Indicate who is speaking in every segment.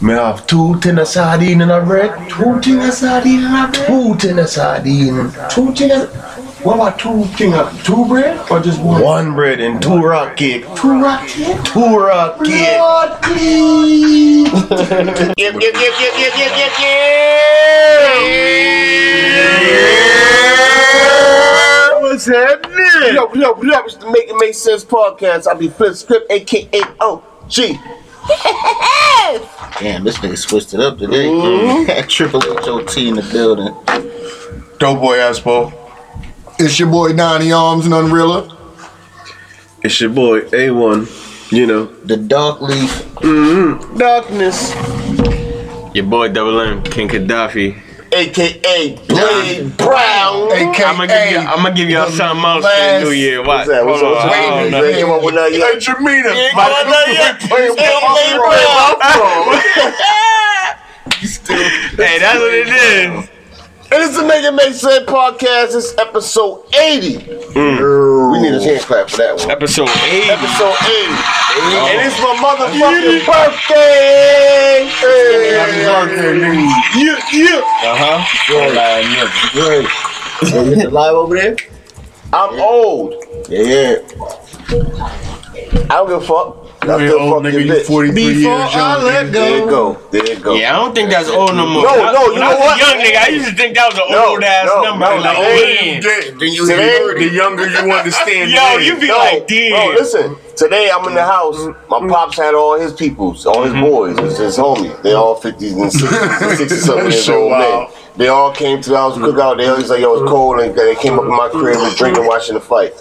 Speaker 1: Men har haft två tunna sardiner av red.
Speaker 2: Två tunga sardiner hade jag.
Speaker 1: Två tunna sardiner.
Speaker 2: Two tunga... What about two tunga... Two bread or just one?
Speaker 1: One bread and two rock cake.
Speaker 2: Two rock cake?
Speaker 1: Two rock cake.
Speaker 2: Lord, please.
Speaker 3: Yep, yep, yep, yep, yep, yep, yep, yep. What's happening?
Speaker 2: Yo, yo, yo, it's the Make It Make Sense podcast. I'll be Flip Script, aka OG. Damn, this nigga switched it up today.
Speaker 4: Mm-hmm.
Speaker 2: Triple H OT in the building.
Speaker 1: Dope boy Aspo.
Speaker 5: It's your boy Donnie Arms and Unrealer.
Speaker 1: It's your boy A1. You know.
Speaker 2: The Dark Leaf. Darkness.
Speaker 3: Your boy Double M, King Gaddafi.
Speaker 2: AKA Blade Brown.
Speaker 5: AKA
Speaker 3: I'm gonna give you. I'm gonna give y'all something else for
Speaker 5: last-
Speaker 3: the New Year. Watch.
Speaker 2: What's that? What's
Speaker 3: Hold on, I
Speaker 2: up?
Speaker 3: don't
Speaker 5: baby,
Speaker 3: know.
Speaker 5: baby.
Speaker 2: Came up with that
Speaker 5: Hey,
Speaker 2: yet.
Speaker 5: Jamina.
Speaker 3: ain't got nothing yet.
Speaker 5: Playing with
Speaker 2: Blade
Speaker 5: my
Speaker 2: Brown.
Speaker 5: bro.
Speaker 3: Hey, that's what it is.
Speaker 2: And it's the Make It Make Sense podcast. It's episode 80. We need a hand clap for that one.
Speaker 3: Episode eight.
Speaker 2: episode 80. And it's my motherfucking birthday.
Speaker 5: Happy birthday, Uh-huh. nigga.
Speaker 2: Yeah,
Speaker 3: Uh
Speaker 2: yeah.
Speaker 3: huh.
Speaker 2: Great.
Speaker 5: Hey, it's alive over there?
Speaker 2: I'm old.
Speaker 5: Yeah, yeah.
Speaker 2: I don't give a fuck. I don't
Speaker 5: Real
Speaker 2: give a fuck
Speaker 5: old nigga,
Speaker 2: you
Speaker 5: you
Speaker 2: bitch.
Speaker 5: 43 years young. nigga.
Speaker 2: There you go. There you go.
Speaker 3: Yeah, I don't think that's old no more.
Speaker 2: No,
Speaker 3: When I-
Speaker 2: no, you
Speaker 3: when
Speaker 2: know
Speaker 3: I was a
Speaker 2: what?
Speaker 3: young nigga, I used to think that was an
Speaker 2: No,
Speaker 3: old ass
Speaker 2: no,
Speaker 3: number.
Speaker 2: no,
Speaker 3: like,
Speaker 2: no.
Speaker 3: man.
Speaker 5: Then then you
Speaker 2: Today-
Speaker 5: hear the younger you understand.
Speaker 3: Yo, you be
Speaker 2: No,
Speaker 3: like, damn. Mm-hmm.
Speaker 2: bro, listen. Today I'm in the house. My pops had all his peoples, all his boys, his, his homies.
Speaker 3: Mm-hmm.
Speaker 2: They all fifties and sixties, something years
Speaker 5: So
Speaker 2: old men.
Speaker 5: wild.
Speaker 2: They all came to the house cookout. They always like, yo,
Speaker 3: Mm-hmm.
Speaker 2: it's cold, and they came up in my crib and drinking, watching the fight.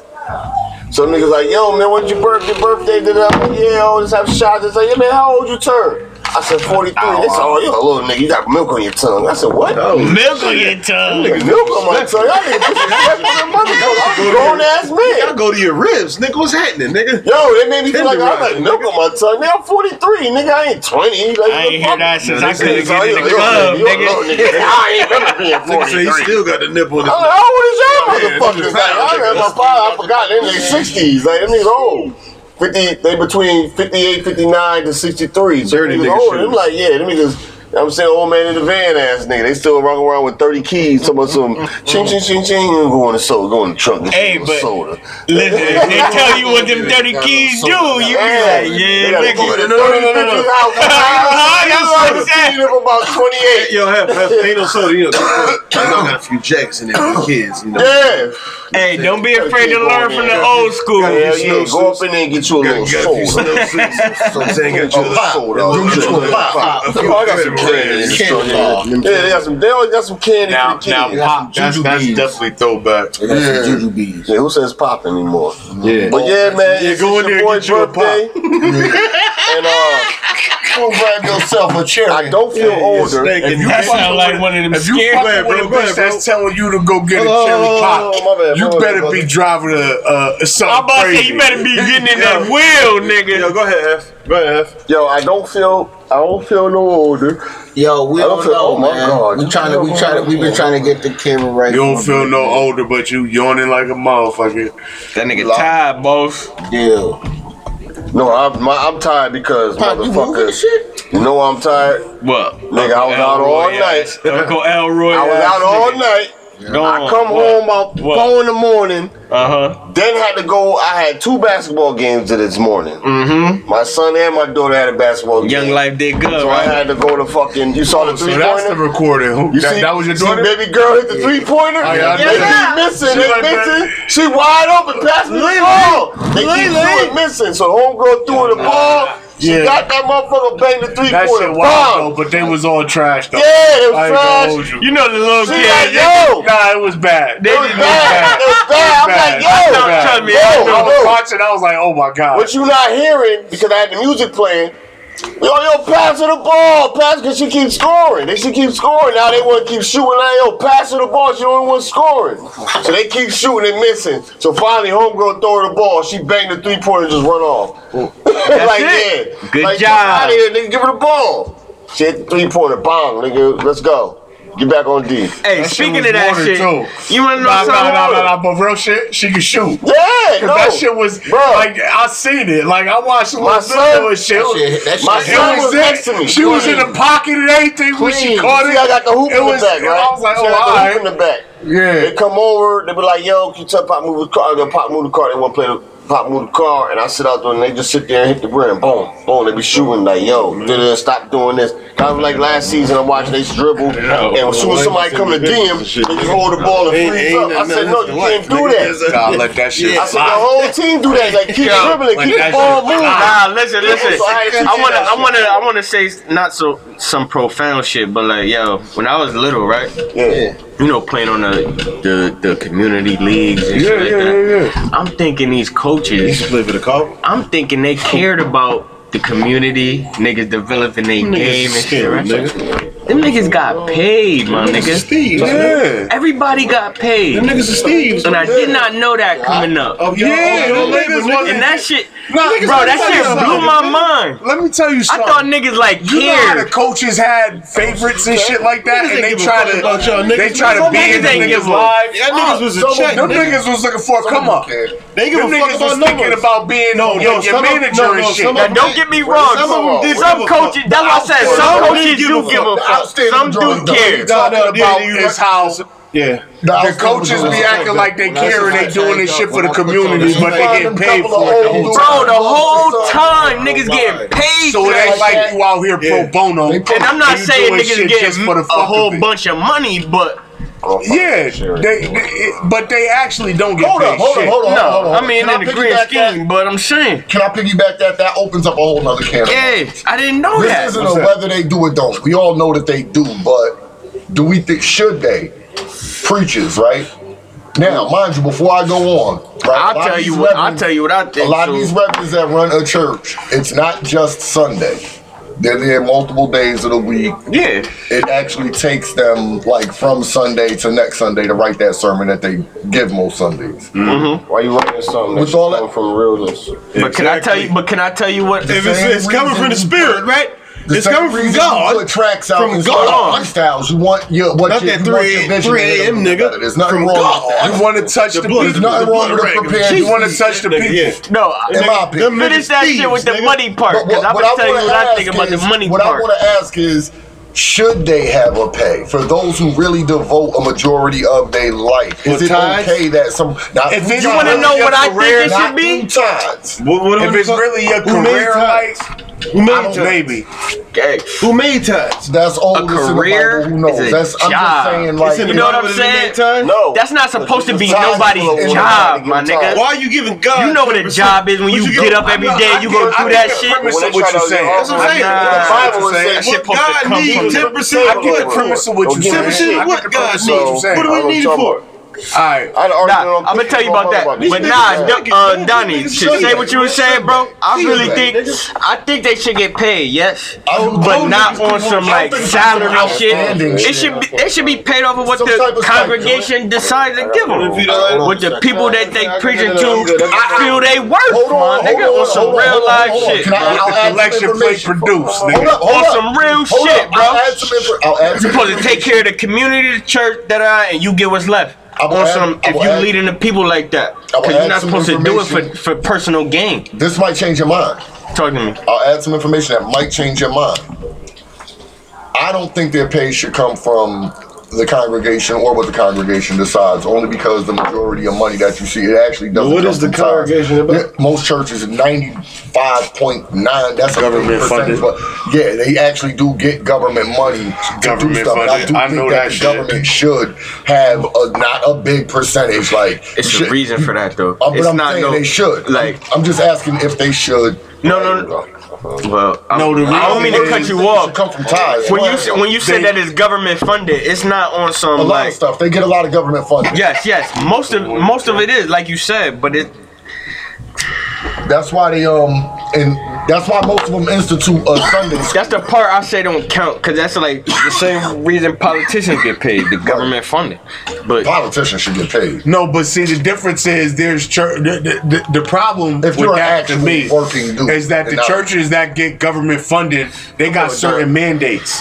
Speaker 2: So niggas like, yo, man, when's your birthday? Your birthday? Did I? Like, yeah, I always have shots. It's like, yeah, man, how old you turn? I said 43. They said, oh, you a little nigga. You got milk on your tongue. I said, what?
Speaker 3: Milk on your tongue.
Speaker 2: Milk on my tongue? Y'all niggas disrespecting their mother. I'm a grown ass man.
Speaker 1: Y'all go to your ribs, nigga. What's happening, nigga?
Speaker 2: Yo, they made me feel like I
Speaker 1: Tenderized,
Speaker 2: like milk on my tongue. Nigga, I'm 43, nigga. I ain't 20. Like,
Speaker 3: I ain't hear that since I
Speaker 1: Nigga,
Speaker 3: couldn't
Speaker 1: it's
Speaker 3: get in the club, nigga.
Speaker 2: I ain't never been
Speaker 1: Nigga say he
Speaker 2: 43.
Speaker 1: still got the nipple in
Speaker 2: I'm
Speaker 1: his
Speaker 2: like, how old is y'all
Speaker 1: Yeah,
Speaker 2: motherfuckers?
Speaker 1: niggas
Speaker 2: Like, I
Speaker 1: sound
Speaker 2: got my
Speaker 1: like
Speaker 2: father, I forgot. They're in their 60s. Like, them niggas old. 50, they between 58, 59 to 63. So
Speaker 1: Dirty
Speaker 2: them
Speaker 1: nigga
Speaker 2: niggas old.
Speaker 1: shoes.
Speaker 2: Them like, yeah, them niggas. I'm saying old man in the van ass nigga. They still rocking around with 30 keys. Talking about some ching ching ching ching. Going to soda, going to trunk. and
Speaker 3: Hey,
Speaker 2: get
Speaker 3: but-
Speaker 2: soda.
Speaker 3: Listen, if they tell you what them dirty keys do, you be like,
Speaker 2: They
Speaker 3: yeah,
Speaker 2: gotta put
Speaker 3: nigga.
Speaker 2: it in 30 pictures out.
Speaker 3: That's what I'm
Speaker 2: You
Speaker 3: saying.
Speaker 2: look about 28.
Speaker 1: Yo, have, have ain't no soda, you know. I know I got a few jacks in there for kids, you know.
Speaker 2: Yeah.
Speaker 3: Hey, don't be afraid to
Speaker 2: Gotta
Speaker 3: learn
Speaker 2: keep
Speaker 3: from
Speaker 2: going,
Speaker 3: the
Speaker 2: man.
Speaker 3: old school.
Speaker 2: Hell
Speaker 1: you
Speaker 2: yeah,
Speaker 1: snow
Speaker 2: go up in there and get you a little
Speaker 1: Got, got a few
Speaker 2: soda.
Speaker 1: snow suits, so they ain't got you a
Speaker 2: Oh, soda.
Speaker 1: little-
Speaker 2: Get you a
Speaker 1: little-
Speaker 2: pop.
Speaker 1: a few
Speaker 2: Oh, I got some
Speaker 1: red
Speaker 2: candy in
Speaker 1: ones.
Speaker 2: the store. Yeah, they got some. They always got some candy
Speaker 6: Now,
Speaker 2: for the
Speaker 6: now,
Speaker 2: kids.
Speaker 6: pop. That's,
Speaker 5: Juju
Speaker 6: that's
Speaker 5: bees.
Speaker 6: definitely throwback.
Speaker 5: They got some juju bees.
Speaker 2: Yeah, who says pop anymore?
Speaker 1: Yeah.
Speaker 2: But yeah, man,
Speaker 6: Yeah,
Speaker 2: it's
Speaker 6: go in
Speaker 2: your
Speaker 6: there and
Speaker 2: boy's
Speaker 6: get you a
Speaker 2: birthday. and uh,
Speaker 5: Go grab yourself a cherry.
Speaker 2: I don't feel older.
Speaker 1: Snake and
Speaker 5: you
Speaker 3: That
Speaker 5: fucking
Speaker 3: sound like one of them
Speaker 5: If you
Speaker 3: scary.
Speaker 1: Go ahead,
Speaker 5: fucking with a
Speaker 1: bro, go
Speaker 5: bitch
Speaker 1: ahead,
Speaker 5: that's telling you to go get a cherry
Speaker 2: Oh, my
Speaker 5: pop,
Speaker 2: bad, my
Speaker 5: you
Speaker 2: bad,
Speaker 5: better
Speaker 2: my
Speaker 5: be
Speaker 2: bad.
Speaker 5: driving a uh, something
Speaker 3: I'm about to say,
Speaker 5: crazy.
Speaker 3: you better be getting in that wheel,
Speaker 1: Yo,
Speaker 3: nigga.
Speaker 1: go ahead, F. Go ahead, F.
Speaker 2: Yo, I don't feel. I don't feel no older.
Speaker 4: Yo, we
Speaker 2: I
Speaker 4: don't,
Speaker 2: don't feel-
Speaker 4: know,
Speaker 2: oh my
Speaker 4: man.
Speaker 2: God.
Speaker 4: We trying to, we trying to, we've been trying to get the camera right.
Speaker 5: You don't feel no older, but you yawning like a motherfucker.
Speaker 3: That nigga tied, boss.
Speaker 4: deal.
Speaker 2: No, I'm my, I'm tired because
Speaker 4: Pop, you moving and
Speaker 2: motherfuckers.
Speaker 4: shit?
Speaker 2: You know why I'm tired?
Speaker 3: What?
Speaker 2: Nigga, I was out all night.
Speaker 3: Uncle Elroy.
Speaker 2: I was out all night.
Speaker 6: Oh,
Speaker 2: I come home about
Speaker 3: What?
Speaker 2: four in the morning.
Speaker 3: Uh huh.
Speaker 2: Then had to go. I had two basketball games to this morning. Mm-hmm. My son and my daughter had a basketball
Speaker 3: Young
Speaker 2: game.
Speaker 3: life did good,
Speaker 2: So I
Speaker 3: right?
Speaker 2: had to go to fucking. You saw the
Speaker 5: So
Speaker 2: three
Speaker 5: that's the
Speaker 2: pointer.
Speaker 5: recording. Who,
Speaker 2: You
Speaker 5: that,
Speaker 2: see,
Speaker 5: that was your
Speaker 2: see
Speaker 5: daughter?
Speaker 2: baby girl hit the three pointer.
Speaker 5: Oh, yeah, I
Speaker 2: they
Speaker 5: know
Speaker 2: keep
Speaker 5: that.
Speaker 2: missing.
Speaker 5: She
Speaker 2: They
Speaker 5: like that.
Speaker 2: missing. She wide open. Pass me the ball. They keep doing missing. So homegirl threw the ball. She
Speaker 5: Yeah.
Speaker 2: got that motherfucker banged the three
Speaker 5: That
Speaker 2: pointer.
Speaker 5: shit
Speaker 2: Bomb.
Speaker 5: wild though, oh, but they was all trash though.
Speaker 2: Yeah, it was
Speaker 5: I ain't
Speaker 2: trash.
Speaker 5: gonna hold you.
Speaker 3: You know the little
Speaker 2: She
Speaker 3: kid.
Speaker 2: like,
Speaker 3: yeah.
Speaker 2: yo,
Speaker 5: Nah, it was bad.
Speaker 3: They
Speaker 2: it was
Speaker 3: didn't
Speaker 2: bad. It was bad. I'm like,
Speaker 5: It was bad.
Speaker 2: yo,
Speaker 5: It was bad.
Speaker 3: Tell me,
Speaker 2: yo,
Speaker 5: I
Speaker 2: yo.
Speaker 5: was watching. I was like, oh my god.
Speaker 2: What you not hearing because I had the music playing. Yo, yo, pass her the ball, pass because she keeps scoring. They she keeps scoring. Now they want to keep shooting. Now yo, pass her the ball. She the only one scoring. So they keep shooting and missing. So finally, homegirl throw her the ball. She banged the three pointer and just run off. like
Speaker 3: it.
Speaker 2: yeah,
Speaker 3: Good
Speaker 2: like,
Speaker 3: job.
Speaker 2: Out of here, nigga. Give her the ball. She hit the three pointer. Bomb, nigga. Let's go. Get back on D.
Speaker 6: Hey,
Speaker 5: That shit
Speaker 6: speaking
Speaker 5: was
Speaker 6: of that
Speaker 5: water,
Speaker 6: shit,
Speaker 5: too.
Speaker 6: you want to know
Speaker 5: Nah, nah,
Speaker 6: something?
Speaker 5: nah, nah, nah, but real shit, she can shoot.
Speaker 2: Yeah,
Speaker 5: Cause
Speaker 2: no.
Speaker 5: that shit was
Speaker 2: Bro.
Speaker 5: like I seen it. Like I watched a
Speaker 2: My
Speaker 5: little
Speaker 2: son-
Speaker 5: video and shit.
Speaker 4: That shit- that
Speaker 2: My
Speaker 4: shit-
Speaker 5: It
Speaker 2: son
Speaker 5: was
Speaker 2: was
Speaker 5: it.
Speaker 2: next to me.
Speaker 5: She was in the pocket and everything when she
Speaker 4: Clean.
Speaker 5: caught it.
Speaker 2: See, I got the hoop
Speaker 5: It
Speaker 2: in
Speaker 5: was-
Speaker 2: the back, right?
Speaker 5: I was like,
Speaker 2: See,
Speaker 5: oh,
Speaker 2: I got the
Speaker 5: all
Speaker 2: hoop in
Speaker 5: right.
Speaker 2: the back. They
Speaker 5: Yeah.
Speaker 2: come over, they be like, yo, can you tell Pop move the car? Then Pop move the car. They want to play the Pop move the car. And I sit out there and they just sit there and hit the rim. Boom, boom. They be shooting like, yo, da-da, stop doing this. Kind of like last season, I'm watching they dribble. And as soon as somebody come to DM, they just hold the ball and
Speaker 1: Ain't-
Speaker 2: freeze
Speaker 1: ain't
Speaker 2: up. I
Speaker 1: nothing
Speaker 2: said, no, you can't
Speaker 1: else to
Speaker 2: do
Speaker 1: like,
Speaker 2: that.
Speaker 1: nigga.
Speaker 5: God, let that shit
Speaker 2: I said, the
Speaker 5: slide.
Speaker 2: whole team do that. Like, keep
Speaker 6: Yo,
Speaker 2: dribbling,
Speaker 5: like
Speaker 2: keep the
Speaker 5: that
Speaker 2: ball
Speaker 5: shit-
Speaker 2: moving.
Speaker 6: Nah, listen, listen.
Speaker 2: So I actually
Speaker 6: I wanna,
Speaker 2: did that
Speaker 6: I wanna, I wanna say not so some profound shit, but like, yo, when I was little, right?
Speaker 2: Yeah.
Speaker 6: You know, playing on the the, the community leagues and shit like that. I'm thinking these coaches,
Speaker 1: You play for the call?
Speaker 6: I'm thinking they cared about the community, niggas developing their game and shit, right? Them niggas got paid, my nigga.
Speaker 1: Steve.
Speaker 5: Yeah.
Speaker 6: Everybody got paid.
Speaker 1: Them niggas are Steve's.
Speaker 6: And I did not know that coming up.
Speaker 1: Oh,
Speaker 5: Yeah, them niggas wasn't-
Speaker 6: And that shit,
Speaker 5: Nah,
Speaker 6: bro,
Speaker 5: niggas
Speaker 6: that
Speaker 5: wasn't
Speaker 6: shit
Speaker 5: like
Speaker 6: blew
Speaker 5: that.
Speaker 6: my mind.
Speaker 5: Let me tell you
Speaker 6: I
Speaker 5: something.
Speaker 6: thought niggas like
Speaker 5: You know how the
Speaker 6: cared.
Speaker 5: coaches had favorites and shit like that,
Speaker 1: Niggas
Speaker 5: and they
Speaker 1: ain't give a
Speaker 5: try
Speaker 1: fuck
Speaker 5: to
Speaker 1: about y'all
Speaker 5: they
Speaker 1: niggas.
Speaker 5: try to
Speaker 1: Some
Speaker 5: be
Speaker 6: niggas
Speaker 5: in the
Speaker 6: ain't give
Speaker 5: niggas'
Speaker 6: a-
Speaker 5: lives.
Speaker 1: That niggas
Speaker 2: uh,
Speaker 1: was a
Speaker 5: Some of
Speaker 1: check,
Speaker 5: Them
Speaker 1: nigga.
Speaker 5: niggas was looking for a come up.
Speaker 1: They give
Speaker 5: Them
Speaker 1: a fuck
Speaker 5: niggas was
Speaker 1: about
Speaker 5: thinking
Speaker 1: numbers.
Speaker 5: about being
Speaker 1: No,
Speaker 5: your, your
Speaker 1: no, some of-
Speaker 5: manager
Speaker 1: no, no,
Speaker 5: and shit.
Speaker 1: some
Speaker 6: Now
Speaker 1: of-
Speaker 6: don't get me wrong.
Speaker 1: Some of them did
Speaker 6: Some
Speaker 1: give a fuck.
Speaker 6: coaches, that's why I said
Speaker 1: The
Speaker 6: some
Speaker 1: outfield
Speaker 6: coaches
Speaker 1: didn't
Speaker 6: do
Speaker 1: give
Speaker 6: give
Speaker 1: a
Speaker 6: a
Speaker 1: fuck.
Speaker 6: fuck.
Speaker 4: The
Speaker 6: Some
Speaker 4: outfield
Speaker 6: do
Speaker 4: was
Speaker 6: care.
Speaker 1: No,
Speaker 5: talking
Speaker 1: no,
Speaker 5: about
Speaker 1: yeah,
Speaker 5: is how
Speaker 1: Yeah.
Speaker 5: the coaches be acting like they care and they doing this shit for the community, but they getting paid for it. the whole time.
Speaker 6: Bro, the whole time niggas getting paid.
Speaker 5: So
Speaker 6: for
Speaker 5: it
Speaker 6: that
Speaker 5: ain't
Speaker 6: shit.
Speaker 5: like you out here pro
Speaker 1: Yeah.
Speaker 5: bono. And
Speaker 6: And I'm not
Speaker 5: you
Speaker 6: saying
Speaker 5: doing
Speaker 6: niggas
Speaker 5: shit just
Speaker 6: getting
Speaker 5: for the
Speaker 6: a
Speaker 5: fuck of
Speaker 6: whole
Speaker 5: it.
Speaker 6: bunch of money, but
Speaker 5: Yeah, they, they- it- but they actually don't get
Speaker 7: Hold
Speaker 5: paid
Speaker 7: up, hold up,
Speaker 5: shit.
Speaker 7: hold up,
Speaker 6: no,
Speaker 7: hold up.
Speaker 6: I mean
Speaker 7: Can
Speaker 6: in the
Speaker 7: piggyback
Speaker 6: grand scheme.
Speaker 7: That?
Speaker 6: But I'm saying,
Speaker 7: Can I piggyback that? That opens up a whole nother can. of
Speaker 6: yeah, I didn't know
Speaker 7: This
Speaker 6: that.
Speaker 7: isn't a whether they do or don't. We all know that they do, but do we think should they? Preachers, right? Now, mind you, before I go on, right, a lot
Speaker 6: I'll
Speaker 7: of
Speaker 6: tell
Speaker 7: these
Speaker 6: you what. I'll
Speaker 7: reverends-
Speaker 6: tell you what I
Speaker 7: A
Speaker 6: think.
Speaker 7: lot of these
Speaker 6: so-
Speaker 7: reverends that run a church, it's not just Sunday. They're there multiple days of the week.
Speaker 6: Yeah,
Speaker 7: It actually takes them like from Sunday to next Sunday to write that sermon that they give most Sundays.
Speaker 2: Why you writing something
Speaker 7: What's
Speaker 2: that's
Speaker 7: all that-
Speaker 2: coming from realness?
Speaker 6: but can I tell you? But can I tell you what?
Speaker 1: If it's,
Speaker 7: same
Speaker 1: it's coming
Speaker 7: reason
Speaker 1: from the
Speaker 7: you put-
Speaker 1: spirit, right?
Speaker 7: The
Speaker 1: It's
Speaker 7: same
Speaker 1: coming from
Speaker 7: reason You
Speaker 1: God.
Speaker 7: put tracks out
Speaker 1: From
Speaker 7: is
Speaker 1: God.
Speaker 7: about Lifestyles. You want your what?
Speaker 1: Not
Speaker 7: your,
Speaker 1: that
Speaker 7: you want your
Speaker 1: 3
Speaker 7: vision
Speaker 1: 3
Speaker 7: to be
Speaker 1: a.m.,
Speaker 7: better.
Speaker 1: nigga.
Speaker 7: There's nothing
Speaker 1: From
Speaker 7: wrong
Speaker 1: God.
Speaker 7: with that.
Speaker 5: You want to touch the,
Speaker 1: The blood-
Speaker 5: people.
Speaker 7: There's nothing wrong with
Speaker 1: Right,
Speaker 7: a prepared.
Speaker 5: You want to touch the people.
Speaker 1: Yeah.
Speaker 6: No,
Speaker 7: In
Speaker 6: I-
Speaker 7: my opinion.
Speaker 6: finish that shit with the money part. Because I'm gonna tell you
Speaker 7: wanna
Speaker 6: what I
Speaker 7: ask
Speaker 6: think about the
Speaker 7: is-
Speaker 6: money
Speaker 7: What I
Speaker 6: part.
Speaker 7: want to ask is, should they have a pay for those who really devote a majority of their life? Is
Speaker 1: With
Speaker 7: it
Speaker 1: tithes?
Speaker 7: okay that some? Now,
Speaker 5: If
Speaker 7: through
Speaker 5: it's
Speaker 6: You want to
Speaker 5: really
Speaker 7: tithes,
Speaker 6: know
Speaker 5: your
Speaker 6: what I think
Speaker 5: career,
Speaker 6: it should
Speaker 7: not
Speaker 6: be?
Speaker 7: through tithes.
Speaker 1: What, what
Speaker 5: If it's really your career, like
Speaker 1: who
Speaker 7: I
Speaker 1: made
Speaker 7: don't-
Speaker 1: ties?
Speaker 5: maybe.
Speaker 6: Okay.
Speaker 1: Who made ties?
Speaker 7: That's old.
Speaker 6: career is
Speaker 7: Who
Speaker 6: a
Speaker 7: knows? That's. I'm
Speaker 6: job.
Speaker 7: just saying, like.
Speaker 1: It's in
Speaker 6: You
Speaker 1: the
Speaker 6: know what
Speaker 1: Bible
Speaker 6: I'm
Speaker 1: that they
Speaker 6: saying?
Speaker 1: made ties?
Speaker 2: No.
Speaker 6: That's not supposed to be
Speaker 2: It's a job
Speaker 6: nobody's
Speaker 2: for everybody
Speaker 6: job,
Speaker 2: to
Speaker 6: my
Speaker 2: get tired.
Speaker 6: nigga.
Speaker 1: Why are you giving God?
Speaker 6: You know what a
Speaker 1: 10%?
Speaker 6: job is when
Speaker 1: What
Speaker 6: you get up every
Speaker 1: I'm
Speaker 6: day,
Speaker 1: not-
Speaker 6: you
Speaker 1: I
Speaker 6: gonna
Speaker 1: get-
Speaker 6: do
Speaker 1: I
Speaker 6: that
Speaker 1: get
Speaker 6: shit?
Speaker 1: the premise
Speaker 2: When
Speaker 1: of
Speaker 2: they
Speaker 1: what
Speaker 2: try
Speaker 1: you're
Speaker 2: to-
Speaker 1: saying. That's what I'm saying.
Speaker 6: Nah.
Speaker 1: That's what I'm
Speaker 6: That
Speaker 1: saying.
Speaker 6: shit supposed to
Speaker 1: What
Speaker 6: come
Speaker 1: God
Speaker 6: from
Speaker 1: needs
Speaker 6: the-
Speaker 1: ten percent.
Speaker 5: I get the premise of what you're
Speaker 1: Ten
Speaker 5: saying.
Speaker 1: percent. What God needs?
Speaker 2: So-
Speaker 1: What do
Speaker 2: I'm
Speaker 1: we need it
Speaker 2: talking
Speaker 1: for?
Speaker 5: All right.
Speaker 2: I had an argument
Speaker 6: Nah,
Speaker 2: on
Speaker 6: I'm gonna tell you about that.
Speaker 2: These
Speaker 6: But
Speaker 2: niggas
Speaker 6: nah,
Speaker 2: is
Speaker 6: Don- uh, Donnie, to say what you were saying, bro, I really think I think they should get paid. Yes, but not on some like salary shit.
Speaker 7: Outstanding
Speaker 6: It
Speaker 7: shit.
Speaker 6: should be they should be paid off of what
Speaker 7: Some type
Speaker 6: the
Speaker 7: of
Speaker 6: congregation decides to give them. What the people that they preaching to feel they worth,
Speaker 7: Hold
Speaker 6: my
Speaker 7: on,
Speaker 6: nigga,
Speaker 7: hold
Speaker 6: on some
Speaker 7: hold on,
Speaker 6: real
Speaker 7: hold on,
Speaker 6: life
Speaker 7: hold on.
Speaker 6: shit.
Speaker 7: Can I- I'll add
Speaker 5: The
Speaker 7: some
Speaker 5: election play
Speaker 7: information. uh,
Speaker 5: produced,
Speaker 7: Hold
Speaker 5: nigga.
Speaker 7: up, hold
Speaker 6: On
Speaker 7: up.
Speaker 6: some real
Speaker 7: Hold
Speaker 6: shit,
Speaker 7: up.
Speaker 6: bro.
Speaker 7: I'll add some info- I'll add
Speaker 6: You're
Speaker 7: some
Speaker 6: supposed to take care of the community, the church, that I, and you get what's left.
Speaker 7: I will
Speaker 6: on
Speaker 7: add-
Speaker 6: some,
Speaker 7: I
Speaker 6: if
Speaker 7: will
Speaker 6: you
Speaker 7: add-
Speaker 6: leading the people like that,
Speaker 7: I will
Speaker 6: because you're
Speaker 7: add
Speaker 6: not
Speaker 7: some
Speaker 6: supposed to do it for,
Speaker 7: information.
Speaker 6: for personal gain.
Speaker 7: This might change your mind.
Speaker 6: Talk to me.
Speaker 7: I'll add some information that might change your mind. I don't think their pay should come from the congregation or what the congregation decides, only because the majority of money that you see, it actually doesn't.
Speaker 1: What
Speaker 7: come
Speaker 1: is the
Speaker 7: from tithes.
Speaker 1: congregation about?
Speaker 7: Yeah, Most churches, ninety-five point nine. That's a big
Speaker 5: Government
Speaker 7: percentage,
Speaker 5: funded.
Speaker 7: But yeah, they actually do get government money. to do
Speaker 5: Government
Speaker 7: stuff. And
Speaker 5: funded. I
Speaker 7: do
Speaker 5: know
Speaker 7: think
Speaker 5: that
Speaker 7: the
Speaker 5: shit.
Speaker 7: government should have a not a big percentage. Like
Speaker 6: It's
Speaker 7: should-
Speaker 6: a reason for that, though.
Speaker 7: Uh, but
Speaker 6: it's
Speaker 7: I'm
Speaker 6: not
Speaker 7: saying
Speaker 6: no.
Speaker 7: they should.
Speaker 6: Like,
Speaker 7: I'm, I'm just asking if they should.
Speaker 6: no, no, no. Well, I'm,
Speaker 5: No, the
Speaker 6: I don't
Speaker 5: reason
Speaker 6: mean to
Speaker 5: is-
Speaker 6: cut you
Speaker 7: It should
Speaker 6: off.
Speaker 7: Come from ties.
Speaker 6: When you when you said
Speaker 5: They-
Speaker 6: that it's government funded, it's not on some
Speaker 7: a lot
Speaker 6: like
Speaker 7: of stuff. They get a lot of government funding.
Speaker 6: yes, yes. Most of most of it is like you said, but it
Speaker 7: That's why they um and that's why most of them institute uh, a Sunday school.
Speaker 6: that's the part I say don't count because that's like the same reason politicians get paid, the government funding. But
Speaker 7: Politicians should get paid.
Speaker 5: No, but see the difference is there's church. The, the, the, the problem
Speaker 7: If
Speaker 5: with
Speaker 7: you're
Speaker 5: that to
Speaker 7: actually
Speaker 5: me
Speaker 7: working, dude,
Speaker 5: is that the
Speaker 7: and not-
Speaker 5: churches that get government funded, they got certain mandates.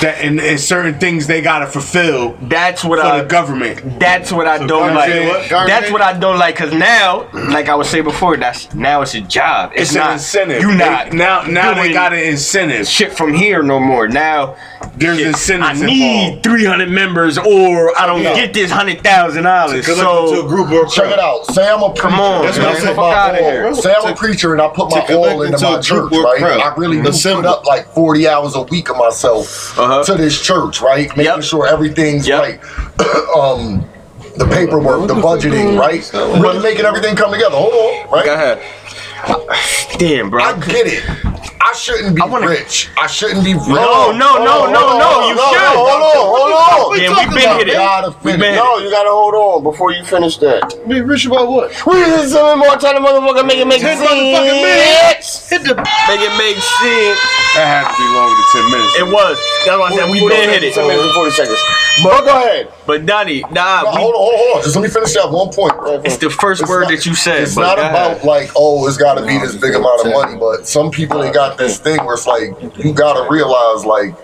Speaker 5: that and, and certain things they gotta fulfill for
Speaker 6: That's what I.
Speaker 5: the government.
Speaker 6: That's what I don't
Speaker 5: government-
Speaker 6: like.
Speaker 5: what?
Speaker 6: That's what I don't like. Cause now, like I was saying before, that's now it's a job. It's,
Speaker 5: It's
Speaker 6: not
Speaker 5: an incentive.
Speaker 6: You
Speaker 5: They-
Speaker 6: not
Speaker 5: now. Now they
Speaker 6: doing
Speaker 5: got an incentive.
Speaker 6: shit from here no more. Now
Speaker 5: There's
Speaker 6: I
Speaker 5: incentives
Speaker 6: need
Speaker 5: involved.
Speaker 6: three hundred members, or I don't get this hundred thousand dollars.
Speaker 1: to a
Speaker 6: So
Speaker 1: group or a
Speaker 7: Check it out. Say I'm a preacher.
Speaker 6: on,
Speaker 7: That's what
Speaker 6: man.
Speaker 7: I put
Speaker 6: Fuck outta
Speaker 7: my
Speaker 6: here.
Speaker 7: oil. Say I'm a preacher and I put my
Speaker 1: To
Speaker 7: oil
Speaker 1: collect
Speaker 7: into
Speaker 1: into
Speaker 7: my
Speaker 1: a
Speaker 7: church,
Speaker 1: group or
Speaker 7: right?
Speaker 1: crowd.
Speaker 7: I really do
Speaker 1: The
Speaker 7: put
Speaker 1: symbol.
Speaker 7: up like 40 hours a week of myself to this church, right? Making
Speaker 6: Uh-huh. Yep.
Speaker 7: sure everything's
Speaker 6: Yep.
Speaker 7: right. um, the paperwork, the budgeting, right? Really making everything come together. Hold on, right?
Speaker 6: go ahead. Damn, bro.
Speaker 7: I get it. I shouldn't be
Speaker 6: wanna-
Speaker 7: rich. I shouldn't be rich.
Speaker 6: No, no, no, no, no. You should.
Speaker 2: Hold on, hold on.
Speaker 6: Yeah, we've been here.
Speaker 7: God
Speaker 6: We've
Speaker 7: offended.
Speaker 6: been
Speaker 2: No, you gotta hold on before you finish that.
Speaker 1: Be rich about what?
Speaker 2: We just spending more time, motherfucker, make it make sense.
Speaker 6: Make it make sense.
Speaker 5: That had to be longer than ten minutes.
Speaker 6: It was. That's what I said. We been hit
Speaker 2: Ten
Speaker 6: it.
Speaker 2: minutes and forty seconds. But go ahead.
Speaker 6: But Donnie, nah,
Speaker 7: Nah,
Speaker 6: we-
Speaker 7: hold on, hold on, hold on. Just let me finish that one point, bro.
Speaker 6: it's the first word
Speaker 7: not-
Speaker 6: that you said.
Speaker 7: It's
Speaker 6: but
Speaker 7: not
Speaker 6: go ahead.
Speaker 7: about like, oh, it's got to be this big amount of money, but some people they got this thing where it's like you got to realize like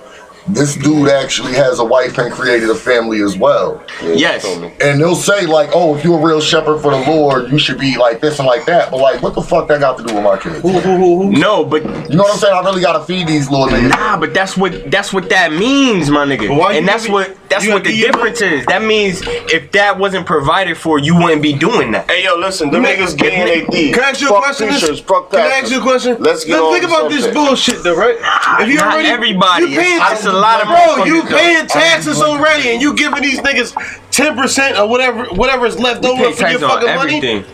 Speaker 7: this dude actually has a wife and created a family as well.
Speaker 6: Yes.
Speaker 7: And they'll say like, oh, if you're a real shepherd for the Lord, you should be like this and like that. But like, what the fuck that got to do with my kids? You
Speaker 6: No, but
Speaker 7: know what I'm saying? I really got to feed these little niggas.
Speaker 6: nah, but that's what that's what that means, my nigga.
Speaker 1: why
Speaker 6: And
Speaker 1: you
Speaker 6: that's
Speaker 1: be-
Speaker 6: what that's
Speaker 1: you
Speaker 6: what the
Speaker 1: be-
Speaker 6: difference is. That means if that wasn't provided for, you wouldn't be doing that.
Speaker 2: Hey yo, listen, the niggas getting they deep.
Speaker 1: Can I ask you a
Speaker 2: Fuck
Speaker 1: question?
Speaker 2: Preachers, fuck
Speaker 1: Can I
Speaker 2: pastors.
Speaker 1: ask you a question?
Speaker 2: Let's get
Speaker 1: Now,
Speaker 2: on
Speaker 1: think
Speaker 2: the
Speaker 1: about this
Speaker 2: subject.
Speaker 1: bullshit, though, right? If you
Speaker 6: Not
Speaker 1: already,
Speaker 6: everybody.
Speaker 1: you paying,
Speaker 6: It's- it's a lot of
Speaker 1: bro. You
Speaker 6: motherfuckers, though.
Speaker 1: paying taxes already, and you giving these niggas ten percent or whatever, whatever is left
Speaker 6: We
Speaker 1: over
Speaker 6: pay
Speaker 1: for your
Speaker 6: taxes on
Speaker 1: fucking money.
Speaker 6: everything.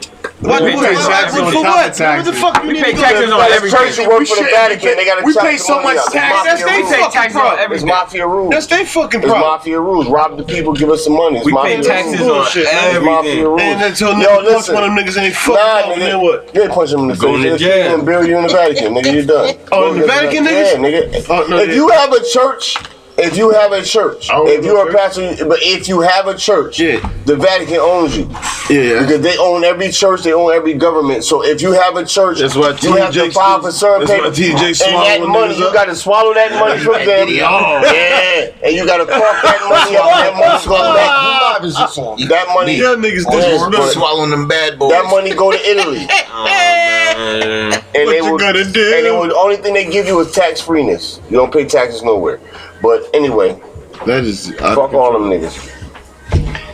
Speaker 1: Why
Speaker 6: We
Speaker 1: you
Speaker 6: pay
Speaker 1: pay
Speaker 6: taxes
Speaker 1: taxes
Speaker 6: on
Speaker 1: for
Speaker 5: top
Speaker 1: what?
Speaker 5: of
Speaker 1: What the
Speaker 5: taxes.
Speaker 1: fuck you
Speaker 6: We
Speaker 1: need
Speaker 6: pay
Speaker 1: to go
Speaker 6: taxes
Speaker 1: to-
Speaker 6: on
Speaker 2: Well, it's
Speaker 6: everything.
Speaker 2: church who work for the Vatican. They gotta
Speaker 1: We
Speaker 2: chop
Speaker 1: pay
Speaker 2: the
Speaker 1: so
Speaker 2: money
Speaker 1: much
Speaker 2: up. It's
Speaker 1: tax.
Speaker 2: mafia
Speaker 1: That's they
Speaker 2: rules.
Speaker 1: fucking
Speaker 6: taxes on
Speaker 1: problem.
Speaker 2: It's
Speaker 6: everything.
Speaker 2: mafia rules.
Speaker 1: That's they fucking
Speaker 2: It's
Speaker 1: problem.
Speaker 2: mafia rules. Rob the people, give us some money. It's
Speaker 6: We
Speaker 2: mafia
Speaker 6: pay taxes
Speaker 2: rules.
Speaker 6: on
Speaker 1: Bullshit, man.
Speaker 2: It's mafia
Speaker 6: everything.
Speaker 2: rules.
Speaker 1: And until
Speaker 2: Yo,
Speaker 1: nigga punch
Speaker 2: listen.
Speaker 1: one of them niggas and they fucking
Speaker 2: Nah,
Speaker 1: out, and
Speaker 2: nigga.
Speaker 1: then what?
Speaker 2: Yeah, punch him in the face.
Speaker 6: Go in the
Speaker 2: Just
Speaker 6: jail.
Speaker 2: keep him, bury you in the Vatican, nigga. You're done.
Speaker 1: Oh, in the Vatican, niggas?
Speaker 2: Yeah, nigga.
Speaker 1: Oh, no,
Speaker 2: if
Speaker 1: yeah.
Speaker 2: you have a church, if you have a church,
Speaker 1: own
Speaker 2: if
Speaker 1: no
Speaker 2: you're a
Speaker 1: church.
Speaker 2: pastor, but if you have a church,
Speaker 1: Yeah.
Speaker 2: the Vatican owns you.
Speaker 1: Yeah.
Speaker 2: Because they own every church, they own every government. So if you have a church,
Speaker 1: That's why
Speaker 2: you have to
Speaker 1: TJ
Speaker 2: file for certain
Speaker 1: that's why
Speaker 2: papers.
Speaker 1: TJ
Speaker 2: and that
Speaker 1: swallowing
Speaker 2: money,
Speaker 1: niggas
Speaker 2: you
Speaker 1: up.
Speaker 2: got to swallow that money from them. yeah, and you got to cough that money out. That money's going back.
Speaker 7: Who life is this on?
Speaker 2: That money,
Speaker 1: Y'all niggas
Speaker 2: Yeah, but-
Speaker 1: disrespectful.
Speaker 4: swallowing them bad boys.
Speaker 2: that money go to Italy.
Speaker 6: Oh,
Speaker 2: and
Speaker 1: What
Speaker 2: they
Speaker 1: you
Speaker 2: will,
Speaker 1: gonna do?
Speaker 2: And they will, the only thing they give you is tax freeness. You don't pay taxes nowhere. But anyway,
Speaker 1: That is
Speaker 2: fuck all them niggas.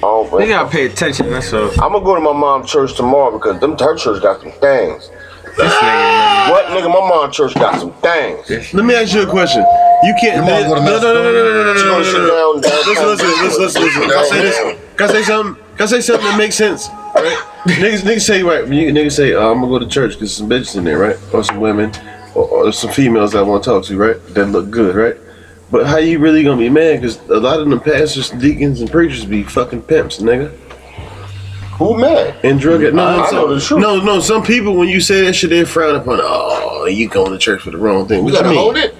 Speaker 2: Oh,
Speaker 6: We
Speaker 2: but
Speaker 6: gotta pay attention. That's all.
Speaker 2: I'm gonna go to my mom's church tomorrow because them her church got some things.
Speaker 6: This nigga.
Speaker 2: What nigga? My mom's church got some things. She
Speaker 1: Let me ask you a question. You can't.
Speaker 7: Your mom go
Speaker 1: No,
Speaker 7: to
Speaker 1: no, no, no, no, no, no, no,
Speaker 2: gonna
Speaker 1: no,
Speaker 2: sit
Speaker 1: no,
Speaker 2: down.
Speaker 1: no. Listen,
Speaker 2: downtown.
Speaker 1: listen, listen, listen, listen. Can I say this? Can I say something? Can I say something that makes sense? Right? niggas, niggas say right. when you- Niggas say uh, I'm gonna go to church because some bitches in there, right? Or some women, or, or some females that I want to talk to, right? That look good, right? But how you really gonna be mad? Because a lot of them pastors, deacons, and preachers be fucking pimps, nigga,
Speaker 2: Who mad?
Speaker 1: and drug it. No, no,
Speaker 2: I know the
Speaker 1: some,
Speaker 2: truth.
Speaker 1: no, no. Some people, when you say that shit, they frown upon. Oh, you going to church for the wrong thing?
Speaker 4: You
Speaker 1: What you
Speaker 4: gotta
Speaker 1: mean?
Speaker 4: hold it.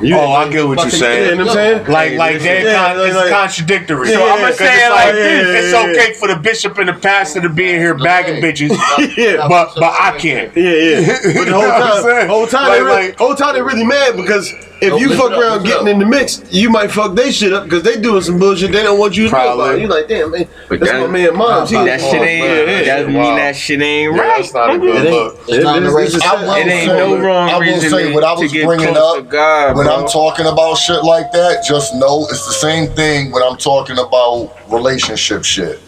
Speaker 1: You,
Speaker 5: Oh, I get what you're
Speaker 4: Fucking-
Speaker 1: you
Speaker 5: saying.
Speaker 1: know what I'm saying?
Speaker 5: Like, like they're
Speaker 1: Yeah,
Speaker 5: con-
Speaker 1: like-
Speaker 5: it's
Speaker 1: like-
Speaker 5: contradictory. So
Speaker 1: Yeah,
Speaker 5: I'm gonna
Speaker 1: yeah,
Speaker 5: say it
Speaker 1: yeah,
Speaker 5: like
Speaker 1: yeah,
Speaker 5: this:
Speaker 1: yeah,
Speaker 5: It's
Speaker 1: yeah.
Speaker 5: okay for the bishop and the pastor to be in here bagging bitches,
Speaker 1: Yeah.
Speaker 5: but but I can't.
Speaker 1: Yeah, yeah. But the
Speaker 5: You know
Speaker 1: whole
Speaker 5: what I'm
Speaker 1: time,
Speaker 5: saying?
Speaker 1: whole time,
Speaker 5: Like,
Speaker 1: they really,
Speaker 5: like-
Speaker 1: whole time they really mad because if you
Speaker 4: mix it
Speaker 1: fuck
Speaker 4: up,
Speaker 1: around
Speaker 4: mix it
Speaker 1: getting in the mix, you might fuck they shit up because they doing some bullshit they don't want you to know
Speaker 5: Probably.
Speaker 1: about. You like, damn man,
Speaker 6: But
Speaker 1: that's
Speaker 6: that-
Speaker 1: my man, mom. She-
Speaker 6: That shit ain't. That mean that shit ain't right.
Speaker 1: It ain't.
Speaker 4: It's not in the
Speaker 1: it's-
Speaker 4: right-
Speaker 1: it's
Speaker 7: I will
Speaker 1: sad.
Speaker 6: It ain't
Speaker 7: say-
Speaker 6: no wrong
Speaker 7: I will
Speaker 6: reason
Speaker 7: say
Speaker 6: to-
Speaker 7: what I
Speaker 6: to
Speaker 7: was
Speaker 6: get
Speaker 7: bringing
Speaker 6: close to
Speaker 7: up
Speaker 6: God,
Speaker 7: when
Speaker 6: bro.
Speaker 7: I'm talking about shit like that. Just know it's the same thing when I'm talking about relationship shit.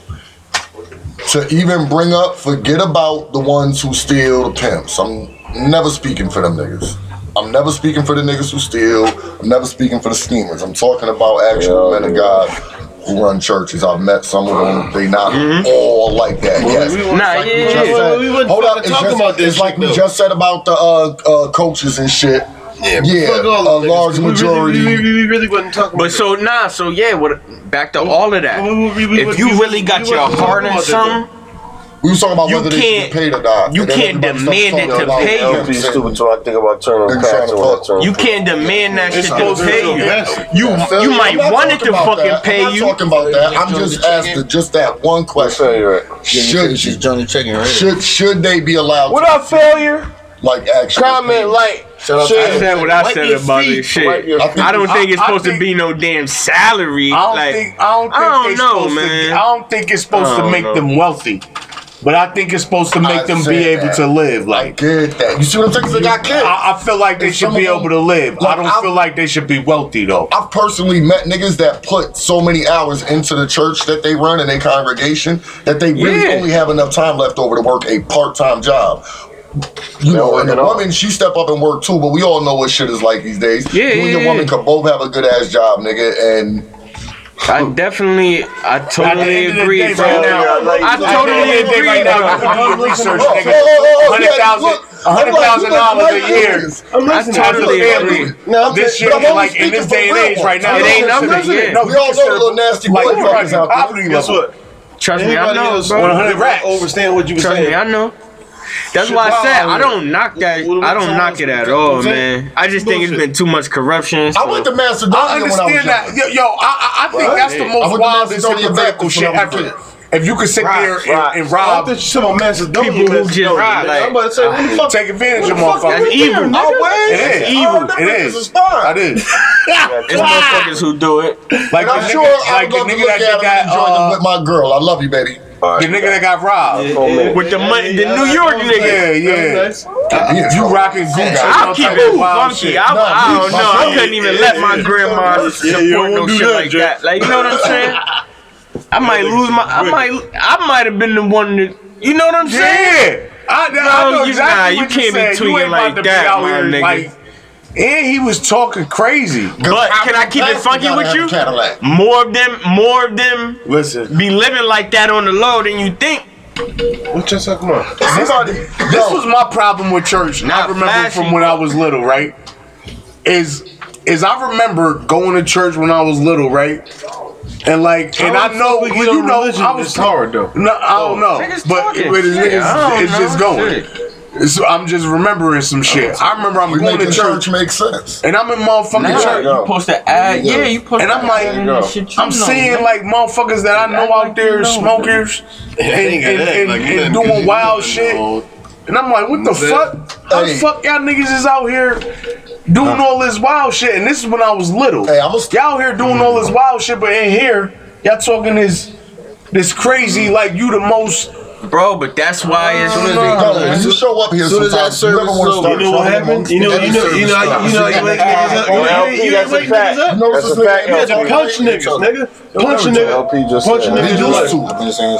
Speaker 7: To even bring up, forget about the ones who steal the pimps. I'm never speaking for them niggas. I'm never speaking for the niggas who steal. I'm never speaking for the schemers. I'm talking about actual men of God who run churches. I've met some of them. They not
Speaker 6: Mm-hmm.
Speaker 7: all like that. Yes,
Speaker 6: Nah, yeah,
Speaker 7: we
Speaker 6: yeah,
Speaker 7: just
Speaker 6: yeah.
Speaker 7: said-
Speaker 1: we wouldn't
Speaker 7: hold
Speaker 1: fucking
Speaker 7: up, it's
Speaker 1: talk
Speaker 7: just,
Speaker 1: about this
Speaker 7: It's like
Speaker 1: shit,
Speaker 7: we
Speaker 1: though.
Speaker 7: just said about the uh, uh, coaches and shit. Yeah,
Speaker 1: Fuck all
Speaker 7: a
Speaker 1: them niggas.
Speaker 7: large
Speaker 1: We really-
Speaker 7: majority.
Speaker 1: We really, we really wasn't talking.
Speaker 6: But so nah, so yeah. What back to all of that? If you really got your heart in something.
Speaker 7: we was talking about
Speaker 6: You
Speaker 7: whether they should
Speaker 6: can't-
Speaker 7: get paid or not.
Speaker 6: you
Speaker 7: and then
Speaker 6: can't
Speaker 7: everybody
Speaker 6: demand
Speaker 7: stopped talking
Speaker 6: it to
Speaker 7: about
Speaker 6: pay
Speaker 2: I don't
Speaker 7: them
Speaker 2: be
Speaker 7: saying-
Speaker 2: stupid till I think about turning
Speaker 7: Been
Speaker 2: pastor
Speaker 7: trying to
Speaker 2: when I
Speaker 7: fuck.
Speaker 2: turn.
Speaker 6: You can't demand that shit to pay you.
Speaker 1: You
Speaker 7: Phil,
Speaker 6: you
Speaker 7: I'm
Speaker 6: might
Speaker 7: not
Speaker 6: want it
Speaker 7: talking
Speaker 6: to
Speaker 7: about
Speaker 6: fucking
Speaker 7: that.
Speaker 6: pay
Speaker 7: I'm
Speaker 6: you.
Speaker 7: not talking about that. I'm just asking just that one question.
Speaker 2: failure.
Speaker 7: Should
Speaker 4: She's Johnny Chicken right here.
Speaker 7: should should they be allowed?
Speaker 2: What
Speaker 7: to,
Speaker 2: up, failure?
Speaker 7: like actually
Speaker 2: Comment, like,
Speaker 4: Shout out
Speaker 2: Shit.
Speaker 4: to
Speaker 6: I said what I said about this
Speaker 2: Wipe
Speaker 6: shit.
Speaker 2: your feet.
Speaker 6: I don't think it's
Speaker 5: I- I
Speaker 6: supposed to
Speaker 5: think-
Speaker 6: be no damn salary.
Speaker 5: I don't
Speaker 6: Like,
Speaker 5: think I don't think
Speaker 6: I don't
Speaker 5: they
Speaker 6: know,
Speaker 5: supposed
Speaker 6: man.
Speaker 5: To, I don't think it's supposed
Speaker 6: I
Speaker 5: to
Speaker 6: don't
Speaker 5: make
Speaker 6: know.
Speaker 5: them wealthy, but I think it's supposed to make
Speaker 7: I
Speaker 5: them be
Speaker 7: said
Speaker 5: able
Speaker 7: that.
Speaker 5: to live.
Speaker 7: I
Speaker 5: Like
Speaker 7: get that. You see what I'm saying? 'Cause They got kids.
Speaker 5: I, I feel like they
Speaker 7: If
Speaker 5: should
Speaker 7: some
Speaker 5: be
Speaker 7: of them-
Speaker 5: able to live. I
Speaker 7: Like,
Speaker 5: don't
Speaker 7: I-
Speaker 5: feel like they should be wealthy though.
Speaker 7: I've personally met niggas that put so many hours into the church that they run and their congregation that they really
Speaker 6: Yeah.
Speaker 7: only have enough time left over to work a part-time job. You know,
Speaker 2: work
Speaker 7: and the
Speaker 2: at all.
Speaker 7: woman, she step up and work too, but we all know what shit is like these days.
Speaker 6: Yeah,
Speaker 7: you and
Speaker 6: yeah,
Speaker 7: your
Speaker 6: yeah.
Speaker 7: woman could both have a good ass job, nigga, and
Speaker 6: I definitely, I
Speaker 5: end
Speaker 6: totally
Speaker 5: of the
Speaker 6: agree,
Speaker 5: day,
Speaker 6: bro.
Speaker 5: right
Speaker 2: now, like,
Speaker 6: I
Speaker 5: At the end of
Speaker 6: totally
Speaker 5: the day
Speaker 6: agree,
Speaker 5: right now,
Speaker 6: bro.
Speaker 5: you can do your research,
Speaker 7: Oh,
Speaker 5: nigga.
Speaker 7: oh, oh, oh,
Speaker 5: Hundred
Speaker 7: yeah,
Speaker 5: thousand,
Speaker 7: look, I'm
Speaker 5: hundred
Speaker 7: like,
Speaker 5: thousand
Speaker 7: you look
Speaker 5: dollars a
Speaker 7: like
Speaker 5: year.
Speaker 7: niggas.
Speaker 3: I'm
Speaker 6: I
Speaker 3: listening.
Speaker 7: I'm
Speaker 6: totally
Speaker 7: listening.
Speaker 6: agree.
Speaker 3: No, I'm
Speaker 5: This
Speaker 3: just-
Speaker 5: shit,
Speaker 7: but I'm only
Speaker 5: like in
Speaker 7: speaking
Speaker 5: this
Speaker 7: for
Speaker 5: day and
Speaker 7: real
Speaker 5: age, right now,
Speaker 6: ones. It ain't
Speaker 5: no,
Speaker 6: nothing,
Speaker 5: consider-
Speaker 6: yeah.
Speaker 5: no,
Speaker 7: We all know
Speaker 5: consider-
Speaker 7: little nasty
Speaker 5: like
Speaker 7: motherfuckers
Speaker 5: you're at
Speaker 7: out there.
Speaker 5: poverty
Speaker 3: Guess
Speaker 5: level.
Speaker 3: what?
Speaker 6: Trust me, I
Speaker 3: Anybody
Speaker 6: know,
Speaker 3: else
Speaker 6: bro.
Speaker 5: 100 racks.
Speaker 3: Overstand what you were
Speaker 6: Trust me,
Speaker 3: saying.
Speaker 6: I know. That's why I said I don't knock that. I don't knock it at all, man. I just think it's been too much corruption.
Speaker 7: I went to
Speaker 5: I
Speaker 7: Macedonia when I was
Speaker 5: understand that.
Speaker 7: younger.
Speaker 5: Yo, yo, I, I, I think
Speaker 7: Right.
Speaker 5: that's the
Speaker 7: I went
Speaker 5: most
Speaker 7: to
Speaker 5: wildest
Speaker 7: Macedonia
Speaker 5: hypocritical
Speaker 7: Baptist
Speaker 5: shit
Speaker 7: when I was
Speaker 5: ever. If you could sit there and,
Speaker 2: right.
Speaker 5: and
Speaker 3: I
Speaker 5: rob,
Speaker 3: thought you said about Macedonia.
Speaker 6: People who
Speaker 3: man.
Speaker 6: just ride, like-
Speaker 3: I'm about to say, what the fuck?
Speaker 5: take advantage of
Speaker 3: What the fuck
Speaker 5: motherfuckers.
Speaker 6: That's
Speaker 3: we doing,
Speaker 6: evil.
Speaker 3: nigga?
Speaker 5: It
Speaker 2: Always.
Speaker 5: is.
Speaker 2: All them
Speaker 5: It
Speaker 2: niggas
Speaker 5: is.
Speaker 2: is fine.
Speaker 5: It is.
Speaker 6: It's motherfuckers who do it.
Speaker 5: Like
Speaker 7: And
Speaker 5: the
Speaker 7: I'm
Speaker 5: nigga,
Speaker 7: sure I
Speaker 5: like
Speaker 7: would
Speaker 5: the
Speaker 7: love to
Speaker 5: nigga
Speaker 7: look
Speaker 5: that
Speaker 7: at
Speaker 5: did
Speaker 7: them
Speaker 5: that.
Speaker 7: and enjoy them
Speaker 5: Uh,
Speaker 7: with my girl. I love you, baby.
Speaker 5: the nigga that got robbed.
Speaker 3: Oh, man.
Speaker 6: With the money, the
Speaker 3: Yeah,
Speaker 6: New
Speaker 3: yeah,
Speaker 6: York
Speaker 3: yeah.
Speaker 6: nigga.
Speaker 5: Yeah, yeah.
Speaker 3: That's nice.
Speaker 5: uh, You rocking Gucci.
Speaker 6: I'll keep it
Speaker 5: Wild
Speaker 6: funky.
Speaker 5: shit.
Speaker 6: I,
Speaker 7: Nah,
Speaker 6: I don't
Speaker 7: my
Speaker 6: know. I
Speaker 7: son-
Speaker 6: couldn't even let my grandma support
Speaker 3: you don't
Speaker 6: no
Speaker 3: do
Speaker 6: shit
Speaker 3: that,
Speaker 6: like
Speaker 3: Jay.
Speaker 6: that. Like you know what I'm saying? I might lose my. I might. I might have been the one that. You know what I'm saying?
Speaker 5: Yeah. I, I
Speaker 6: No,
Speaker 5: know
Speaker 6: you-
Speaker 5: exactly
Speaker 6: nah,
Speaker 5: what
Speaker 6: you can't be
Speaker 5: saying. You
Speaker 6: tweeting
Speaker 5: ain't about
Speaker 6: like
Speaker 5: to be
Speaker 6: that,
Speaker 5: out
Speaker 6: my
Speaker 5: here,
Speaker 6: nigga.
Speaker 5: like- And he was talking crazy.
Speaker 6: But can I keep it funky with you?
Speaker 7: Cadillac.
Speaker 6: More of them. More of them
Speaker 3: Listen,
Speaker 6: be living like that on the low than you think.
Speaker 3: what y'all talking about?
Speaker 7: Somebody,
Speaker 5: This was my problem with church. and I
Speaker 6: Not
Speaker 5: remember
Speaker 6: flashy.
Speaker 5: from when I was little, right? Is is I remember going to church when I was little, right? And like, and I know, well, you know, I was
Speaker 3: hard though.
Speaker 5: No, I don't know,
Speaker 6: Niggas
Speaker 5: but
Speaker 6: talking.
Speaker 5: but it's,
Speaker 6: Shit,
Speaker 5: it's-
Speaker 6: I don't
Speaker 5: it's just
Speaker 6: know.
Speaker 5: going.
Speaker 6: Shit.
Speaker 5: So I'm just remembering some shit. I remember I'm
Speaker 7: we
Speaker 5: going to
Speaker 7: making
Speaker 5: church,
Speaker 7: church make sense.
Speaker 5: and I'm in motherfucking
Speaker 8: Nah,
Speaker 5: church.
Speaker 8: you supposed to add. Yeah, you supposed
Speaker 5: And
Speaker 8: to
Speaker 5: I'm
Speaker 8: add
Speaker 5: like,
Speaker 8: in the shit you
Speaker 5: I'm
Speaker 8: know,
Speaker 5: seeing
Speaker 8: man.
Speaker 5: like motherfuckers that I know
Speaker 8: Act
Speaker 5: out
Speaker 8: like
Speaker 5: there
Speaker 8: you know,
Speaker 5: smokers and, and, and, and doing wild shit. And I'm like, what the fuck? How the
Speaker 7: Hey.
Speaker 5: fuck y'all niggas is out here doing all this wild shit? And this is when I was little.
Speaker 7: Hey, I'm a-
Speaker 5: y'all out here doing all this wild shit, but in here, y'all talking this this crazy like you the most.
Speaker 8: bro, but that's why it's.
Speaker 7: No, when you
Speaker 4: that.
Speaker 7: show up here
Speaker 4: Soon as that
Speaker 7: sometimes, you
Speaker 4: service
Speaker 7: never want
Speaker 4: is
Speaker 7: to
Speaker 4: over,
Speaker 7: start
Speaker 3: You know what
Speaker 7: trouble
Speaker 3: happened?
Speaker 7: amongst
Speaker 3: You know,
Speaker 7: the
Speaker 3: you know, you know, how- you know, how you wake niggas up. You know, you- you ain't
Speaker 2: That's a
Speaker 3: wake niggas
Speaker 2: fact.
Speaker 3: up.
Speaker 7: You know
Speaker 2: That's
Speaker 7: this
Speaker 2: a fact,
Speaker 3: Yeah,
Speaker 7: nigga ain't
Speaker 2: LP.
Speaker 3: just
Speaker 7: never
Speaker 3: punch
Speaker 7: played
Speaker 3: niggas,
Speaker 7: each other.
Speaker 3: nigga. Punch a
Speaker 2: Whatever LP
Speaker 3: nigga.
Speaker 2: just
Speaker 3: Punch a
Speaker 2: said.
Speaker 3: nigga
Speaker 7: They
Speaker 3: in the
Speaker 7: do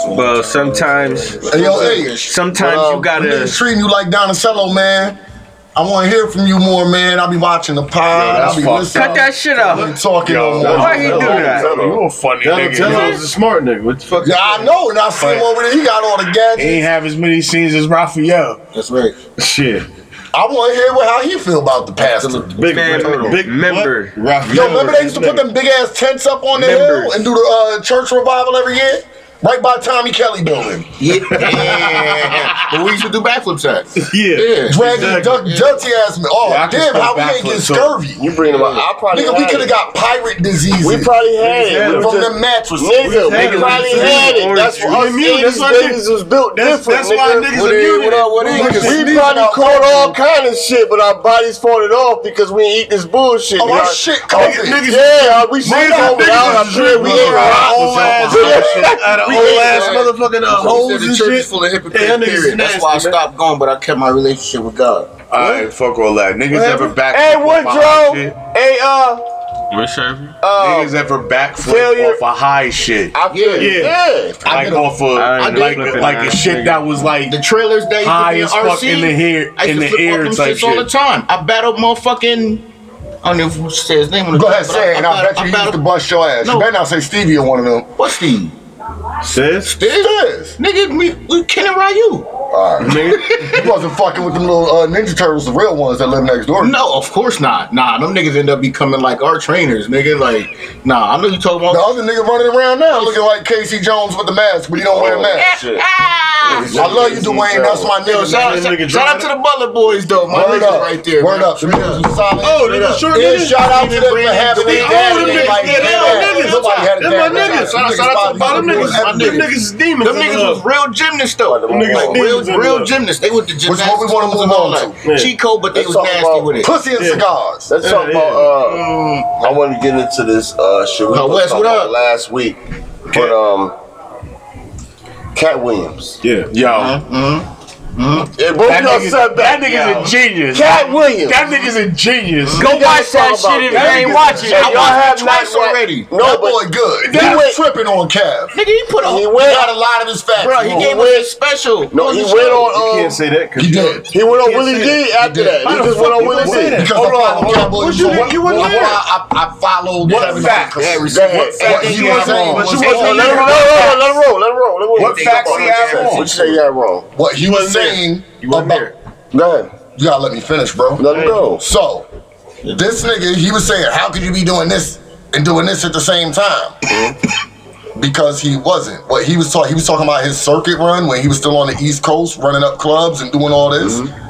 Speaker 3: leg.
Speaker 7: too.
Speaker 6: Well, sometimes,
Speaker 7: Hey, yo, hey.
Speaker 6: sometimes
Speaker 7: Uh,
Speaker 6: you gotta.
Speaker 7: niggas treating you like Donatello, man. I want to hear from you more, man. I'll be watching the pod. I'll be
Speaker 5: fucked
Speaker 7: listening.
Speaker 6: Cut that shit
Speaker 7: I
Speaker 6: out.
Speaker 7: ain't talking no more.
Speaker 6: Why he do that?
Speaker 5: You a funny
Speaker 3: Donatello
Speaker 5: nigga.
Speaker 3: is a smart nigga. What the fuck?
Speaker 7: Yeah, I know. And I see him over there. He got all the
Speaker 5: He ain't
Speaker 7: gadgets.
Speaker 5: have as many scenes as Raphael.
Speaker 4: That's right.
Speaker 3: Shit.
Speaker 7: I want to hear what, how he feel about the pastor.
Speaker 3: Big
Speaker 6: Man,
Speaker 3: big
Speaker 6: member.
Speaker 7: Yo, remember they used to put them big ass tents up on the hill
Speaker 6: Members.
Speaker 7: and do the uh, church revival every year? Right by Tommy Kelly building.
Speaker 4: Yeah. but we used to do backflip shots.
Speaker 3: Yeah.
Speaker 7: Dragging
Speaker 3: Exactly.
Speaker 7: duck, dirty ass man. Oh,
Speaker 5: Yeah, I can
Speaker 7: damn,
Speaker 5: spell
Speaker 7: how we ain't get
Speaker 5: backwards, so-
Speaker 7: scurvy.
Speaker 2: You bring them up. I probably
Speaker 7: Nigga, we
Speaker 2: had
Speaker 7: could have
Speaker 2: it.
Speaker 7: got pirate diseases.
Speaker 2: We probably had
Speaker 3: had
Speaker 2: it. We
Speaker 3: it.
Speaker 2: from
Speaker 7: from
Speaker 2: the
Speaker 7: the mattress.
Speaker 2: Nigga,
Speaker 3: had
Speaker 2: we
Speaker 3: it.
Speaker 2: probably had it. That's
Speaker 3: You
Speaker 2: why us
Speaker 3: immune. That's
Speaker 2: 80s
Speaker 3: why
Speaker 2: babies
Speaker 3: niggas-
Speaker 2: was built
Speaker 3: That's, that's
Speaker 2: different,
Speaker 3: why
Speaker 2: nigga.
Speaker 3: niggas
Speaker 4: What
Speaker 3: are
Speaker 4: it-
Speaker 3: muted.
Speaker 4: what up, what it-
Speaker 3: Niggas
Speaker 4: niggas-
Speaker 2: We
Speaker 3: sneak-
Speaker 2: probably caught all kind of shit, but our bodies farted off because we ain't eat this bullshit.
Speaker 7: Oh, our
Speaker 2: Y'all-
Speaker 7: shit
Speaker 2: Niggas,
Speaker 7: COVID.
Speaker 2: yeah, we shit
Speaker 3: Niggas
Speaker 2: over out
Speaker 3: was
Speaker 2: up there.
Speaker 3: drunk
Speaker 2: We
Speaker 3: with our
Speaker 2: ain't rotten.
Speaker 3: old ass,
Speaker 2: We
Speaker 3: out
Speaker 2: ain't-
Speaker 3: of
Speaker 2: we
Speaker 3: old
Speaker 2: ain't
Speaker 3: ass
Speaker 4: right.
Speaker 3: motherfucking uh,
Speaker 4: So
Speaker 3: hoes
Speaker 4: he said
Speaker 3: and
Speaker 4: the church is
Speaker 3: shit.
Speaker 4: full of hypocrites.
Speaker 3: Yeah, that nigga's
Speaker 4: period. That's why I
Speaker 3: nasty, man.
Speaker 4: stopped going, but I kept my relationship with God.
Speaker 5: All right, fuck all that. Niggas ever back?
Speaker 2: Hey, what, Joe? Hey, uh,
Speaker 6: What's happening?
Speaker 2: uh,
Speaker 5: Niggas ever backflip
Speaker 2: failure.
Speaker 5: off a high shit?
Speaker 2: I feel
Speaker 3: Yeah.
Speaker 2: yeah.
Speaker 4: I
Speaker 5: Like
Speaker 4: did a-
Speaker 5: off
Speaker 6: I
Speaker 5: of
Speaker 6: did a
Speaker 5: like
Speaker 6: flipping
Speaker 5: like a
Speaker 6: ass
Speaker 5: shit
Speaker 6: nigga.
Speaker 5: that was like
Speaker 4: The trailers that
Speaker 5: High
Speaker 4: used
Speaker 5: as
Speaker 4: to be in
Speaker 5: fuck
Speaker 4: RC,
Speaker 5: in the hair-
Speaker 4: I used
Speaker 5: in
Speaker 4: to
Speaker 5: the
Speaker 4: flip
Speaker 5: air
Speaker 4: off them
Speaker 5: type
Speaker 4: shits all
Speaker 5: shit.
Speaker 4: the time. I battled motherfucking. I don't know if you say his name. on the
Speaker 7: Go ahead,
Speaker 4: but
Speaker 7: say it, and I bet you he used to
Speaker 4: battled-
Speaker 7: bust your ass. You
Speaker 4: No.
Speaker 7: better not say Stevie or one of them.
Speaker 4: What's Steve?
Speaker 3: Sis?
Speaker 7: Yes.
Speaker 4: Nigga, we, we Ken and Ryu.
Speaker 7: All right. you wasn't fucking with them little uh, Ninja Turtles, the real ones that live next door.
Speaker 4: No, of course not. Nah, them niggas end up becoming like our trainers, nigga. Like, nah, I know you talking
Speaker 7: The
Speaker 4: about.
Speaker 7: other nigga running around now looking like Casey Jones with the mask, but he don't wear a mask.
Speaker 2: Oh, Shit.
Speaker 7: I love you, Dwayne. That's my
Speaker 4: Yo,
Speaker 7: nigga.
Speaker 4: shout,
Speaker 3: That
Speaker 4: shout,
Speaker 3: nigga
Speaker 4: shout out to the Butler boys, though. My
Speaker 7: Word
Speaker 4: niggas
Speaker 7: up.
Speaker 4: right there.
Speaker 7: Word
Speaker 4: man.
Speaker 7: up. The niggas was solid.
Speaker 3: Oh,
Speaker 7: Straight
Speaker 3: niggas
Speaker 7: up.
Speaker 3: sure
Speaker 7: And
Speaker 3: did.
Speaker 7: shout out to them for
Speaker 4: Brandon,
Speaker 7: having their
Speaker 4: Dwayne,
Speaker 7: dad.
Speaker 3: them
Speaker 7: name
Speaker 3: niggas.
Speaker 7: like
Speaker 3: Yeah, they all
Speaker 7: that.
Speaker 3: niggas.
Speaker 7: Somebody had
Speaker 3: That's
Speaker 7: a dad
Speaker 3: my
Speaker 7: like that.
Speaker 3: niggas.
Speaker 7: Them
Speaker 4: Shout out to the
Speaker 7: probably
Speaker 4: bottom
Speaker 3: Them niggas,
Speaker 7: used to do
Speaker 4: niggas.
Speaker 3: them
Speaker 7: everything.
Speaker 3: niggas demons. in
Speaker 4: Them
Speaker 3: the
Speaker 4: niggas was
Speaker 3: hood.
Speaker 4: real gymnasts, though.
Speaker 3: niggas
Speaker 4: Like,
Speaker 3: demons
Speaker 4: real was real gymnasts. They went to
Speaker 7: one we
Speaker 4: gymnastics.
Speaker 7: wanna
Speaker 4: schools and
Speaker 7: move
Speaker 4: all
Speaker 7: on
Speaker 4: that.
Speaker 1: to? Yeah.
Speaker 4: Chico, but they
Speaker 2: Let's
Speaker 4: was
Speaker 2: talk
Speaker 4: nasty
Speaker 2: about
Speaker 4: with it.
Speaker 7: Pussy and cigars.
Speaker 2: Let's talk
Speaker 1: Yeah,
Speaker 2: about. Uh, I want to get into this. Uh, shit we
Speaker 4: No,
Speaker 2: was
Speaker 4: Wes,
Speaker 2: talking
Speaker 4: what
Speaker 2: about
Speaker 4: up?
Speaker 2: last week, but um, Cat Williams.
Speaker 1: Yeah.
Speaker 5: Yo,
Speaker 2: Yeah, both
Speaker 5: that,
Speaker 2: y'all
Speaker 5: nigga,
Speaker 2: said that.
Speaker 5: that nigga's a genius.
Speaker 2: Cat Williams.
Speaker 5: That nigga's a genius.
Speaker 3: Go
Speaker 2: We gotta
Speaker 3: watch that shit
Speaker 2: talk about
Speaker 3: if
Speaker 2: that.
Speaker 3: you ain't watch it.
Speaker 2: Hey,
Speaker 3: I
Speaker 2: y'all
Speaker 3: watched
Speaker 2: have
Speaker 4: it twice
Speaker 2: not-
Speaker 4: already.
Speaker 2: No,
Speaker 7: that
Speaker 2: but
Speaker 7: boy good.
Speaker 2: He
Speaker 7: He
Speaker 2: went-
Speaker 7: was tripping on Cav.
Speaker 4: Nigga, he put
Speaker 2: He
Speaker 4: on.
Speaker 2: went-
Speaker 4: He got a lot of his facts,
Speaker 2: Bro,
Speaker 4: bro.
Speaker 2: he
Speaker 4: He
Speaker 2: went-
Speaker 4: gave us a special.
Speaker 2: no, he went on.
Speaker 1: You
Speaker 2: Um,
Speaker 1: can't say that because
Speaker 7: He did.
Speaker 2: He went on Willie
Speaker 1: say
Speaker 2: D after
Speaker 7: did.
Speaker 2: that. He just went on Willie
Speaker 1: say
Speaker 2: D.
Speaker 1: that?
Speaker 7: Because
Speaker 2: Hold
Speaker 7: I
Speaker 2: on,
Speaker 7: followed
Speaker 2: hold on.
Speaker 7: Cowboy
Speaker 2: What you
Speaker 7: Bebop.
Speaker 2: didn't- you
Speaker 4: Well,
Speaker 2: wasn't
Speaker 4: well,
Speaker 2: there.
Speaker 4: I, I, I followed
Speaker 5: What
Speaker 4: Kevin
Speaker 5: facts?
Speaker 4: Connery.
Speaker 2: Go ahead.
Speaker 4: What
Speaker 5: Facts
Speaker 4: he
Speaker 5: he
Speaker 4: was
Speaker 5: had
Speaker 4: saying,
Speaker 5: wrong.
Speaker 4: what
Speaker 5: What
Speaker 4: you
Speaker 5: he
Speaker 4: was
Speaker 5: had
Speaker 2: No,
Speaker 4: saying,
Speaker 2: let him roll.
Speaker 4: no,
Speaker 2: Let him roll. Let him roll. Let him roll.
Speaker 5: What facts he had
Speaker 2: What you
Speaker 5: wrong?
Speaker 2: say you had wrong?
Speaker 7: What he was
Speaker 1: wasn't there.
Speaker 7: saying
Speaker 1: you wasn't
Speaker 7: about-
Speaker 1: there.
Speaker 2: Go ahead.
Speaker 7: You gotta let me finish, bro.
Speaker 2: Let him go.
Speaker 7: So, this nigga, he was saying, how could you be doing this and doing this at the same time? because he wasn't. What he was talking, he was talking about his circuit run when he was still on the East Coast, running up clubs and doing all this.
Speaker 4: Mm-hmm.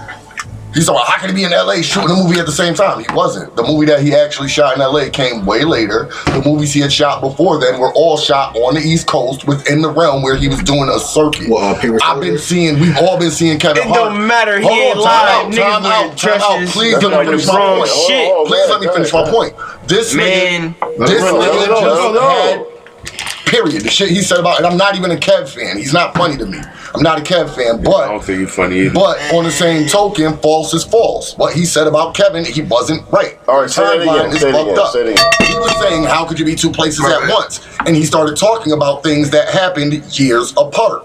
Speaker 7: He's talking, about, how could he be in LA shooting a movie at the same time? He wasn't. The movie that he actually shot in LA came way later. The movies he had shot before then were all shot on the East Coast within the realm where he was doing a circuit.
Speaker 4: Well, uh, Peter
Speaker 7: I've been
Speaker 4: Sellers.
Speaker 7: seeing, we've all been seeing Kevin
Speaker 3: It
Speaker 7: Hart.
Speaker 3: don't matter. He
Speaker 7: Hold
Speaker 3: ain't
Speaker 7: on,
Speaker 3: live.
Speaker 7: time
Speaker 3: Niggas
Speaker 7: out, time out,
Speaker 3: wearing
Speaker 7: time out.
Speaker 3: dresses.
Speaker 7: Please let me
Speaker 3: like
Speaker 7: finish
Speaker 3: the
Speaker 7: my
Speaker 3: wrong
Speaker 7: point.
Speaker 3: shit.
Speaker 2: Hold on,
Speaker 7: Please let me
Speaker 2: go ahead,
Speaker 7: finish
Speaker 2: go
Speaker 7: my
Speaker 2: ahead.
Speaker 7: point. This
Speaker 3: Man.
Speaker 7: nigga, this
Speaker 2: No,
Speaker 7: nigga
Speaker 2: no,
Speaker 7: just
Speaker 2: no.
Speaker 7: had. Period. The shit he said about, and I'm not even a Kev fan. He's not funny to me. I'm not a Kev fan,
Speaker 5: I
Speaker 7: but
Speaker 5: don't think he's funny either.
Speaker 7: but on the same token, false is false. What he said about Kevin, he wasn't right.
Speaker 2: All right, say it
Speaker 7: Timeline
Speaker 2: again.
Speaker 7: is
Speaker 2: Say it
Speaker 7: fucked
Speaker 2: again.
Speaker 7: up.
Speaker 2: Say it again.
Speaker 7: He was saying, "How could you be two places at
Speaker 4: Right.
Speaker 7: once?" And he started talking about things that happened years apart.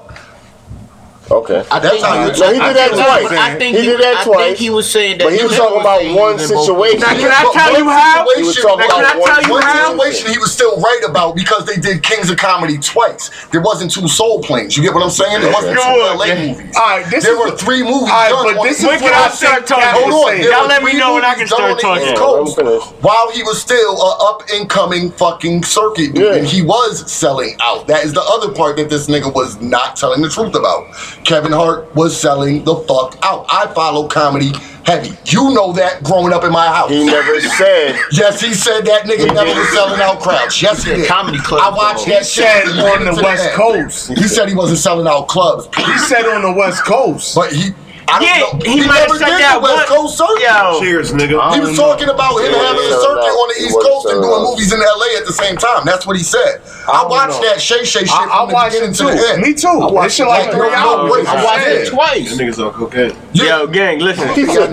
Speaker 2: Okay.
Speaker 4: I
Speaker 7: That's
Speaker 4: think
Speaker 7: how you-
Speaker 4: you.
Speaker 2: No, he
Speaker 4: I
Speaker 2: did that
Speaker 4: think-
Speaker 2: twice.
Speaker 5: I
Speaker 2: He did that
Speaker 9: I think
Speaker 2: twice.
Speaker 9: he was saying that.
Speaker 2: But he was talking about one situation.
Speaker 3: Now, can
Speaker 7: But
Speaker 3: I tell
Speaker 7: one
Speaker 3: you how?
Speaker 7: situation-
Speaker 2: He was talking
Speaker 3: Now, can
Speaker 2: about
Speaker 3: I tell you
Speaker 7: One
Speaker 3: how?
Speaker 7: situation he was still right about because they did Kings of Comedy twice. There wasn't two Soul Planes. You get what I'm saying? There wasn't two
Speaker 5: All
Speaker 7: LA
Speaker 5: right,
Speaker 7: movies.
Speaker 5: this
Speaker 7: There
Speaker 5: is
Speaker 7: were
Speaker 5: what-
Speaker 7: three movies.
Speaker 5: All right,
Speaker 7: done
Speaker 5: but
Speaker 7: on
Speaker 5: this
Speaker 7: East
Speaker 5: is
Speaker 3: When
Speaker 5: what
Speaker 3: can
Speaker 5: I
Speaker 3: I
Speaker 5: start
Speaker 3: start
Speaker 5: talking.
Speaker 3: talking?
Speaker 7: Hold on.
Speaker 5: Hold
Speaker 7: There
Speaker 5: on.
Speaker 3: Y'all
Speaker 7: were
Speaker 3: let me
Speaker 7: three
Speaker 3: know when I can
Speaker 7: movies done
Speaker 3: start
Speaker 7: on the East
Speaker 2: talking. Yeah, let me
Speaker 7: Coast
Speaker 2: finish.
Speaker 7: While he was still a up and coming fucking circuit dude,
Speaker 2: Yeah.
Speaker 7: and he was selling out. That is the other part that this nigga was not telling the truth about. Kevin Hart was selling the fuck out. I follow comedy heavy. You know that growing up in my house.
Speaker 2: He never said.
Speaker 7: Yes, he said that nigga never
Speaker 2: did.
Speaker 7: was selling out crowds. Yes, he
Speaker 4: said
Speaker 7: did.
Speaker 4: comedy club,
Speaker 7: I watched
Speaker 4: bro.
Speaker 7: that
Speaker 5: Said
Speaker 7: shit from
Speaker 5: on
Speaker 7: beginning
Speaker 5: the
Speaker 7: to
Speaker 5: West
Speaker 7: end.
Speaker 5: Coast.
Speaker 7: He said he wasn't selling out clubs,
Speaker 5: He said on the West Coast.
Speaker 7: but he. I don't
Speaker 3: Yeah,
Speaker 7: know.
Speaker 3: he might have
Speaker 7: never
Speaker 3: said
Speaker 7: did
Speaker 3: that
Speaker 7: the West
Speaker 3: one-
Speaker 7: Coast circuit.
Speaker 3: Yo.
Speaker 1: Cheers, nigga.
Speaker 7: He was talking about
Speaker 2: Um,
Speaker 7: him
Speaker 2: Yeah,
Speaker 7: having
Speaker 2: he
Speaker 7: a
Speaker 2: was
Speaker 7: circuit
Speaker 2: out.
Speaker 7: on the
Speaker 2: He
Speaker 7: East
Speaker 2: was
Speaker 7: Coast and doing
Speaker 2: out.
Speaker 7: movies in LA at the same time. That's what he said. I,
Speaker 5: don't
Speaker 7: watched
Speaker 5: know.
Speaker 7: that Shay Shay shit
Speaker 5: I,
Speaker 7: from
Speaker 5: I watched
Speaker 7: the
Speaker 5: it
Speaker 7: beginning to the
Speaker 5: too.
Speaker 7: end.
Speaker 5: Me too. This shit like
Speaker 7: Like,
Speaker 5: three
Speaker 7: no,
Speaker 5: hours.
Speaker 7: wait, I watched it
Speaker 1: That
Speaker 4: twice.
Speaker 1: niggas on cocaine.
Speaker 3: Yo, gang, listen.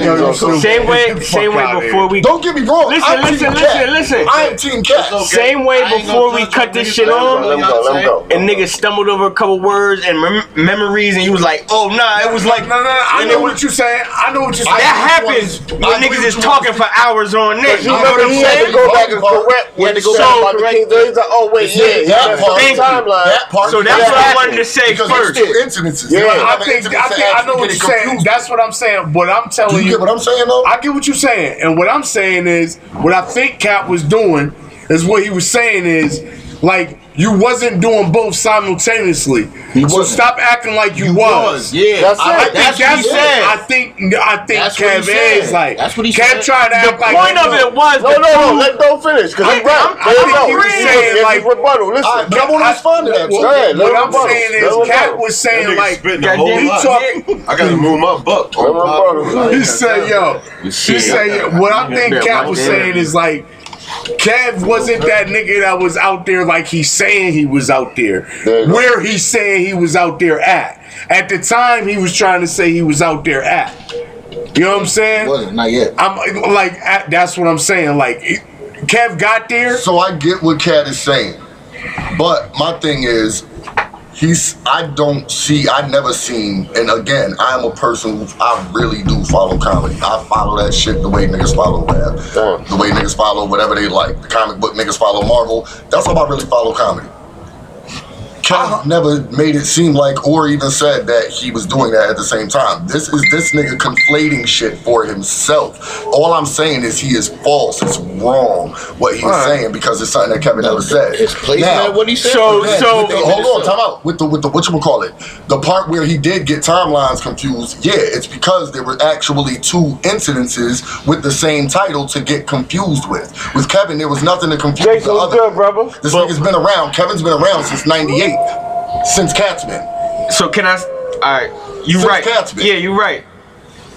Speaker 3: Same way, same way before we
Speaker 7: Don't get me wrong.
Speaker 3: Listen,
Speaker 7: I'm
Speaker 3: listen,
Speaker 7: team
Speaker 3: listen,
Speaker 7: Cat.
Speaker 3: listen.
Speaker 7: I'm Team Cat.
Speaker 3: Same way
Speaker 4: I ain't
Speaker 3: before we
Speaker 4: gonna touch
Speaker 3: cut
Speaker 4: on
Speaker 3: this
Speaker 4: niggas.
Speaker 3: shit
Speaker 4: Let 'em
Speaker 3: on,
Speaker 2: Let him go. Let him go.
Speaker 3: and niggas stumbled over a couple words and mem- memories, and you was like, "Oh nah, it was like
Speaker 5: No, no, no. I know what you're saying. I know what you're saying.
Speaker 3: that happens when
Speaker 7: I agree
Speaker 3: niggas
Speaker 7: with
Speaker 3: is
Speaker 7: you.
Speaker 3: talking for hours on end." You know
Speaker 2: You
Speaker 3: what
Speaker 2: remember
Speaker 3: I'm
Speaker 2: he had to
Speaker 3: saying?
Speaker 2: go back and correct.
Speaker 4: He had to go
Speaker 2: what he said about
Speaker 4: back and
Speaker 2: the
Speaker 4: correct.
Speaker 2: Kings. He's like, oh wait, yeah, he
Speaker 7: That
Speaker 2: messed up
Speaker 7: part.
Speaker 2: the timeline.
Speaker 7: That part.
Speaker 3: So that's what I wanted to say
Speaker 7: Because there's
Speaker 3: first.
Speaker 7: two incidences.
Speaker 2: Yeah.
Speaker 7: You don't
Speaker 5: I
Speaker 7: have an
Speaker 5: think, I
Speaker 7: incident
Speaker 5: think
Speaker 7: to
Speaker 5: I know
Speaker 7: actually
Speaker 5: what
Speaker 7: get
Speaker 5: you're
Speaker 7: it
Speaker 5: saying.
Speaker 7: confused.
Speaker 5: That's what I'm saying. What I'm telling
Speaker 7: You
Speaker 5: you,
Speaker 7: get what I'm saying though?
Speaker 5: I get what you're saying, and what I'm saying is, what I think Cap was doing is what he was saying is, like you wasn't doing both simultaneously. So
Speaker 4: wasn't.
Speaker 5: stop acting like you, was.
Speaker 4: Was yeah.
Speaker 2: That's
Speaker 4: I
Speaker 2: it.
Speaker 4: like
Speaker 5: I
Speaker 4: that.
Speaker 5: think that's,
Speaker 4: That's what he said.
Speaker 5: I think I think
Speaker 4: That's what he
Speaker 5: Kev
Speaker 4: said.
Speaker 5: is like
Speaker 4: That's what he
Speaker 5: Kev
Speaker 4: said.
Speaker 5: tried to act like
Speaker 3: Point of it was
Speaker 2: No,
Speaker 3: the
Speaker 2: no, no.
Speaker 3: two-
Speaker 2: Let Bo finish because
Speaker 3: I-
Speaker 2: I'm right.
Speaker 3: I'm- I
Speaker 2: Let him
Speaker 3: think
Speaker 2: go.
Speaker 3: he was
Speaker 2: It's
Speaker 5: saying,
Speaker 2: his
Speaker 5: like-
Speaker 2: rebuttal. Listen,
Speaker 7: Alright, but I wanna respond to that.
Speaker 5: Well,
Speaker 2: Go ahead, let
Speaker 5: what
Speaker 2: him
Speaker 5: I'm
Speaker 2: rebuttal.
Speaker 5: saying
Speaker 2: Let him
Speaker 5: is, Cat
Speaker 2: rebuttal.
Speaker 5: was
Speaker 1: That
Speaker 5: saying
Speaker 1: nigga
Speaker 5: like
Speaker 1: spitting a
Speaker 3: goddamn,
Speaker 1: whole
Speaker 5: he
Speaker 1: lot.
Speaker 5: talking.
Speaker 1: I gotta move my buck.
Speaker 2: Let him rebuttal.
Speaker 5: He said, "Yo." He said, "What I think Cap was saying is like, Kev wasn't that nigga that was out there like he's saying he was out there,
Speaker 2: There you go.
Speaker 5: where he's saying he was out there at. At the time, he was trying to say he was out there at. You know what I'm saying?
Speaker 4: Wasn't not yet.
Speaker 5: I'm like, I- that's what I'm saying. Like, it- Kev got there.
Speaker 7: So I get what Cat is saying, but my thing is, he's I don't see I never seen, and again I'm a person who I really do follow comedy. I follow that shit the way niggas follow rap,
Speaker 2: Damn.
Speaker 7: the way niggas follow whatever they like. The comic book niggas follow Marvel. That's how I really follow comedy. Kev never made it seem like or even said that he was doing that at the same time. This is this nigga conflating shit for himself. All I'm saying is he is false. It's wrong what he's saying because it's something that Kevin never said.
Speaker 4: It's placed
Speaker 7: Now,
Speaker 4: at what he said.
Speaker 3: So-
Speaker 7: then,
Speaker 3: so-
Speaker 7: with the- hold on, time out. With the with the what you call it, the part where he did get timelines confused. Yeah, it's because there were actually two incidences with the same title to get confused with. With Kevin, there was nothing to confuse.
Speaker 2: Jason,
Speaker 7: the
Speaker 2: what's
Speaker 7: other.
Speaker 2: good, brother?
Speaker 7: This nigga's been around. Kevin's been around since '98, since Catsman.
Speaker 3: So can I?
Speaker 6: right, you
Speaker 7: Since
Speaker 6: right.
Speaker 7: Catsby.
Speaker 6: Yeah, you right.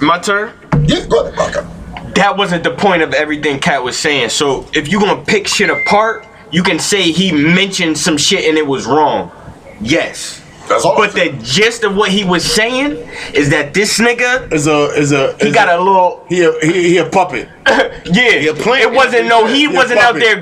Speaker 6: My turn.
Speaker 7: Yeah, go ahead, Baka.
Speaker 6: that wasn't the point of everything Cat was saying. So if you gonna pick shit apart, you can say he mentioned some shit and it was wrong. Yes.
Speaker 7: That's all.
Speaker 6: But the gist of what he was saying is that this nigga
Speaker 5: Is a is a
Speaker 6: he
Speaker 5: is
Speaker 6: got
Speaker 5: a,
Speaker 6: a little
Speaker 5: he, a, he he a puppet.
Speaker 6: yeah. It wasn't no
Speaker 5: He
Speaker 6: he
Speaker 5: a
Speaker 6: wasn't out
Speaker 5: puppet.
Speaker 6: there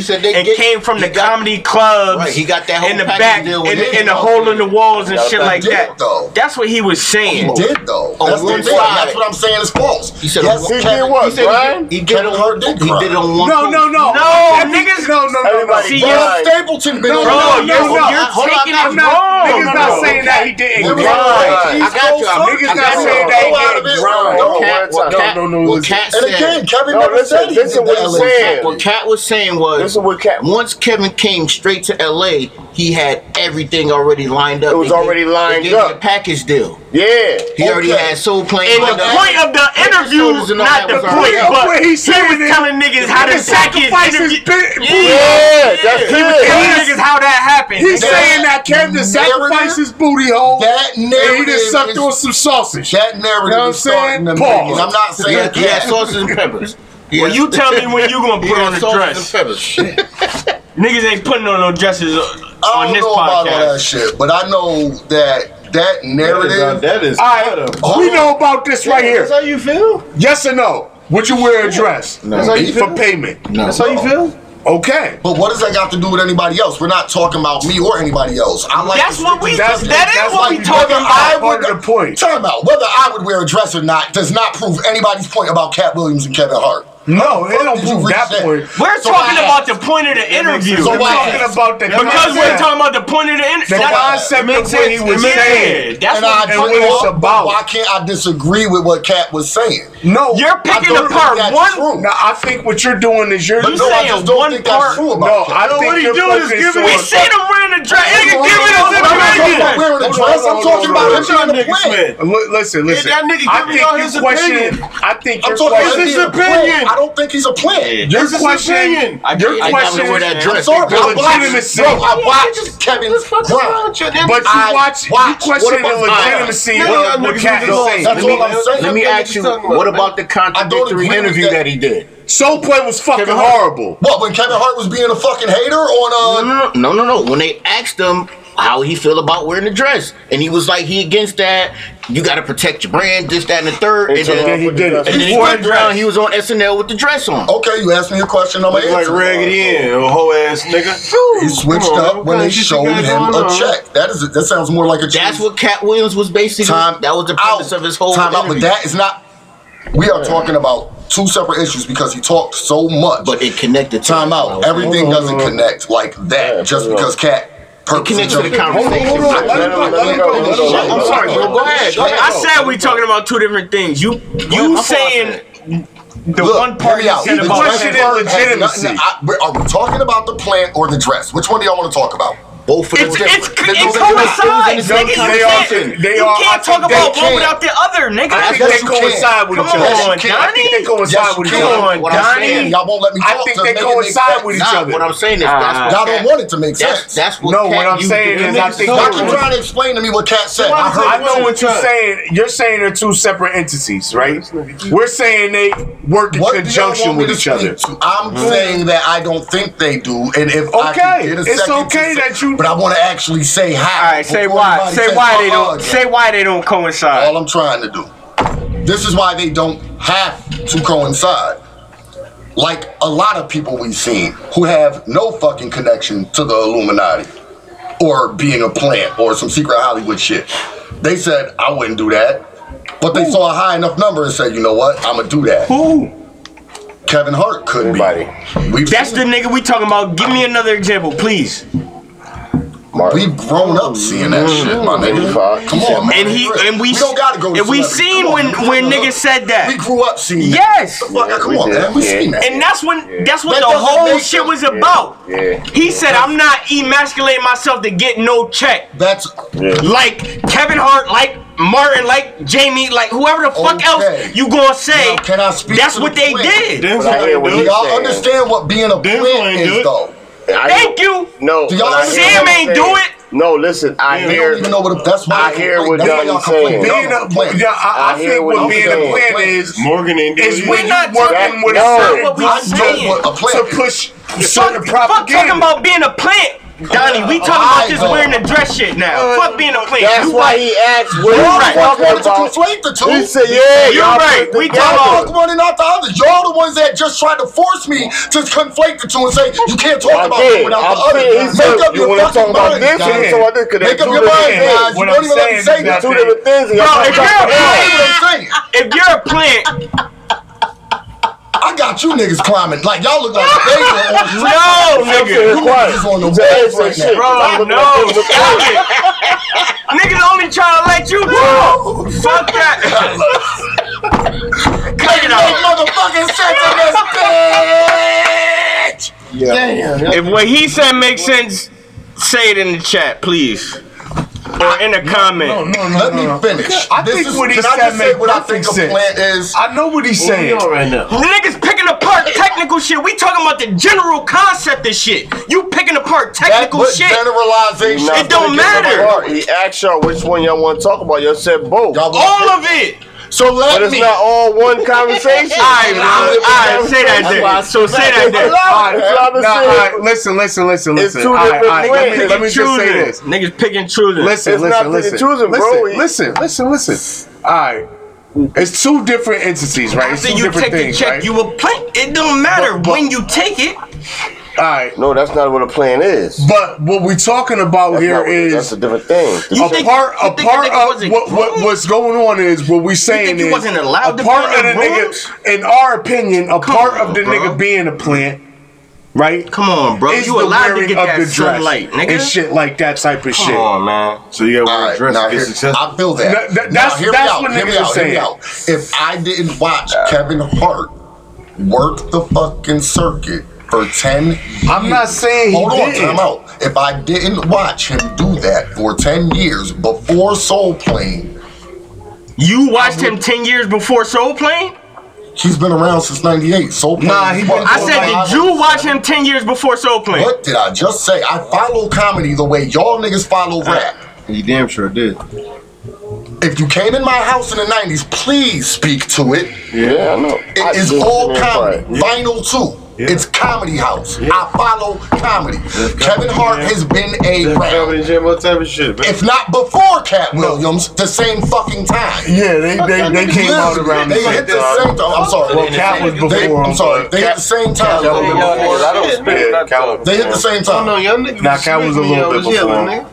Speaker 4: He said they
Speaker 6: and
Speaker 4: get-
Speaker 6: came from
Speaker 4: he
Speaker 6: the
Speaker 4: got-
Speaker 6: comedy clubs
Speaker 4: Right, he got that whole
Speaker 6: in the
Speaker 4: package
Speaker 6: back
Speaker 4: deal
Speaker 6: and
Speaker 4: with him.
Speaker 6: in the hole in the walls and shit like
Speaker 7: did,
Speaker 6: that.
Speaker 7: though.
Speaker 6: That's what he was saying.
Speaker 7: He did though.
Speaker 4: On
Speaker 7: That's the
Speaker 4: one
Speaker 7: thing.
Speaker 4: side.
Speaker 7: That's what I'm saying is false.
Speaker 4: He said
Speaker 7: yes,
Speaker 4: he
Speaker 7: he
Speaker 4: did
Speaker 7: did
Speaker 4: what,
Speaker 7: what?
Speaker 4: He said
Speaker 2: Brian?
Speaker 4: He did it on
Speaker 7: did
Speaker 4: he did it on one.
Speaker 5: No, no, no.
Speaker 6: No,
Speaker 5: Every-
Speaker 6: niggas-
Speaker 5: No, no, no, no.
Speaker 2: Everybody
Speaker 6: See,
Speaker 2: Brian.
Speaker 7: Bro, Stapleton been
Speaker 5: no,
Speaker 7: on
Speaker 6: Bro,
Speaker 7: the-
Speaker 6: you're,
Speaker 5: no, no.
Speaker 6: you're
Speaker 5: Hold
Speaker 6: taking
Speaker 5: I'm
Speaker 6: it
Speaker 5: not,
Speaker 6: wrong.
Speaker 5: niggas not saying that he didn't
Speaker 7: Niggas
Speaker 5: grind.
Speaker 7: on the
Speaker 4: I
Speaker 7: East
Speaker 4: got you.
Speaker 7: Coast
Speaker 4: I
Speaker 7: circuit.
Speaker 5: Niggas not
Speaker 4: got you.
Speaker 5: saying that
Speaker 7: Go out
Speaker 5: he
Speaker 7: of it.
Speaker 5: didn't grind.
Speaker 7: No,
Speaker 2: Cat-
Speaker 4: What
Speaker 2: no,
Speaker 4: Cat-
Speaker 5: no, no,
Speaker 4: What
Speaker 5: listen.
Speaker 4: Cat
Speaker 7: And again,
Speaker 4: said.
Speaker 7: Kevin
Speaker 2: No,
Speaker 7: never
Speaker 2: listen,
Speaker 7: said he
Speaker 2: listen
Speaker 7: did
Speaker 2: what
Speaker 7: the
Speaker 2: he
Speaker 7: LA
Speaker 2: said.
Speaker 7: circuit.
Speaker 4: What Cat was saying
Speaker 2: This
Speaker 4: was
Speaker 2: is what Cat.
Speaker 4: once Kevin came straight to LA, he had everything already lined up.
Speaker 2: It was
Speaker 4: They gave-
Speaker 2: already
Speaker 4: they
Speaker 2: lined
Speaker 4: gave him
Speaker 2: up.
Speaker 4: a package deal.
Speaker 2: Yeah.
Speaker 4: He already
Speaker 7: Okay.
Speaker 4: had Soul Plane.
Speaker 6: And
Speaker 4: lined
Speaker 6: the
Speaker 4: up.
Speaker 6: point of the
Speaker 4: shoulders
Speaker 6: interview,
Speaker 4: and all
Speaker 6: not
Speaker 4: that
Speaker 6: the
Speaker 4: was
Speaker 6: point,
Speaker 4: already up.
Speaker 6: but
Speaker 5: What
Speaker 6: he
Speaker 5: he
Speaker 6: was
Speaker 5: saying is-
Speaker 6: telling niggas how
Speaker 5: Niggas
Speaker 6: to package
Speaker 5: sacrifice his
Speaker 6: interview.
Speaker 5: bit-
Speaker 2: Yeah, that's
Speaker 6: He was
Speaker 2: it.
Speaker 6: telling
Speaker 5: He's-
Speaker 6: niggas how that happened.
Speaker 5: He's saying that Kevin sacrificed his booty hole.
Speaker 7: That
Speaker 5: and he
Speaker 7: narrative
Speaker 5: just sucked
Speaker 7: is-
Speaker 5: on some sausage.
Speaker 7: That
Speaker 5: You know what
Speaker 7: narrative
Speaker 5: I'm
Speaker 7: is starting
Speaker 5: saying?
Speaker 7: to make.
Speaker 5: Pause.
Speaker 7: And I'm not
Speaker 4: He
Speaker 7: saying
Speaker 4: had, he had
Speaker 7: that.
Speaker 4: sauces and peppers. He
Speaker 6: Well,
Speaker 4: had-
Speaker 6: you tell me when you gonna
Speaker 4: he
Speaker 6: put
Speaker 4: had
Speaker 6: on the
Speaker 4: sauces
Speaker 6: dress.
Speaker 4: and peppers.
Speaker 6: Niggas ain't putting on no dresses uh, on
Speaker 7: I don't
Speaker 6: this
Speaker 7: know about all that
Speaker 6: podcast.
Speaker 7: shit, but I know that that narrative.
Speaker 3: That is.
Speaker 5: All right, we know about this right here.
Speaker 3: That's how you feel.
Speaker 5: Yes or no? Would you wear a dress
Speaker 3: That's how you
Speaker 5: for
Speaker 3: feel.
Speaker 5: payment?
Speaker 4: No.
Speaker 3: That's how you feel.
Speaker 5: Okay.
Speaker 7: But what does that got to do with anybody else? We're not talking about me or anybody else. I like
Speaker 6: That's
Speaker 7: to
Speaker 6: what we.
Speaker 7: stick to
Speaker 6: That
Speaker 5: That's-
Speaker 6: is
Speaker 5: that's
Speaker 6: what
Speaker 5: like
Speaker 6: we talking
Speaker 7: whether
Speaker 6: about.
Speaker 7: I
Speaker 5: Part
Speaker 7: would
Speaker 5: of the point.
Speaker 7: Time out. Whether I would wear a dress or not does not prove anybody's point about Cat Williams and Kevin Hart.
Speaker 5: No, it don't
Speaker 7: Did you
Speaker 5: prove
Speaker 7: reach
Speaker 5: that
Speaker 7: that?
Speaker 5: point.
Speaker 6: We're
Speaker 7: So
Speaker 6: talking
Speaker 7: I
Speaker 6: about
Speaker 7: asked.
Speaker 6: the point of the interview.
Speaker 7: So
Speaker 5: We're
Speaker 7: why
Speaker 5: talking
Speaker 7: ask?
Speaker 5: about the
Speaker 6: Because we're
Speaker 5: concept.
Speaker 6: talking about the point of the
Speaker 5: the
Speaker 6: interview.
Speaker 5: concept of what he was saying.
Speaker 6: That's
Speaker 7: And,
Speaker 6: what
Speaker 7: I
Speaker 5: and what it's
Speaker 7: but
Speaker 5: about.
Speaker 7: Why can't I disagree with what Cat was saying?
Speaker 5: No,
Speaker 6: You're picking
Speaker 7: don't
Speaker 6: apart
Speaker 7: think that's
Speaker 6: one.
Speaker 7: true.
Speaker 5: Now I think what you're doing is you're.
Speaker 6: You
Speaker 7: no, I
Speaker 6: saying
Speaker 7: just don't
Speaker 6: one
Speaker 7: think
Speaker 6: part-
Speaker 7: that's true about
Speaker 5: no,
Speaker 7: Cat.
Speaker 5: I think
Speaker 3: what he
Speaker 5: you're
Speaker 3: doing is
Speaker 5: focused
Speaker 3: giving-
Speaker 5: on-
Speaker 6: We see them wearing a dress. Nigga,
Speaker 7: Hold on,
Speaker 6: giving us
Speaker 7: hold on, I'm not talking about
Speaker 6: information.
Speaker 7: wearing a
Speaker 5: Hold on,
Speaker 7: dress.
Speaker 5: hold
Speaker 7: I'm
Speaker 5: on,
Speaker 7: talking
Speaker 5: hold
Speaker 7: about
Speaker 5: on.
Speaker 7: him trying to
Speaker 3: Niggas,
Speaker 7: win.
Speaker 3: man.
Speaker 5: Li- Listen, listen.
Speaker 3: that nigga
Speaker 5: I
Speaker 3: giving y'all
Speaker 5: think
Speaker 3: his
Speaker 5: your question.
Speaker 3: opinion.
Speaker 5: I think
Speaker 7: I'm
Speaker 5: your
Speaker 7: talking about
Speaker 3: This
Speaker 7: him
Speaker 3: is
Speaker 5: question.
Speaker 3: his
Speaker 7: being a player.
Speaker 3: opinion.
Speaker 7: I don't think he's a player.
Speaker 5: Your
Speaker 3: This is
Speaker 5: question.
Speaker 3: opinion.
Speaker 4: I,
Speaker 5: Your
Speaker 4: I got
Speaker 5: question.
Speaker 4: to wear that
Speaker 7: I'm
Speaker 4: dress.
Speaker 7: sorry, but I
Speaker 5: The legitimacy.
Speaker 7: watched, bro, I watched Kevin grind.
Speaker 5: But you
Speaker 7: I
Speaker 5: watch. You
Speaker 7: watched.
Speaker 5: question
Speaker 7: What
Speaker 5: the
Speaker 7: about-
Speaker 5: legitimacy
Speaker 3: Nigga,
Speaker 5: of
Speaker 3: y'all
Speaker 5: what
Speaker 3: niggas
Speaker 5: Cat
Speaker 3: is
Speaker 5: is
Speaker 3: lost.
Speaker 5: saying.
Speaker 7: That's all I'm saying.
Speaker 4: Let me
Speaker 3: That's
Speaker 4: ask you,
Speaker 3: what I'm
Speaker 4: what about the
Speaker 7: agree
Speaker 4: contradictory
Speaker 7: with
Speaker 4: interview
Speaker 7: that.
Speaker 4: that he did?
Speaker 5: Soul Play was fucking horrible.
Speaker 7: What when Kevin Hart was being a fucking hater on uh?
Speaker 4: No, no, no, no. When they asked him how he feel about wearing a dress, and he was like, he against that. You got to protect your brand, this, that, and the third. And,
Speaker 5: Then
Speaker 4: then,
Speaker 5: he did it.
Speaker 4: and then he
Speaker 5: Wore a
Speaker 4: turned around. He was on SNL with the dress on.
Speaker 7: Okay, you asked me a question. I'm gonna
Speaker 3: Like
Speaker 7: answer.
Speaker 3: raggedy in a whole ass nigga.
Speaker 7: He switched
Speaker 3: Come on,
Speaker 7: up
Speaker 3: what
Speaker 7: when
Speaker 3: kind
Speaker 7: they
Speaker 3: of shit you
Speaker 7: showed
Speaker 3: got
Speaker 7: him
Speaker 3: going
Speaker 7: a
Speaker 3: on?
Speaker 7: check. That is. That sounds more like a.
Speaker 4: That's
Speaker 7: cheese.
Speaker 4: what Cat Williams was basically.
Speaker 7: time.
Speaker 4: that was the premise
Speaker 7: out.
Speaker 4: of his whole
Speaker 7: time out. But
Speaker 4: interview.
Speaker 7: that is not. We are talking about two separate issues because he talked so much.
Speaker 4: But it connected. to
Speaker 7: time
Speaker 4: what I
Speaker 7: out.
Speaker 4: was saying.
Speaker 7: Everything doesn't connect like that just because Cat.
Speaker 4: It connects to the conversation.
Speaker 5: Hold on, let him go, let him go, let him go.
Speaker 4: I'm sorry, bro.
Speaker 6: Oh,
Speaker 4: Go ahead. Go ahead.
Speaker 6: I said we talking about two different things. You you
Speaker 4: my fault,
Speaker 6: saying the
Speaker 7: Look,
Speaker 6: one part
Speaker 7: hear me
Speaker 6: you
Speaker 7: out.
Speaker 6: said
Speaker 7: The
Speaker 6: about
Speaker 7: dress
Speaker 5: question
Speaker 7: is
Speaker 5: is
Speaker 7: part- has
Speaker 5: legitimacy.
Speaker 7: nothing- I- we're- Are we talking about the plant or the dress? Which one do y'all want to talk about?
Speaker 4: Both of them.
Speaker 6: it's it's,
Speaker 4: different. They're
Speaker 6: it's
Speaker 4: both different.
Speaker 6: coincides,
Speaker 5: They
Speaker 6: nigga. You
Speaker 5: are-
Speaker 6: can't,
Speaker 5: they
Speaker 6: you
Speaker 5: are- I think
Speaker 6: can't talk
Speaker 5: they
Speaker 6: about one
Speaker 7: can.
Speaker 6: without the other, nigga.
Speaker 5: I think
Speaker 7: Yes,
Speaker 5: they
Speaker 7: you can.
Speaker 5: coincide with each
Speaker 6: Come
Speaker 5: other.
Speaker 6: on,
Speaker 5: I think
Speaker 6: Donnie.
Speaker 5: they coincide
Speaker 7: Yes,
Speaker 5: with
Speaker 7: you
Speaker 5: each
Speaker 7: can.
Speaker 5: other.
Speaker 6: Come on,
Speaker 7: What I'm saying,
Speaker 6: Donnie.
Speaker 7: y'all won't let me
Speaker 5: I
Speaker 7: talk.
Speaker 5: think
Speaker 7: to
Speaker 5: they
Speaker 7: make it
Speaker 5: coincide
Speaker 7: make
Speaker 5: with each
Speaker 7: sense.
Speaker 4: Nah,
Speaker 5: other.
Speaker 4: What I'm saying is that's
Speaker 7: Y'all
Speaker 4: what
Speaker 7: don't
Speaker 4: Cat-
Speaker 7: want it to make
Speaker 4: That's
Speaker 7: sense.
Speaker 4: that's what.
Speaker 5: No, what
Speaker 4: Cat
Speaker 5: I'm
Speaker 4: used
Speaker 5: saying
Speaker 4: to
Speaker 5: is
Speaker 4: do.
Speaker 5: I think
Speaker 7: Y'all
Speaker 5: they
Speaker 7: keep
Speaker 5: were-
Speaker 7: trying to explain to me what Cat said. I heard
Speaker 5: I know what you're
Speaker 3: Time.
Speaker 5: saying. You're saying they're two separate entities, right? We're saying they work in
Speaker 7: What do y'all
Speaker 5: conjunction
Speaker 7: want me
Speaker 5: with
Speaker 7: to
Speaker 5: each
Speaker 7: speak
Speaker 5: other. Mm-hmm.
Speaker 7: to? I'm saying that I don't think they do, and if I
Speaker 5: Okay,
Speaker 7: can get a
Speaker 5: it's
Speaker 7: second to
Speaker 5: okay
Speaker 7: say-
Speaker 5: that you-
Speaker 7: But I want to actually say how.
Speaker 6: All right, say
Speaker 7: before
Speaker 6: why.
Speaker 7: anybody
Speaker 6: Say
Speaker 7: says,
Speaker 6: why they
Speaker 7: "Uh-uh"
Speaker 6: don't.
Speaker 7: again.
Speaker 6: Say why they don't coincide.
Speaker 7: All I'm trying to do. This is why they don't have to coincide. Like a lot of people we've seen who have no fucking connection to the Illuminati or being a plant or some secret Hollywood shit. They said, I wouldn't do that. But they saw a high enough number and said, you know what? I'm going to do that.
Speaker 6: Who?
Speaker 7: Kevin Hart could
Speaker 2: Everybody.
Speaker 7: be. We've
Speaker 6: That's the
Speaker 7: seen-
Speaker 6: nigga we talking about. Give me another example, please.
Speaker 7: We've grown up seeing that shit, my nigga. Come on,
Speaker 6: Mm-hmm.
Speaker 7: man.
Speaker 6: And he and we
Speaker 7: we don't gotta go. To
Speaker 6: and we
Speaker 7: celebrity.
Speaker 6: seen
Speaker 7: Come on,
Speaker 6: when
Speaker 7: man.
Speaker 6: when
Speaker 7: We
Speaker 6: niggas said that.
Speaker 7: We grew up seeing that.
Speaker 6: Yes.
Speaker 7: The fuck, come
Speaker 2: we
Speaker 7: on,
Speaker 2: did.
Speaker 7: man. We
Speaker 2: Yeah.
Speaker 7: seen that.
Speaker 6: And that's when that's what
Speaker 7: That
Speaker 6: the
Speaker 7: doesn't
Speaker 6: whole
Speaker 7: make
Speaker 6: shit
Speaker 7: sense.
Speaker 6: was about.
Speaker 2: Yeah.
Speaker 6: He said, "I'm not emasculating myself to get no check."
Speaker 7: That's
Speaker 6: Like Kevin Hart, like Martin, like Jamie, like whoever the fuck
Speaker 7: Okay.
Speaker 6: else you gonna say.
Speaker 7: Now, can I speak
Speaker 6: that's
Speaker 7: to
Speaker 6: what
Speaker 7: the
Speaker 6: they
Speaker 7: point?
Speaker 6: did.
Speaker 3: Denzel
Speaker 2: I hear
Speaker 3: ain't
Speaker 2: what
Speaker 3: do
Speaker 2: he
Speaker 3: it.
Speaker 7: y'all
Speaker 2: saying.
Speaker 7: understand what being a
Speaker 3: Denzel ain't
Speaker 7: plant
Speaker 3: do
Speaker 7: is,
Speaker 3: it.
Speaker 7: though.
Speaker 2: I
Speaker 6: Thank
Speaker 2: know-
Speaker 6: you.
Speaker 2: No.
Speaker 7: Do y'all
Speaker 2: but I hear
Speaker 7: understand?
Speaker 6: Sam
Speaker 2: what
Speaker 6: ain't
Speaker 2: you're
Speaker 6: do
Speaker 2: saying.
Speaker 6: it.
Speaker 2: No, listen, I
Speaker 7: They
Speaker 2: hear.
Speaker 7: don't even know what. it- That's why
Speaker 2: I hear what
Speaker 7: that's why
Speaker 2: Dunn
Speaker 7: y'all
Speaker 2: is
Speaker 7: complaining.
Speaker 2: saying.
Speaker 5: Being
Speaker 7: Y'all
Speaker 5: a,
Speaker 7: complaining.
Speaker 5: yeah, I, I,
Speaker 2: I hear
Speaker 5: think
Speaker 2: what
Speaker 5: what
Speaker 2: you're
Speaker 5: being a
Speaker 2: saying.
Speaker 5: plan is
Speaker 1: Morgan ain't
Speaker 5: is
Speaker 1: doing
Speaker 5: when
Speaker 1: it.
Speaker 5: you
Speaker 6: not
Speaker 5: working
Speaker 2: talking-
Speaker 5: with
Speaker 2: no.
Speaker 5: a
Speaker 6: What we
Speaker 5: certain
Speaker 6: saying.
Speaker 5: group
Speaker 7: A plan.
Speaker 5: to push certain
Speaker 6: Fuck, fuck talking
Speaker 5: propaganda.
Speaker 6: about being a plant. Donnie, we talking about this wearing a dress shit
Speaker 7: Uh,
Speaker 6: now. Fuck being a plant.
Speaker 2: That's
Speaker 6: You
Speaker 2: why
Speaker 6: right.
Speaker 2: he asked what
Speaker 6: You're
Speaker 2: he's
Speaker 6: right.
Speaker 2: talking
Speaker 7: wanted to
Speaker 2: about.
Speaker 7: conflate the two.
Speaker 2: He said, yeah,
Speaker 6: You're
Speaker 2: y'all
Speaker 6: right.
Speaker 2: put it
Speaker 6: We
Speaker 2: together.
Speaker 6: talking
Speaker 7: Y'all the one and not the other. Y'all the ones that just tried to force me to conflate the two and say you can't talk
Speaker 2: I
Speaker 7: about
Speaker 2: did.
Speaker 7: one without
Speaker 2: I
Speaker 7: the other.
Speaker 2: said, he said,
Speaker 7: Make up
Speaker 2: you
Speaker 7: your
Speaker 2: wanna
Speaker 7: fucking
Speaker 2: talk about
Speaker 7: mind.
Speaker 2: this and you
Speaker 7: guys.
Speaker 2: talk about this, 'cause
Speaker 7: Make
Speaker 2: they
Speaker 7: up
Speaker 2: two
Speaker 7: your mind,
Speaker 2: different things.
Speaker 7: guys. You
Speaker 5: What
Speaker 7: don't
Speaker 5: I'm
Speaker 7: even let me
Speaker 5: saying
Speaker 7: say
Speaker 5: is
Speaker 7: this.
Speaker 5: that
Speaker 2: Two different things. and y'all
Speaker 6: Bro,
Speaker 2: talking
Speaker 6: if
Speaker 2: about-
Speaker 6: you're a
Speaker 7: That's
Speaker 6: plant,
Speaker 7: what I'm saying.
Speaker 6: if you're a plant,
Speaker 7: I got you niggas climbing. Like y'all look like they were on
Speaker 6: no, nigga.
Speaker 7: You niggas on the web right now.
Speaker 6: Bro, no. Stop it. Niggas only trying to let you talk. Fuck that. Cut it out.
Speaker 7: motherfucking sense in this bitch.
Speaker 6: If what he said makes sense, say it in the chat, please. Or in a comment.
Speaker 5: no, no,
Speaker 7: Let
Speaker 5: no,
Speaker 7: me
Speaker 5: no.
Speaker 7: finish.
Speaker 5: I think what he
Speaker 7: can I
Speaker 5: said
Speaker 7: just say
Speaker 5: make
Speaker 7: what I think
Speaker 5: perfect
Speaker 7: a
Speaker 5: sense.
Speaker 7: plant is?
Speaker 5: I know what he's
Speaker 1: Where we
Speaker 5: saying.
Speaker 1: on right now?
Speaker 6: Niggas picking apart technical shit. We talking about the general concept of shit. You picking apart
Speaker 7: That
Speaker 6: technical
Speaker 7: but
Speaker 6: shit.
Speaker 7: generalization.
Speaker 2: Nah,
Speaker 6: It don't
Speaker 2: they get
Speaker 6: matter.
Speaker 2: apart. He asked y'all which one y'all want to talk about. Y'all said both.
Speaker 7: Y'all want-
Speaker 6: All of it.
Speaker 7: so
Speaker 2: but
Speaker 7: let
Speaker 2: it's
Speaker 7: me.
Speaker 2: not all one conversation.
Speaker 6: All right, bro. All right, say that
Speaker 2: That's why I
Speaker 6: then. So say that
Speaker 2: said
Speaker 6: then.
Speaker 2: that.
Speaker 5: All right,
Speaker 2: That's what I'm
Speaker 5: nah,
Speaker 2: saying.
Speaker 5: all right, listen, listen, listen,
Speaker 2: It's
Speaker 5: listen.
Speaker 2: two
Speaker 5: All right,
Speaker 2: different
Speaker 5: all right, let me,
Speaker 2: ways.
Speaker 5: let me just say this.
Speaker 6: Choosing. Niggas picking choosing.
Speaker 5: Listen,
Speaker 2: It's
Speaker 5: listen,
Speaker 2: not
Speaker 5: listen.
Speaker 2: picking choosing, bro. He-
Speaker 5: listen, listen, listen, listen. All right. It's two different entities, right? It's
Speaker 6: After
Speaker 5: two
Speaker 6: you
Speaker 5: different
Speaker 6: take the
Speaker 5: things,
Speaker 6: check,
Speaker 5: right?
Speaker 6: you will play. It don't matter
Speaker 5: But- but-
Speaker 6: when you take it.
Speaker 5: All right.
Speaker 2: No, that's not what a plan is.
Speaker 5: But what we're talking about
Speaker 2: That's
Speaker 5: here
Speaker 2: not what- that's
Speaker 5: is
Speaker 2: a different thing.
Speaker 6: You
Speaker 5: a
Speaker 6: think-
Speaker 5: part,
Speaker 6: you
Speaker 5: a
Speaker 6: think the
Speaker 5: part
Speaker 6: nigga
Speaker 5: of
Speaker 6: wasn't
Speaker 5: what, what
Speaker 6: grown?
Speaker 5: what's going on is what we saying
Speaker 6: think he
Speaker 5: is
Speaker 6: wasn't allowed
Speaker 5: a
Speaker 6: to
Speaker 5: part
Speaker 6: be
Speaker 5: of
Speaker 6: in
Speaker 5: the
Speaker 6: the rooms?
Speaker 5: nigga, in our opinion, a part
Speaker 6: on,
Speaker 5: of the
Speaker 6: bro.
Speaker 5: nigga being a plant, right?
Speaker 6: Come on, bro.
Speaker 5: is
Speaker 6: You
Speaker 5: the
Speaker 6: allowed to
Speaker 5: wearing
Speaker 6: get
Speaker 5: of the dress
Speaker 6: that sunlight, nigga.
Speaker 5: and shit like that type of
Speaker 6: Come
Speaker 5: shit.
Speaker 6: on, man.
Speaker 1: So you gotta
Speaker 7: All
Speaker 1: wear a
Speaker 7: right,
Speaker 1: dress
Speaker 7: now
Speaker 1: to get
Speaker 7: here-
Speaker 1: successful.
Speaker 7: I feel that.
Speaker 5: That- that-
Speaker 7: Now,
Speaker 5: that's-
Speaker 7: hear me
Speaker 5: that's
Speaker 7: out,
Speaker 5: what
Speaker 7: hear me
Speaker 5: niggas
Speaker 7: out,
Speaker 5: are
Speaker 7: hear me
Speaker 5: saying. Uh,
Speaker 7: out. If I didn't watch Kevin Hart work the fucking circuit for 10
Speaker 5: I'm not saying he
Speaker 7: Hold on,
Speaker 5: didn't.
Speaker 7: time out. If I didn't watch him do that for 10 years before Soul Plane,
Speaker 6: You watched him ten years before Soul Plane.
Speaker 7: he's been around since 98. Soul Plane.
Speaker 5: Nah, he
Speaker 7: was
Speaker 5: been-
Speaker 6: I
Speaker 7: one
Speaker 6: said,
Speaker 7: of my-
Speaker 6: did you watch him ten years before Soul Plane?
Speaker 7: What did I just say? I follow comedy the way y'all niggas follow rap.
Speaker 1: You damn sure did.
Speaker 7: If you came in my house in the 90s, please speak to it.
Speaker 2: Yeah, I know. I
Speaker 7: It is
Speaker 2: just
Speaker 7: all
Speaker 2: didn't
Speaker 7: comedy.
Speaker 2: fight.
Speaker 7: Vinyl too. It's comedy house. I follow comedy. Kevin Hart has been a rap.
Speaker 1: Comedy Jam, what type of shit, man?
Speaker 7: If not before Cat Williams, the same fucking time.
Speaker 5: Yeah, they they, they came out around the
Speaker 7: They hit
Speaker 5: same
Speaker 7: the
Speaker 5: time.
Speaker 7: same time. I'm sorry.
Speaker 5: Well, Cat was before.
Speaker 7: They, I'm
Speaker 5: him,
Speaker 7: sorry.
Speaker 5: but
Speaker 7: They hit
Speaker 5: Cat-
Speaker 7: the same time.
Speaker 2: I don't speak
Speaker 5: Yeah,
Speaker 2: nothing.
Speaker 5: Cal-
Speaker 7: They hit the same
Speaker 1: I know
Speaker 7: time.
Speaker 1: y'all niggas.
Speaker 5: Nah, Cat was a
Speaker 1: disrespect me,
Speaker 5: little
Speaker 1: I
Speaker 5: bit
Speaker 1: was yelling,
Speaker 5: before.
Speaker 1: nigga.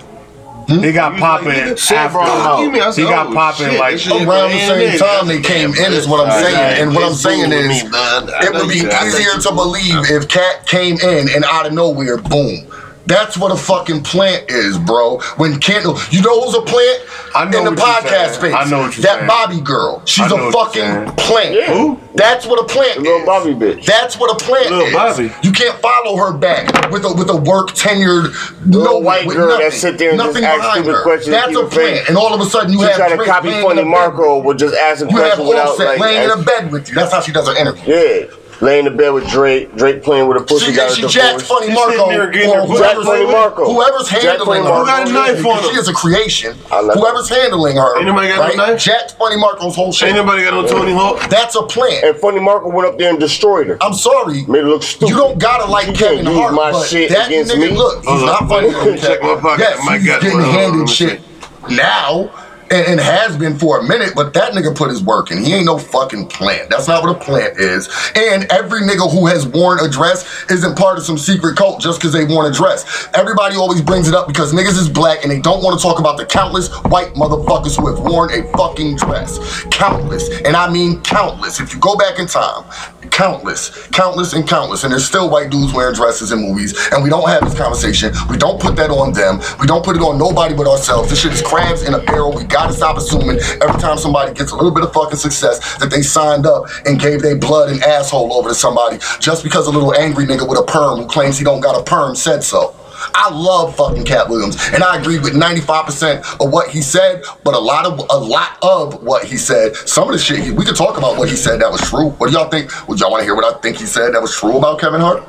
Speaker 1: Hmm?
Speaker 5: They got popping
Speaker 1: nigga,
Speaker 5: after
Speaker 1: shit, bro, you mean? I
Speaker 5: him.
Speaker 1: said,
Speaker 5: He got
Speaker 1: oh,
Speaker 5: popping
Speaker 1: shit,
Speaker 5: like
Speaker 1: this shit-
Speaker 7: Around the same time they came in is what I'm saying. And what I'm saying is, it would be easier to believe if Cat came in and out of nowhere, boom. That's what a fucking plant is, bro. When Kendall, you know who's a plant
Speaker 5: I know
Speaker 7: in the
Speaker 5: what you're saying.
Speaker 7: podcast space?
Speaker 5: I know what you're
Speaker 7: that
Speaker 5: saying.
Speaker 7: Bobby girl.
Speaker 5: I
Speaker 7: She's
Speaker 5: know
Speaker 7: a
Speaker 5: what you're
Speaker 7: fucking plant. That's what a plant
Speaker 2: The little
Speaker 7: is.
Speaker 2: Bobby bitch.
Speaker 7: That's what a plant
Speaker 1: Little
Speaker 7: is.
Speaker 1: Bobby.
Speaker 7: You can't follow her back with a with a work tenured
Speaker 2: Little
Speaker 7: no
Speaker 2: white
Speaker 7: with
Speaker 2: girl that
Speaker 7: nothing,
Speaker 2: sit there and just
Speaker 7: nothing
Speaker 2: ask
Speaker 7: behind
Speaker 2: stupid
Speaker 7: her.
Speaker 2: questions to
Speaker 7: That's
Speaker 2: keep
Speaker 7: a
Speaker 2: her
Speaker 7: plant,
Speaker 2: paid.
Speaker 7: and all of a sudden you
Speaker 2: She
Speaker 7: have
Speaker 2: try to
Speaker 7: Drake
Speaker 2: copy
Speaker 7: laying
Speaker 2: Funny
Speaker 7: in a bed
Speaker 2: Marco
Speaker 7: with
Speaker 2: with just asking
Speaker 7: you. You have
Speaker 2: questions without
Speaker 7: Offset
Speaker 2: like.
Speaker 7: laying in a
Speaker 2: ask-
Speaker 7: bed with you. That's how she does her interview.
Speaker 2: Yeah, lay in the bed with Drake. Drake playing with a pussy.
Speaker 7: She,
Speaker 2: got a
Speaker 7: she
Speaker 2: divorce.
Speaker 7: jacks Funny
Speaker 1: She's
Speaker 7: Marco
Speaker 1: sitting
Speaker 7: or
Speaker 1: there getting her
Speaker 7: whoever's,
Speaker 1: booty
Speaker 2: Jack Funny Marco.
Speaker 7: whoever's
Speaker 2: Jack
Speaker 7: handling
Speaker 2: Funny
Speaker 7: her.
Speaker 2: Marco. Who got a
Speaker 1: knife on
Speaker 7: She
Speaker 1: him?
Speaker 7: is a creation.
Speaker 2: I love
Speaker 7: Whoever's handling her.
Speaker 1: Ain't nobody got no
Speaker 7: right?
Speaker 1: knife?
Speaker 7: Jack Funny Marco's whole shit.
Speaker 1: Ain't nobody got no Tony Hawk.
Speaker 7: That's a plant.
Speaker 2: And Funny Marco went up there and destroyed her.
Speaker 7: I'm sorry.
Speaker 2: Made it look stupid.
Speaker 7: You don't gotta like
Speaker 2: You can't
Speaker 7: Kevin
Speaker 2: use
Speaker 7: Hart,
Speaker 2: my
Speaker 7: but
Speaker 2: shit
Speaker 7: that
Speaker 2: against me.
Speaker 7: nigga, look, he's
Speaker 1: Hold
Speaker 7: not
Speaker 1: up.
Speaker 7: funny. on
Speaker 1: Check my
Speaker 7: Kevin.
Speaker 1: pocket.
Speaker 7: Yes,
Speaker 1: My
Speaker 7: he's
Speaker 1: God,
Speaker 7: getting
Speaker 1: hold on, let me
Speaker 7: handed
Speaker 1: see.
Speaker 7: shit now, and, and has been for a minute. But that nigga put his work in. He ain't no fucking plant. That's not what a plant is. And every nigga who has worn a dress isn't part of some secret cult just because they worn a dress. Everybody always brings it up because niggas is black and they don't want to talk about the countless white motherfuckers who have worn a fucking dress. Countless, and I mean countless. If you go back in time, countless, countless, and countless. And there's still white dudes wearing dresses in movies, and we don't have this conversation. We don't put that on them. We don't put it on nobody but ourselves. This shit is crabs in a barrel. We gotta stop assuming every time somebody gets a little bit of fucking success that they signed up and gave their blood and asshole over to somebody just because a little angry nigga with a perm who claims he don't got a perm said so. I love fucking Cat Williams, and I agree with 95% of what he said. But a lot of a lot of what he said, some of the shit he, we could talk about what he said that was true. What do y'all think? Would y'all want to hear what I think he said that was true about Kevin Hart?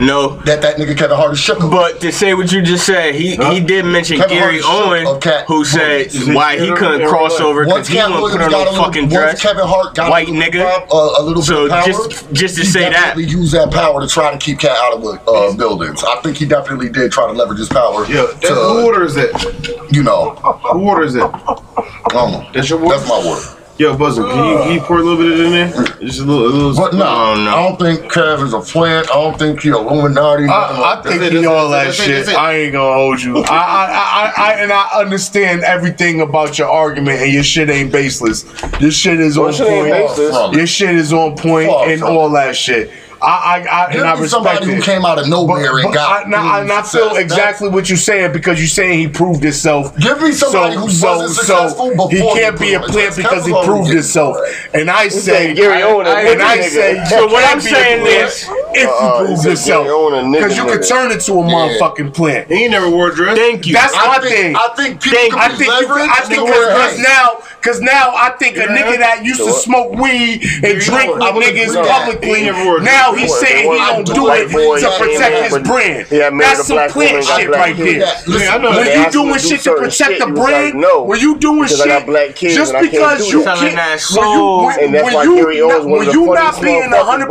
Speaker 6: No.
Speaker 7: That that nigga Kevin Hart is shook him.
Speaker 6: But to say what you just said, he, he did mention
Speaker 7: Kevin
Speaker 6: Gary
Speaker 7: Hart shook
Speaker 6: Owen,
Speaker 7: a cat
Speaker 6: who
Speaker 7: once.
Speaker 6: said why he couldn't cross over because
Speaker 7: Once
Speaker 6: he
Speaker 7: Cat
Speaker 6: wouldn't put on
Speaker 7: Williams got a
Speaker 6: no
Speaker 7: little,
Speaker 6: fucking
Speaker 7: once
Speaker 6: dress.
Speaker 7: Kevin Hart got
Speaker 6: White
Speaker 7: a little,
Speaker 6: nigga.
Speaker 7: pop- uh, a little
Speaker 6: So
Speaker 7: bit of power,
Speaker 6: just- just to
Speaker 7: he
Speaker 6: say that.
Speaker 7: definitely used that power to try to keep Cat out of uh, buildings. I think he definitely did try to leverage his power.
Speaker 1: Yeah, that, who
Speaker 7: to,
Speaker 1: orders that?
Speaker 7: you know,
Speaker 1: Who orders that?
Speaker 7: I don't know.
Speaker 1: That's your word?
Speaker 7: That's my word.
Speaker 1: Yo, Buzzin, can you, can you pour a little bit in there? Just a little, a little.
Speaker 7: But no,
Speaker 2: Oh,
Speaker 7: I don't think Kev is a plant. I don't think he Illuminati. nothing
Speaker 5: I, I
Speaker 7: like that.
Speaker 5: think
Speaker 1: That's it,
Speaker 5: he
Speaker 1: that's
Speaker 5: all
Speaker 1: it,
Speaker 5: that
Speaker 1: that's it,
Speaker 5: shit.
Speaker 1: that's it.
Speaker 5: I ain't gonna hold you. I, I, I, I, and I understand everything about your argument, and your shit ain't baseless. Your shit is on
Speaker 2: shit ain't
Speaker 5: point.
Speaker 2: baseless.
Speaker 7: From it.
Speaker 5: Your shit is on point
Speaker 7: Far
Speaker 5: and
Speaker 7: from
Speaker 5: all that shit. I, I, I
Speaker 7: Give
Speaker 5: and I
Speaker 7: me somebody
Speaker 5: respect
Speaker 7: who
Speaker 5: it.
Speaker 7: came out of
Speaker 5: But,
Speaker 7: nowhere
Speaker 5: but
Speaker 7: and got.
Speaker 5: I, now, I, and I
Speaker 7: success.
Speaker 5: feel
Speaker 7: That's-
Speaker 5: exactly what you're saying because you're saying he proved himself.
Speaker 7: Give me somebody who wasn't successful before
Speaker 5: He
Speaker 7: he
Speaker 5: can't be a
Speaker 7: proved
Speaker 5: plant
Speaker 7: himself.
Speaker 5: because he
Speaker 7: That's what
Speaker 5: proved
Speaker 7: we get.
Speaker 5: himself. And I say,
Speaker 2: said Gary Owen a
Speaker 5: I- and
Speaker 2: nigga,
Speaker 5: I
Speaker 2: nigga.
Speaker 5: say,
Speaker 6: So what
Speaker 5: can't
Speaker 6: I'm
Speaker 5: be a
Speaker 6: saying
Speaker 5: plant
Speaker 6: is-
Speaker 5: if you
Speaker 2: Uh, he
Speaker 5: prove
Speaker 2: said
Speaker 5: yourself,
Speaker 2: Gary Owen a nigga,
Speaker 5: because you can
Speaker 2: nigga.
Speaker 5: turn into a motherfucking plant.
Speaker 1: He ain't never wore a dress.
Speaker 6: Thank you.
Speaker 5: That's
Speaker 7: I
Speaker 5: my thing.
Speaker 7: think. I think people
Speaker 6: Thank-
Speaker 7: can
Speaker 5: I
Speaker 7: be
Speaker 5: think you can,
Speaker 7: leveraged
Speaker 5: I think
Speaker 7: to where-
Speaker 5: because now, because now I think a nigga that used to
Speaker 2: what?
Speaker 5: smoke weed and drink with
Speaker 7: I wouldn't
Speaker 5: niggas
Speaker 7: do that.
Speaker 5: publicly,
Speaker 1: He never wore a
Speaker 5: now
Speaker 1: dress.
Speaker 5: he's
Speaker 2: Boy,
Speaker 5: saying he
Speaker 2: boy,
Speaker 5: don't
Speaker 2: I
Speaker 5: do
Speaker 2: like
Speaker 5: it
Speaker 2: boy,
Speaker 5: to
Speaker 2: he ain't
Speaker 5: protect his
Speaker 2: with-
Speaker 5: brand.
Speaker 2: he had married
Speaker 5: That's
Speaker 2: a
Speaker 5: some
Speaker 2: black
Speaker 5: plant
Speaker 2: woman, got
Speaker 5: shit
Speaker 2: black
Speaker 5: right
Speaker 2: kids.
Speaker 5: there.
Speaker 7: Listen,
Speaker 1: I know
Speaker 5: When
Speaker 1: that.
Speaker 5: you
Speaker 2: asked him
Speaker 5: doing
Speaker 2: to do
Speaker 5: shit to
Speaker 2: certain
Speaker 5: protect
Speaker 2: shit,
Speaker 5: the
Speaker 2: he was like,
Speaker 5: brand,
Speaker 2: "No,
Speaker 5: when you doing
Speaker 2: because I got
Speaker 5: shit,
Speaker 2: black kids
Speaker 5: just
Speaker 2: and I can't
Speaker 5: because
Speaker 2: do
Speaker 5: you
Speaker 2: that."
Speaker 6: Selling
Speaker 5: can't,
Speaker 6: that
Speaker 5: when you
Speaker 6: soul.
Speaker 5: when,
Speaker 2: And that's why
Speaker 5: when
Speaker 2: Gary
Speaker 5: you
Speaker 2: Owens
Speaker 5: not,
Speaker 2: was
Speaker 5: when
Speaker 2: the
Speaker 5: you not
Speaker 2: funniest
Speaker 5: being
Speaker 2: motherfucker,
Speaker 5: hundred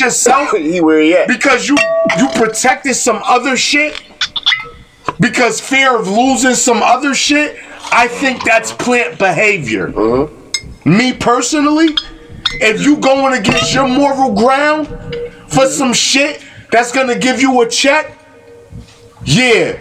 Speaker 5: yourself,
Speaker 2: he where he at?
Speaker 5: because you you protected some other shit because fear of losing some other shit i think that's plant behavior
Speaker 7: Mm-hmm.
Speaker 5: me personally if you going against your moral ground for some shit that's gonna give you a check yeah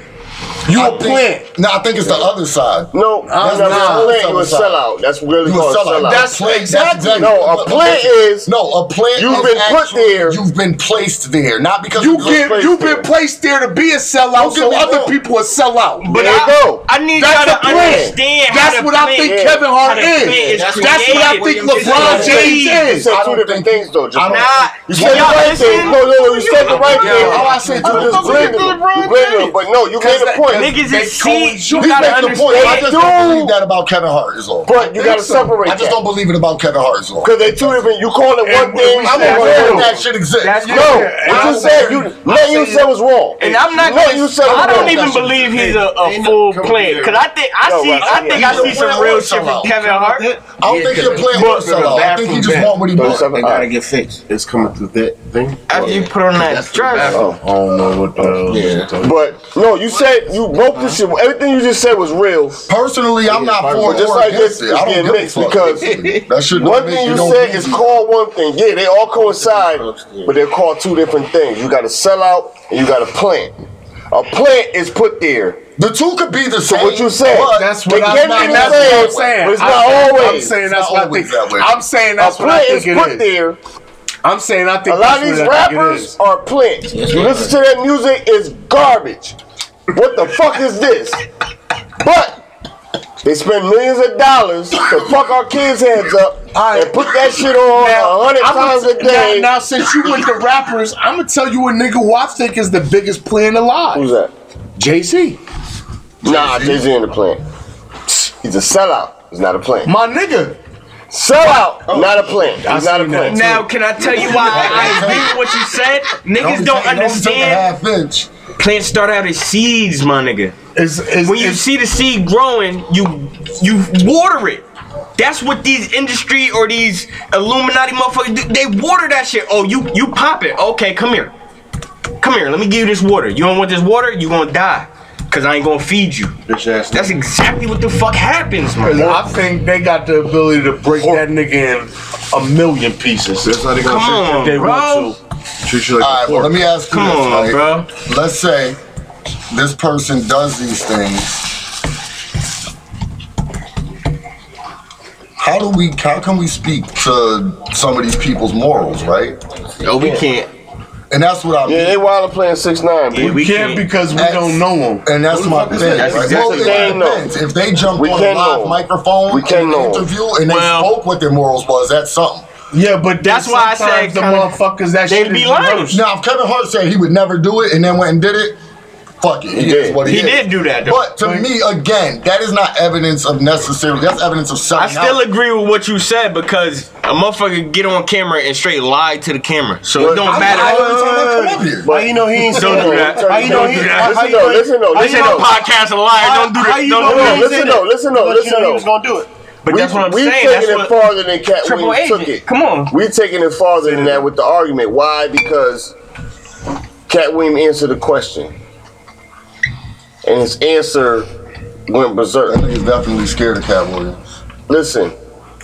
Speaker 5: you
Speaker 7: I
Speaker 5: a
Speaker 7: think-
Speaker 5: plant
Speaker 7: No, I think it's the other side.
Speaker 2: No, that's
Speaker 7: That's
Speaker 2: not
Speaker 7: not-
Speaker 2: a plant. You a
Speaker 7: that's not-
Speaker 2: sellout. That's really
Speaker 7: You a
Speaker 2: called a
Speaker 7: sellout.
Speaker 2: sellout.
Speaker 7: That's exactly.
Speaker 2: No, a plant is.
Speaker 7: No, a plant.
Speaker 2: You've
Speaker 7: is
Speaker 2: been put
Speaker 7: actually-
Speaker 2: there.
Speaker 7: You've been placed there, not because
Speaker 5: you
Speaker 7: of your
Speaker 5: get
Speaker 2: placed
Speaker 5: you
Speaker 2: there.
Speaker 5: been placed there to be a sellout
Speaker 7: Don't get
Speaker 5: so
Speaker 7: me
Speaker 5: other
Speaker 7: wrong.
Speaker 5: people will sell out
Speaker 2: There you
Speaker 6: I,
Speaker 2: go.
Speaker 6: I need
Speaker 5: That's
Speaker 6: y'all
Speaker 5: a
Speaker 6: to
Speaker 5: plan.
Speaker 6: understand. how
Speaker 5: That's
Speaker 6: the
Speaker 5: what I
Speaker 6: plan-
Speaker 5: think Kevin Hart
Speaker 6: how the plan
Speaker 5: is.
Speaker 6: is
Speaker 5: That's what I
Speaker 6: created.
Speaker 5: think
Speaker 6: It's
Speaker 5: LeBron
Speaker 6: created.
Speaker 5: James is.
Speaker 2: You said
Speaker 7: don't
Speaker 2: two different
Speaker 7: think-
Speaker 2: things, though,
Speaker 7: I
Speaker 2: Jamal.
Speaker 7: don't-
Speaker 6: Nah,
Speaker 2: You said the
Speaker 6: y'all
Speaker 2: right
Speaker 6: listen.
Speaker 2: thing. No, no, no. You said the right
Speaker 6: Yo,
Speaker 2: thing.
Speaker 7: all I
Speaker 2: you
Speaker 7: said was
Speaker 2: just
Speaker 7: fuck
Speaker 2: blaming
Speaker 7: with
Speaker 2: him. You blaming him, but no, you made a point.
Speaker 6: Niggas
Speaker 5: They
Speaker 6: is see.
Speaker 5: cold.
Speaker 6: You
Speaker 7: He's
Speaker 6: gotta
Speaker 7: making a point. I
Speaker 6: understand.
Speaker 7: just don't believe that about Kevin Hart is all.
Speaker 2: But you gotta separate
Speaker 7: I just don't
Speaker 2: that
Speaker 7: believe it about Kevin Hart is all.
Speaker 2: because they two different. You call it
Speaker 5: And
Speaker 2: one
Speaker 5: we-
Speaker 2: thing.
Speaker 5: we
Speaker 2: I'm
Speaker 5: said
Speaker 2: a
Speaker 5: that.
Speaker 2: one.
Speaker 7: That shit exists.
Speaker 6: That's
Speaker 2: No,
Speaker 6: Yeah,
Speaker 2: it just said you. Nothing you said was wrong.
Speaker 6: And I'm not.
Speaker 2: Nothing you said was wrong.
Speaker 6: I don't
Speaker 7: that
Speaker 6: even
Speaker 7: shit.
Speaker 6: believe he's a, a
Speaker 1: Ain't no-
Speaker 6: full
Speaker 1: come
Speaker 6: player.
Speaker 1: here.
Speaker 6: Cause I think I
Speaker 2: Yo,
Speaker 6: see.
Speaker 2: right,
Speaker 6: I
Speaker 2: yeah.
Speaker 6: think I
Speaker 7: He's a
Speaker 6: see some
Speaker 7: player
Speaker 6: real
Speaker 7: or
Speaker 6: shit from
Speaker 7: sellout.
Speaker 6: Kevin Hart.
Speaker 7: I don't think you're playing with sellout. I think he just want what he wants.
Speaker 4: They gotta get fixed.
Speaker 1: It's coming through that thing.
Speaker 6: After you put on that dress,
Speaker 2: Oh.
Speaker 5: I don't know what the hell.
Speaker 4: Yeah.
Speaker 2: But no, you said you broke the shit. Everything you just said was real.
Speaker 7: Personally, I'm not for
Speaker 2: Just
Speaker 7: or
Speaker 2: like
Speaker 7: against
Speaker 2: this
Speaker 7: it.
Speaker 2: is
Speaker 7: I don't
Speaker 2: getting
Speaker 7: give a
Speaker 2: mixed
Speaker 7: fuck.
Speaker 2: because
Speaker 7: that
Speaker 2: One
Speaker 7: shit don't make
Speaker 2: thing you
Speaker 7: don't
Speaker 2: said
Speaker 7: mean
Speaker 2: is
Speaker 7: you.
Speaker 2: call one thing. Yeah, they all coincide, but they're called two different things. You got to sell out and you got to plant. A plant is put there.
Speaker 7: The two could be the same.
Speaker 2: what you said.
Speaker 7: but
Speaker 5: That's
Speaker 2: They
Speaker 5: what I'm,
Speaker 2: can
Speaker 5: not,
Speaker 2: be
Speaker 5: that's
Speaker 2: the
Speaker 5: what I'm
Speaker 2: same,
Speaker 5: saying.
Speaker 2: but it's
Speaker 5: I'm
Speaker 2: not
Speaker 5: saying- I'm
Speaker 2: always.
Speaker 5: saying
Speaker 7: It's
Speaker 5: that's
Speaker 7: not
Speaker 5: what I
Speaker 7: always
Speaker 5: think.
Speaker 7: that way.
Speaker 5: I'm saying
Speaker 2: A
Speaker 5: that's what I
Speaker 2: plant is
Speaker 5: think
Speaker 2: put
Speaker 5: it is.
Speaker 2: there.
Speaker 5: I'm saying I think
Speaker 2: A lot of
Speaker 5: that's
Speaker 2: these
Speaker 5: what I think it
Speaker 2: rappers
Speaker 5: is.
Speaker 2: are plants. You listen to that music, it's garbage. What the fuck is this? But they spend millions of dollars to fuck our kids' heads up
Speaker 5: Alright.
Speaker 2: and put that shit on a hundred
Speaker 5: I'ma
Speaker 2: times a
Speaker 5: t-
Speaker 2: day.
Speaker 5: Now, now, since you went to rappers, I'm gonna tell you a nigga who I think is the biggest plant alive.
Speaker 2: Who's that?
Speaker 5: Jay Z,
Speaker 2: Nah, Jay Z in the plan. He's a sellout. He's not a plan.
Speaker 5: my nigga.
Speaker 2: Sellout,
Speaker 5: Oh.
Speaker 2: not a plan. He's not a
Speaker 5: seen that.
Speaker 2: plan.
Speaker 6: now can I tell you why I agree with what you said? Niggas don't understand.
Speaker 7: Half inch.
Speaker 6: Plants start out as seeds, my nigga.
Speaker 5: Is, is,
Speaker 6: when you
Speaker 5: is-
Speaker 6: see the seed growing, you you water it. That's what these industry or these Illuminati motherfuckers do. They water that shit. Oh, you you pop it. Okay, come here. Come here. Let me give you this water. You don't want this water? You gonna die. Cause I ain't gonna feed you.
Speaker 1: Bitch ass.
Speaker 6: That's exactly what the fuck happens, man.
Speaker 5: I think they got the ability to break that nigga in a million pieces.
Speaker 1: That's how they
Speaker 6: Come
Speaker 1: gonna
Speaker 6: on,
Speaker 5: They
Speaker 6: bro.
Speaker 5: want to.
Speaker 1: treat, treat you like
Speaker 7: All
Speaker 1: a
Speaker 7: right, well,
Speaker 1: pork.
Speaker 7: let me ask you
Speaker 6: Come
Speaker 7: this,
Speaker 6: on,
Speaker 7: right?
Speaker 6: bro.
Speaker 7: Let's say this person does these things. How do we? How can we speak to some of these people's morals, right?
Speaker 6: No, we can't.
Speaker 7: And that's what I mean.
Speaker 2: Yeah, they wild playing six nine,
Speaker 6: Yeah,
Speaker 2: dude.
Speaker 6: we
Speaker 5: Can't
Speaker 6: can't.
Speaker 5: because we
Speaker 7: That's-
Speaker 5: don't know him.
Speaker 7: And that's my thing.
Speaker 5: That's
Speaker 7: right?
Speaker 6: exactly
Speaker 7: Well, it
Speaker 2: what I know.
Speaker 7: depends. If they jumped
Speaker 2: We
Speaker 7: on a
Speaker 2: can
Speaker 7: live
Speaker 2: know.
Speaker 7: microphone
Speaker 2: We can
Speaker 7: in
Speaker 2: know.
Speaker 7: an interview and they
Speaker 6: Well-
Speaker 7: spoke what their morals was, that's something.
Speaker 5: Yeah, but
Speaker 6: That's
Speaker 5: then
Speaker 6: why I
Speaker 5: sometimes
Speaker 6: said
Speaker 5: the
Speaker 6: kinda-
Speaker 5: motherfuckers that
Speaker 6: they
Speaker 5: shit
Speaker 6: be
Speaker 5: is
Speaker 6: lying.
Speaker 5: worse.
Speaker 7: Now, if Kevin Hart said he would never do it and then went and did it, fuck it. He, is
Speaker 2: did.
Speaker 7: what
Speaker 3: He
Speaker 7: he, is.
Speaker 3: did do that, though.
Speaker 7: But to me, again, that is not evidence of necessarily. That's evidence of
Speaker 3: I
Speaker 7: selling
Speaker 3: still
Speaker 7: out.
Speaker 3: agree with what you said because a motherfucker get on camera and straight lie to the camera, so it don't
Speaker 7: I
Speaker 3: matter.
Speaker 7: lie every time I come up here.
Speaker 1: How you know he ain't
Speaker 3: Don't
Speaker 1: saying
Speaker 3: do
Speaker 1: that?
Speaker 3: that.
Speaker 1: How you know he?
Speaker 3: Don't do
Speaker 1: how-
Speaker 3: that.
Speaker 1: how
Speaker 2: Listen
Speaker 1: you
Speaker 2: though,
Speaker 1: know he-
Speaker 2: listen though,
Speaker 1: how
Speaker 3: This
Speaker 2: listen
Speaker 1: you
Speaker 3: ain't
Speaker 1: know
Speaker 3: no
Speaker 2: though.
Speaker 1: he-
Speaker 3: podcast of liar. Don't do
Speaker 1: how
Speaker 3: that.
Speaker 1: you
Speaker 3: Don't
Speaker 1: know
Speaker 3: do
Speaker 1: he
Speaker 2: No,
Speaker 1: ain't
Speaker 3: that.
Speaker 2: listen
Speaker 1: saying
Speaker 2: though,
Speaker 1: that?
Speaker 2: listen though,
Speaker 1: But
Speaker 2: listen
Speaker 1: you know he
Speaker 2: though.
Speaker 1: was gonna do it.
Speaker 3: But that's what I'm
Speaker 2: we
Speaker 3: saying.
Speaker 2: taking
Speaker 3: That's
Speaker 2: it
Speaker 3: what
Speaker 2: farther than Cat
Speaker 3: Triple
Speaker 2: Williams
Speaker 3: Agent.
Speaker 2: took it.
Speaker 3: Come on.
Speaker 2: We taking it farther than that with the argument. Why? Because Cat Williams answered the question, and his answer went
Speaker 7: That
Speaker 2: berserk.
Speaker 7: nigga's definitely scared of Cat Williams.
Speaker 2: Listen,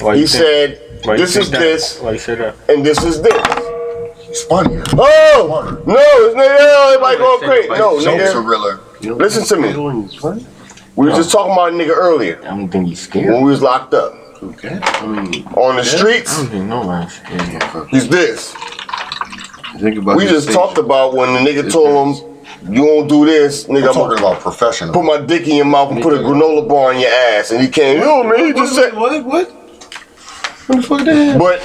Speaker 6: Why
Speaker 2: he
Speaker 6: you think-
Speaker 2: said,
Speaker 6: why you
Speaker 2: "This
Speaker 6: think
Speaker 2: is
Speaker 6: that?
Speaker 2: this,
Speaker 6: Why you say that?
Speaker 2: and this is this."
Speaker 7: He's funnier.
Speaker 2: Oh no, it's not. yeah, Everybody going crazy. No,
Speaker 7: Joke's a
Speaker 2: nigga,
Speaker 7: realer.
Speaker 2: listen to me. We was just talking about a nigga earlier
Speaker 4: I don't think he's scared.
Speaker 2: when we was locked up
Speaker 1: Okay. I mean,
Speaker 2: on the streets.
Speaker 4: I don't think nobody's scared.
Speaker 2: He's this.
Speaker 1: think about
Speaker 2: We
Speaker 1: this
Speaker 2: just
Speaker 1: thing.
Speaker 2: talked about when the nigga told him, "You won't do this, nigga.
Speaker 7: I'm
Speaker 2: I'm
Speaker 7: talking
Speaker 2: gonna
Speaker 7: about professional.
Speaker 2: put my dick in your mouth and put a granola bar in your ass." And he came, "Yo, man, he just said."
Speaker 1: What? What? What the fuck that? happened?
Speaker 2: But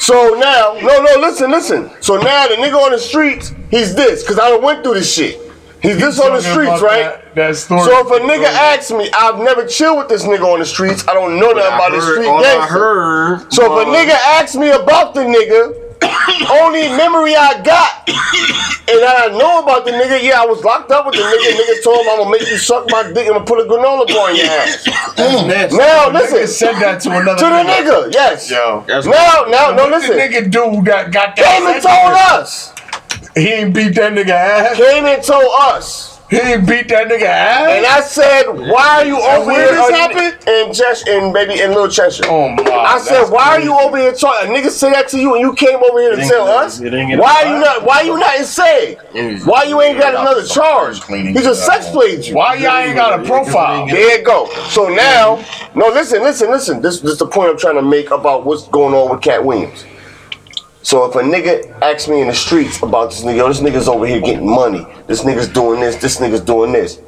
Speaker 2: so now, no, no, listen, listen. So now the nigga on the streets, he's this, cause I done went through this shit. He's this on the
Speaker 5: Talking
Speaker 2: streets,
Speaker 5: about
Speaker 2: right?
Speaker 5: That, that story.
Speaker 2: So if a nigga asks me, I've never chilled with this nigga on the streets. I don't know nothing about this street
Speaker 6: all I
Speaker 2: gangster.
Speaker 6: heard.
Speaker 2: So if a nigga asks me about the nigga, only memory I got and that I know about the nigga, yeah, I was locked up with the nigga. Nigga told him I'm gonna make you suck my dick and I'm gonna put a granola bar in your ass.
Speaker 5: Nasty.
Speaker 2: Now,
Speaker 5: The nigga
Speaker 2: listen.
Speaker 5: said that to another
Speaker 2: To the nigga, yes.
Speaker 5: Yo.
Speaker 2: Now, now, no,
Speaker 5: What the
Speaker 2: listen.
Speaker 5: nigga dude that got that.
Speaker 2: Came and told us.
Speaker 5: He ain't beat that nigga ass.
Speaker 2: Came and told us.
Speaker 5: He ain't beat that nigga
Speaker 2: And
Speaker 5: ass.
Speaker 2: I said, why are you over
Speaker 5: where
Speaker 2: here?
Speaker 5: this happened?
Speaker 2: In Cheshire, in baby, in Little Cheshire.
Speaker 5: Oh my.
Speaker 2: I said,
Speaker 5: that's
Speaker 2: why are
Speaker 5: crazy.
Speaker 2: you over here talking? A nigga said that to you, and you came over here to tell us.
Speaker 1: it ain't get
Speaker 2: Why
Speaker 1: a-
Speaker 2: you not? Why you not in SAG? Why you ain't got another charge?
Speaker 7: cleaning
Speaker 2: He just
Speaker 7: it up.
Speaker 2: sex played you.
Speaker 5: Why y'all ain't got a profile?
Speaker 2: There you go. So now, no, listen, listen, listen. This, this is the point I'm trying to make about what's going on with Cat Williams. So if a nigga asks me in the streets about this nigga, yo, this nigga's over here getting money. This nigga's doing this. This nigga's doing this.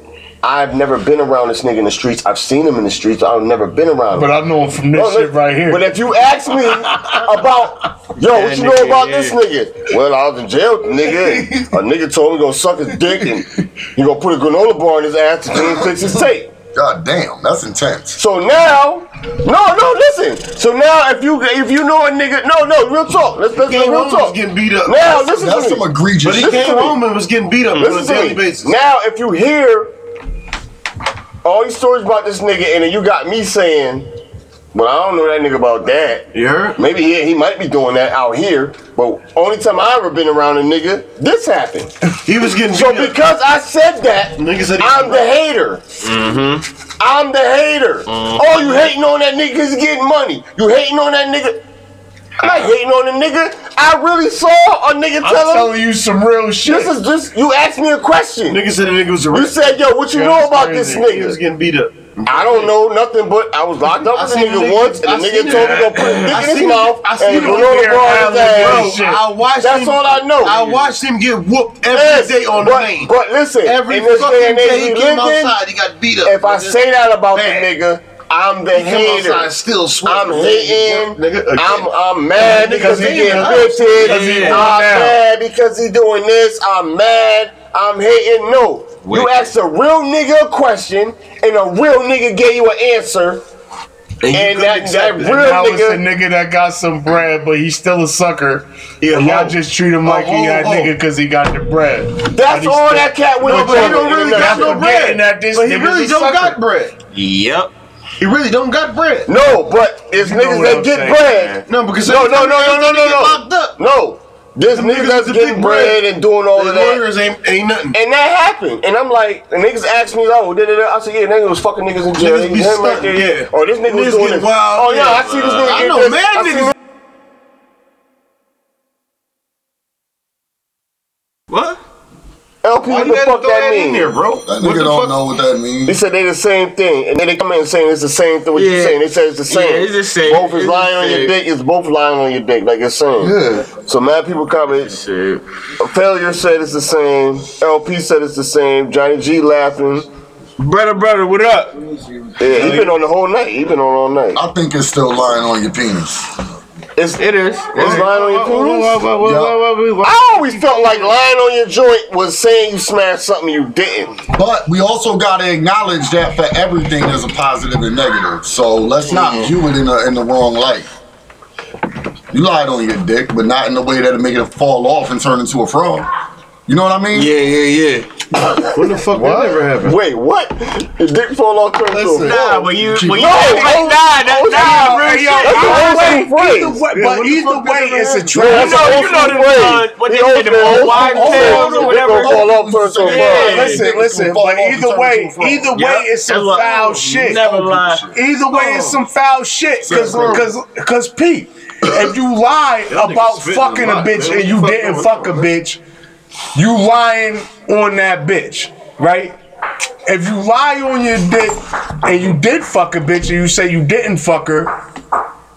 Speaker 2: I've never been around this nigga in the streets. I've seen him in the streets. I've never been around him.
Speaker 5: But I know him from this
Speaker 2: No,
Speaker 5: shit
Speaker 2: look,
Speaker 5: right here.
Speaker 2: But if you ask me about, yo, what you know about this nigga? Well, I was in jail, with the nigga. and A nigga told me he gonna suck his dick and he gonna put a granola bar in his ass to clean fix his tape.
Speaker 7: God damn, that's intense.
Speaker 2: So now, no, no, listen. So now, if you if you know a nigga, no, no, real talk. Let's let's
Speaker 1: Came
Speaker 2: real
Speaker 1: home was
Speaker 2: talk.
Speaker 1: getting beat up.
Speaker 2: Now listen
Speaker 7: That's
Speaker 2: to me.
Speaker 7: some egregious
Speaker 1: But he
Speaker 7: shit.
Speaker 2: listen
Speaker 1: came
Speaker 2: to me.
Speaker 1: home and was getting beat up on a
Speaker 2: Listen to
Speaker 1: daily
Speaker 2: me.
Speaker 1: basis.
Speaker 2: Now, if you hear all these stories about this nigga, and then you got me saying, "Well, I don't know that nigga about that."
Speaker 1: You heard?
Speaker 2: Maybe he, he might be doing that out here, but only time I ever been around a nigga, this happened.
Speaker 1: He was getting
Speaker 2: So
Speaker 1: beat up.
Speaker 2: because I said that,
Speaker 1: Nigga said he-
Speaker 2: I'm the hater.
Speaker 1: Mm-hmm.
Speaker 2: I'm the hater. Oh, you hating on that nigga 'cause he getting money. You hating on that nigga. I'm not hating on a nigga. I really saw a nigga
Speaker 5: I'm
Speaker 2: tell him.
Speaker 5: telling you some real shit.
Speaker 2: This is just you asked me a question.
Speaker 1: Nigga said the nigga was
Speaker 2: You
Speaker 1: arrested.
Speaker 2: said, yo, what you
Speaker 5: Yeah,
Speaker 2: know
Speaker 5: that's
Speaker 2: about
Speaker 5: crazy.
Speaker 2: this
Speaker 1: He was
Speaker 2: nigga?
Speaker 1: getting beat up.
Speaker 2: I don't know nothing, but I was locked up
Speaker 1: I
Speaker 2: with the
Speaker 1: seen
Speaker 2: nigga
Speaker 1: the nigga-
Speaker 2: once,
Speaker 1: I
Speaker 2: and the
Speaker 1: seen
Speaker 2: nigga told me
Speaker 1: it.
Speaker 2: to go put his
Speaker 1: I
Speaker 2: dick in
Speaker 1: seen
Speaker 2: his
Speaker 1: it.
Speaker 2: mouth
Speaker 1: I seen
Speaker 2: and
Speaker 1: it
Speaker 2: go
Speaker 1: on
Speaker 2: on the
Speaker 5: Bear
Speaker 2: bar his
Speaker 5: Island,
Speaker 2: ass.
Speaker 5: bro.
Speaker 1: I watched
Speaker 2: That's
Speaker 1: him.
Speaker 2: all I know.
Speaker 1: I watched him get whooped every day
Speaker 2: Yes,
Speaker 1: on
Speaker 2: but,
Speaker 1: the lane.
Speaker 2: but listen,
Speaker 1: every
Speaker 2: in this
Speaker 1: fucking
Speaker 2: day and
Speaker 1: day
Speaker 2: age
Speaker 1: he
Speaker 2: we
Speaker 1: came
Speaker 2: living,
Speaker 1: outside, he got beat up.
Speaker 2: if I
Speaker 1: nigga.
Speaker 2: say that about
Speaker 1: Bad.
Speaker 2: the nigga, I'm the
Speaker 1: he came
Speaker 2: hater.
Speaker 1: outside still
Speaker 2: I'm
Speaker 1: sweating.
Speaker 2: hating.
Speaker 1: nigga. again.
Speaker 2: I'm I'm mad because he getting lifted.
Speaker 5: Because he
Speaker 2: I'm
Speaker 5: doing now.
Speaker 2: mad because he doing this. I'm mad. I'm hating. No, you asked a real nigga a question, and a real nigga gave you an answer, and, that, that real
Speaker 5: and now it's a
Speaker 2: nigga.
Speaker 5: nigga that got some bread, but he's still a sucker.
Speaker 1: Yeah,
Speaker 5: and y'all
Speaker 1: ho.
Speaker 5: just treat him like
Speaker 1: ho,
Speaker 5: he that
Speaker 1: ho.
Speaker 5: nigga because he got the bread. But
Speaker 2: That's
Speaker 5: he
Speaker 2: all
Speaker 5: still-
Speaker 2: that cat went
Speaker 5: But
Speaker 2: over.
Speaker 5: you
Speaker 2: in
Speaker 5: don't
Speaker 2: the
Speaker 5: really
Speaker 2: nut.
Speaker 5: got no bread. That this
Speaker 1: But he
Speaker 5: nigga's
Speaker 1: really
Speaker 5: a
Speaker 1: don't
Speaker 5: sucker.
Speaker 1: got bread.
Speaker 6: Yep.
Speaker 1: He really don't got bread.
Speaker 2: No, but it's
Speaker 5: You know
Speaker 2: niggas
Speaker 5: what
Speaker 2: that
Speaker 5: I'm
Speaker 2: get
Speaker 5: saying,
Speaker 2: bread.
Speaker 1: No, because
Speaker 2: No, no, no, no, no,
Speaker 1: Get
Speaker 2: no,
Speaker 1: locked
Speaker 2: no.
Speaker 1: up.
Speaker 2: No, this niggas
Speaker 1: niggas
Speaker 2: that's
Speaker 1: is
Speaker 2: getting
Speaker 1: big
Speaker 2: bread
Speaker 1: bread.
Speaker 2: and doing all
Speaker 1: The
Speaker 2: of that.
Speaker 1: lawyers ain't ain't nothing.
Speaker 2: And that happened. And I'm like, and niggas asked me, oh, da, da, da. I said, yeah, nigga was fucking niggas in jail.
Speaker 1: Niggas be
Speaker 2: Him right
Speaker 1: stunting,
Speaker 2: there.
Speaker 1: yeah.
Speaker 2: Or Oh, this nigga was
Speaker 1: Niggas
Speaker 2: doing
Speaker 1: get
Speaker 2: this.
Speaker 1: wild,
Speaker 2: oh, yeah,
Speaker 1: yeah.
Speaker 2: I see this nigga.
Speaker 1: I
Speaker 2: did
Speaker 1: know
Speaker 2: this.
Speaker 1: mad
Speaker 2: I seen
Speaker 1: niggas-
Speaker 6: What?
Speaker 2: LP, what
Speaker 1: You
Speaker 2: the
Speaker 1: gotta
Speaker 2: fuck
Speaker 1: throw
Speaker 2: that
Speaker 1: in there,
Speaker 2: mean?
Speaker 1: bro.
Speaker 7: That nigga don't know what that means.
Speaker 2: They said they the same thing, and then they come in saying it's the same thing. What you
Speaker 6: Yeah.
Speaker 2: saying? They said it's the same.
Speaker 6: Yeah, it's the same.
Speaker 2: Both is
Speaker 6: It's the
Speaker 2: lying on your
Speaker 6: same.
Speaker 2: dick. It's both lying on your dick, like it's saying.
Speaker 7: Yeah.
Speaker 2: So mad people comment.
Speaker 6: Shit.
Speaker 2: Failure said it's the same. LP said it's the same. Johnny G laughing.
Speaker 6: Brother, brother, what up? Oh,
Speaker 2: Yeah, he been on the whole night. He been on all night.
Speaker 7: I think it's still lying on your penis.
Speaker 2: It's, it
Speaker 6: is.
Speaker 2: It's lying on
Speaker 6: oh,
Speaker 2: your poodles.
Speaker 1: Why
Speaker 2: I always felt like lying on your joint was saying you smashed something you didn't.
Speaker 7: But we also gotta acknowledge that for everything there's a positive and negative. So let's not
Speaker 5: Mm-hmm.
Speaker 7: view it in a, in the wrong light. You lied on your dick, but not in a way that'll make it fall off and turn into a frog. You know what I mean?
Speaker 5: Yeah, yeah, yeah.
Speaker 1: When the fuck that never happened?
Speaker 2: Wait, what? Your dick fall off turn to
Speaker 1: Listen.
Speaker 2: a
Speaker 6: Nah,
Speaker 2: frog.
Speaker 6: when you
Speaker 7: Keep
Speaker 6: when you
Speaker 2: No,
Speaker 6: act like
Speaker 2: oh,
Speaker 6: nah, that,
Speaker 2: oh,
Speaker 6: nah, real
Speaker 5: yo,
Speaker 6: shit.
Speaker 2: That's
Speaker 5: Either
Speaker 2: an old
Speaker 5: way-
Speaker 2: school phrase.
Speaker 5: either way-
Speaker 1: Yeah, what
Speaker 5: But
Speaker 1: the
Speaker 5: either
Speaker 1: fuck does
Speaker 5: way,
Speaker 1: it
Speaker 5: it's a
Speaker 1: matter?
Speaker 5: trap.
Speaker 6: You know, you know the, uh, what they did, the wide tail or whatever.
Speaker 2: Fall off turn to a
Speaker 6: Yeah.
Speaker 2: frog.
Speaker 5: Listen, listen, but either way, either way, it's some
Speaker 6: That's what-
Speaker 5: foul shit.
Speaker 6: Never lie.
Speaker 5: Either way, it's some foul shit. Cause,
Speaker 7: Exactly.
Speaker 5: cause, cause, Pete, if you lie about
Speaker 1: spitting
Speaker 5: fucking
Speaker 1: a
Speaker 5: a
Speaker 1: lot,
Speaker 5: bitch
Speaker 1: man.
Speaker 5: and you
Speaker 1: What the fuck
Speaker 5: didn't
Speaker 1: going
Speaker 5: fuck a
Speaker 1: on,
Speaker 5: bitch, you lying on that bitch, right? If you lie on your dick and you did fuck a bitch and you say you didn't fuck her,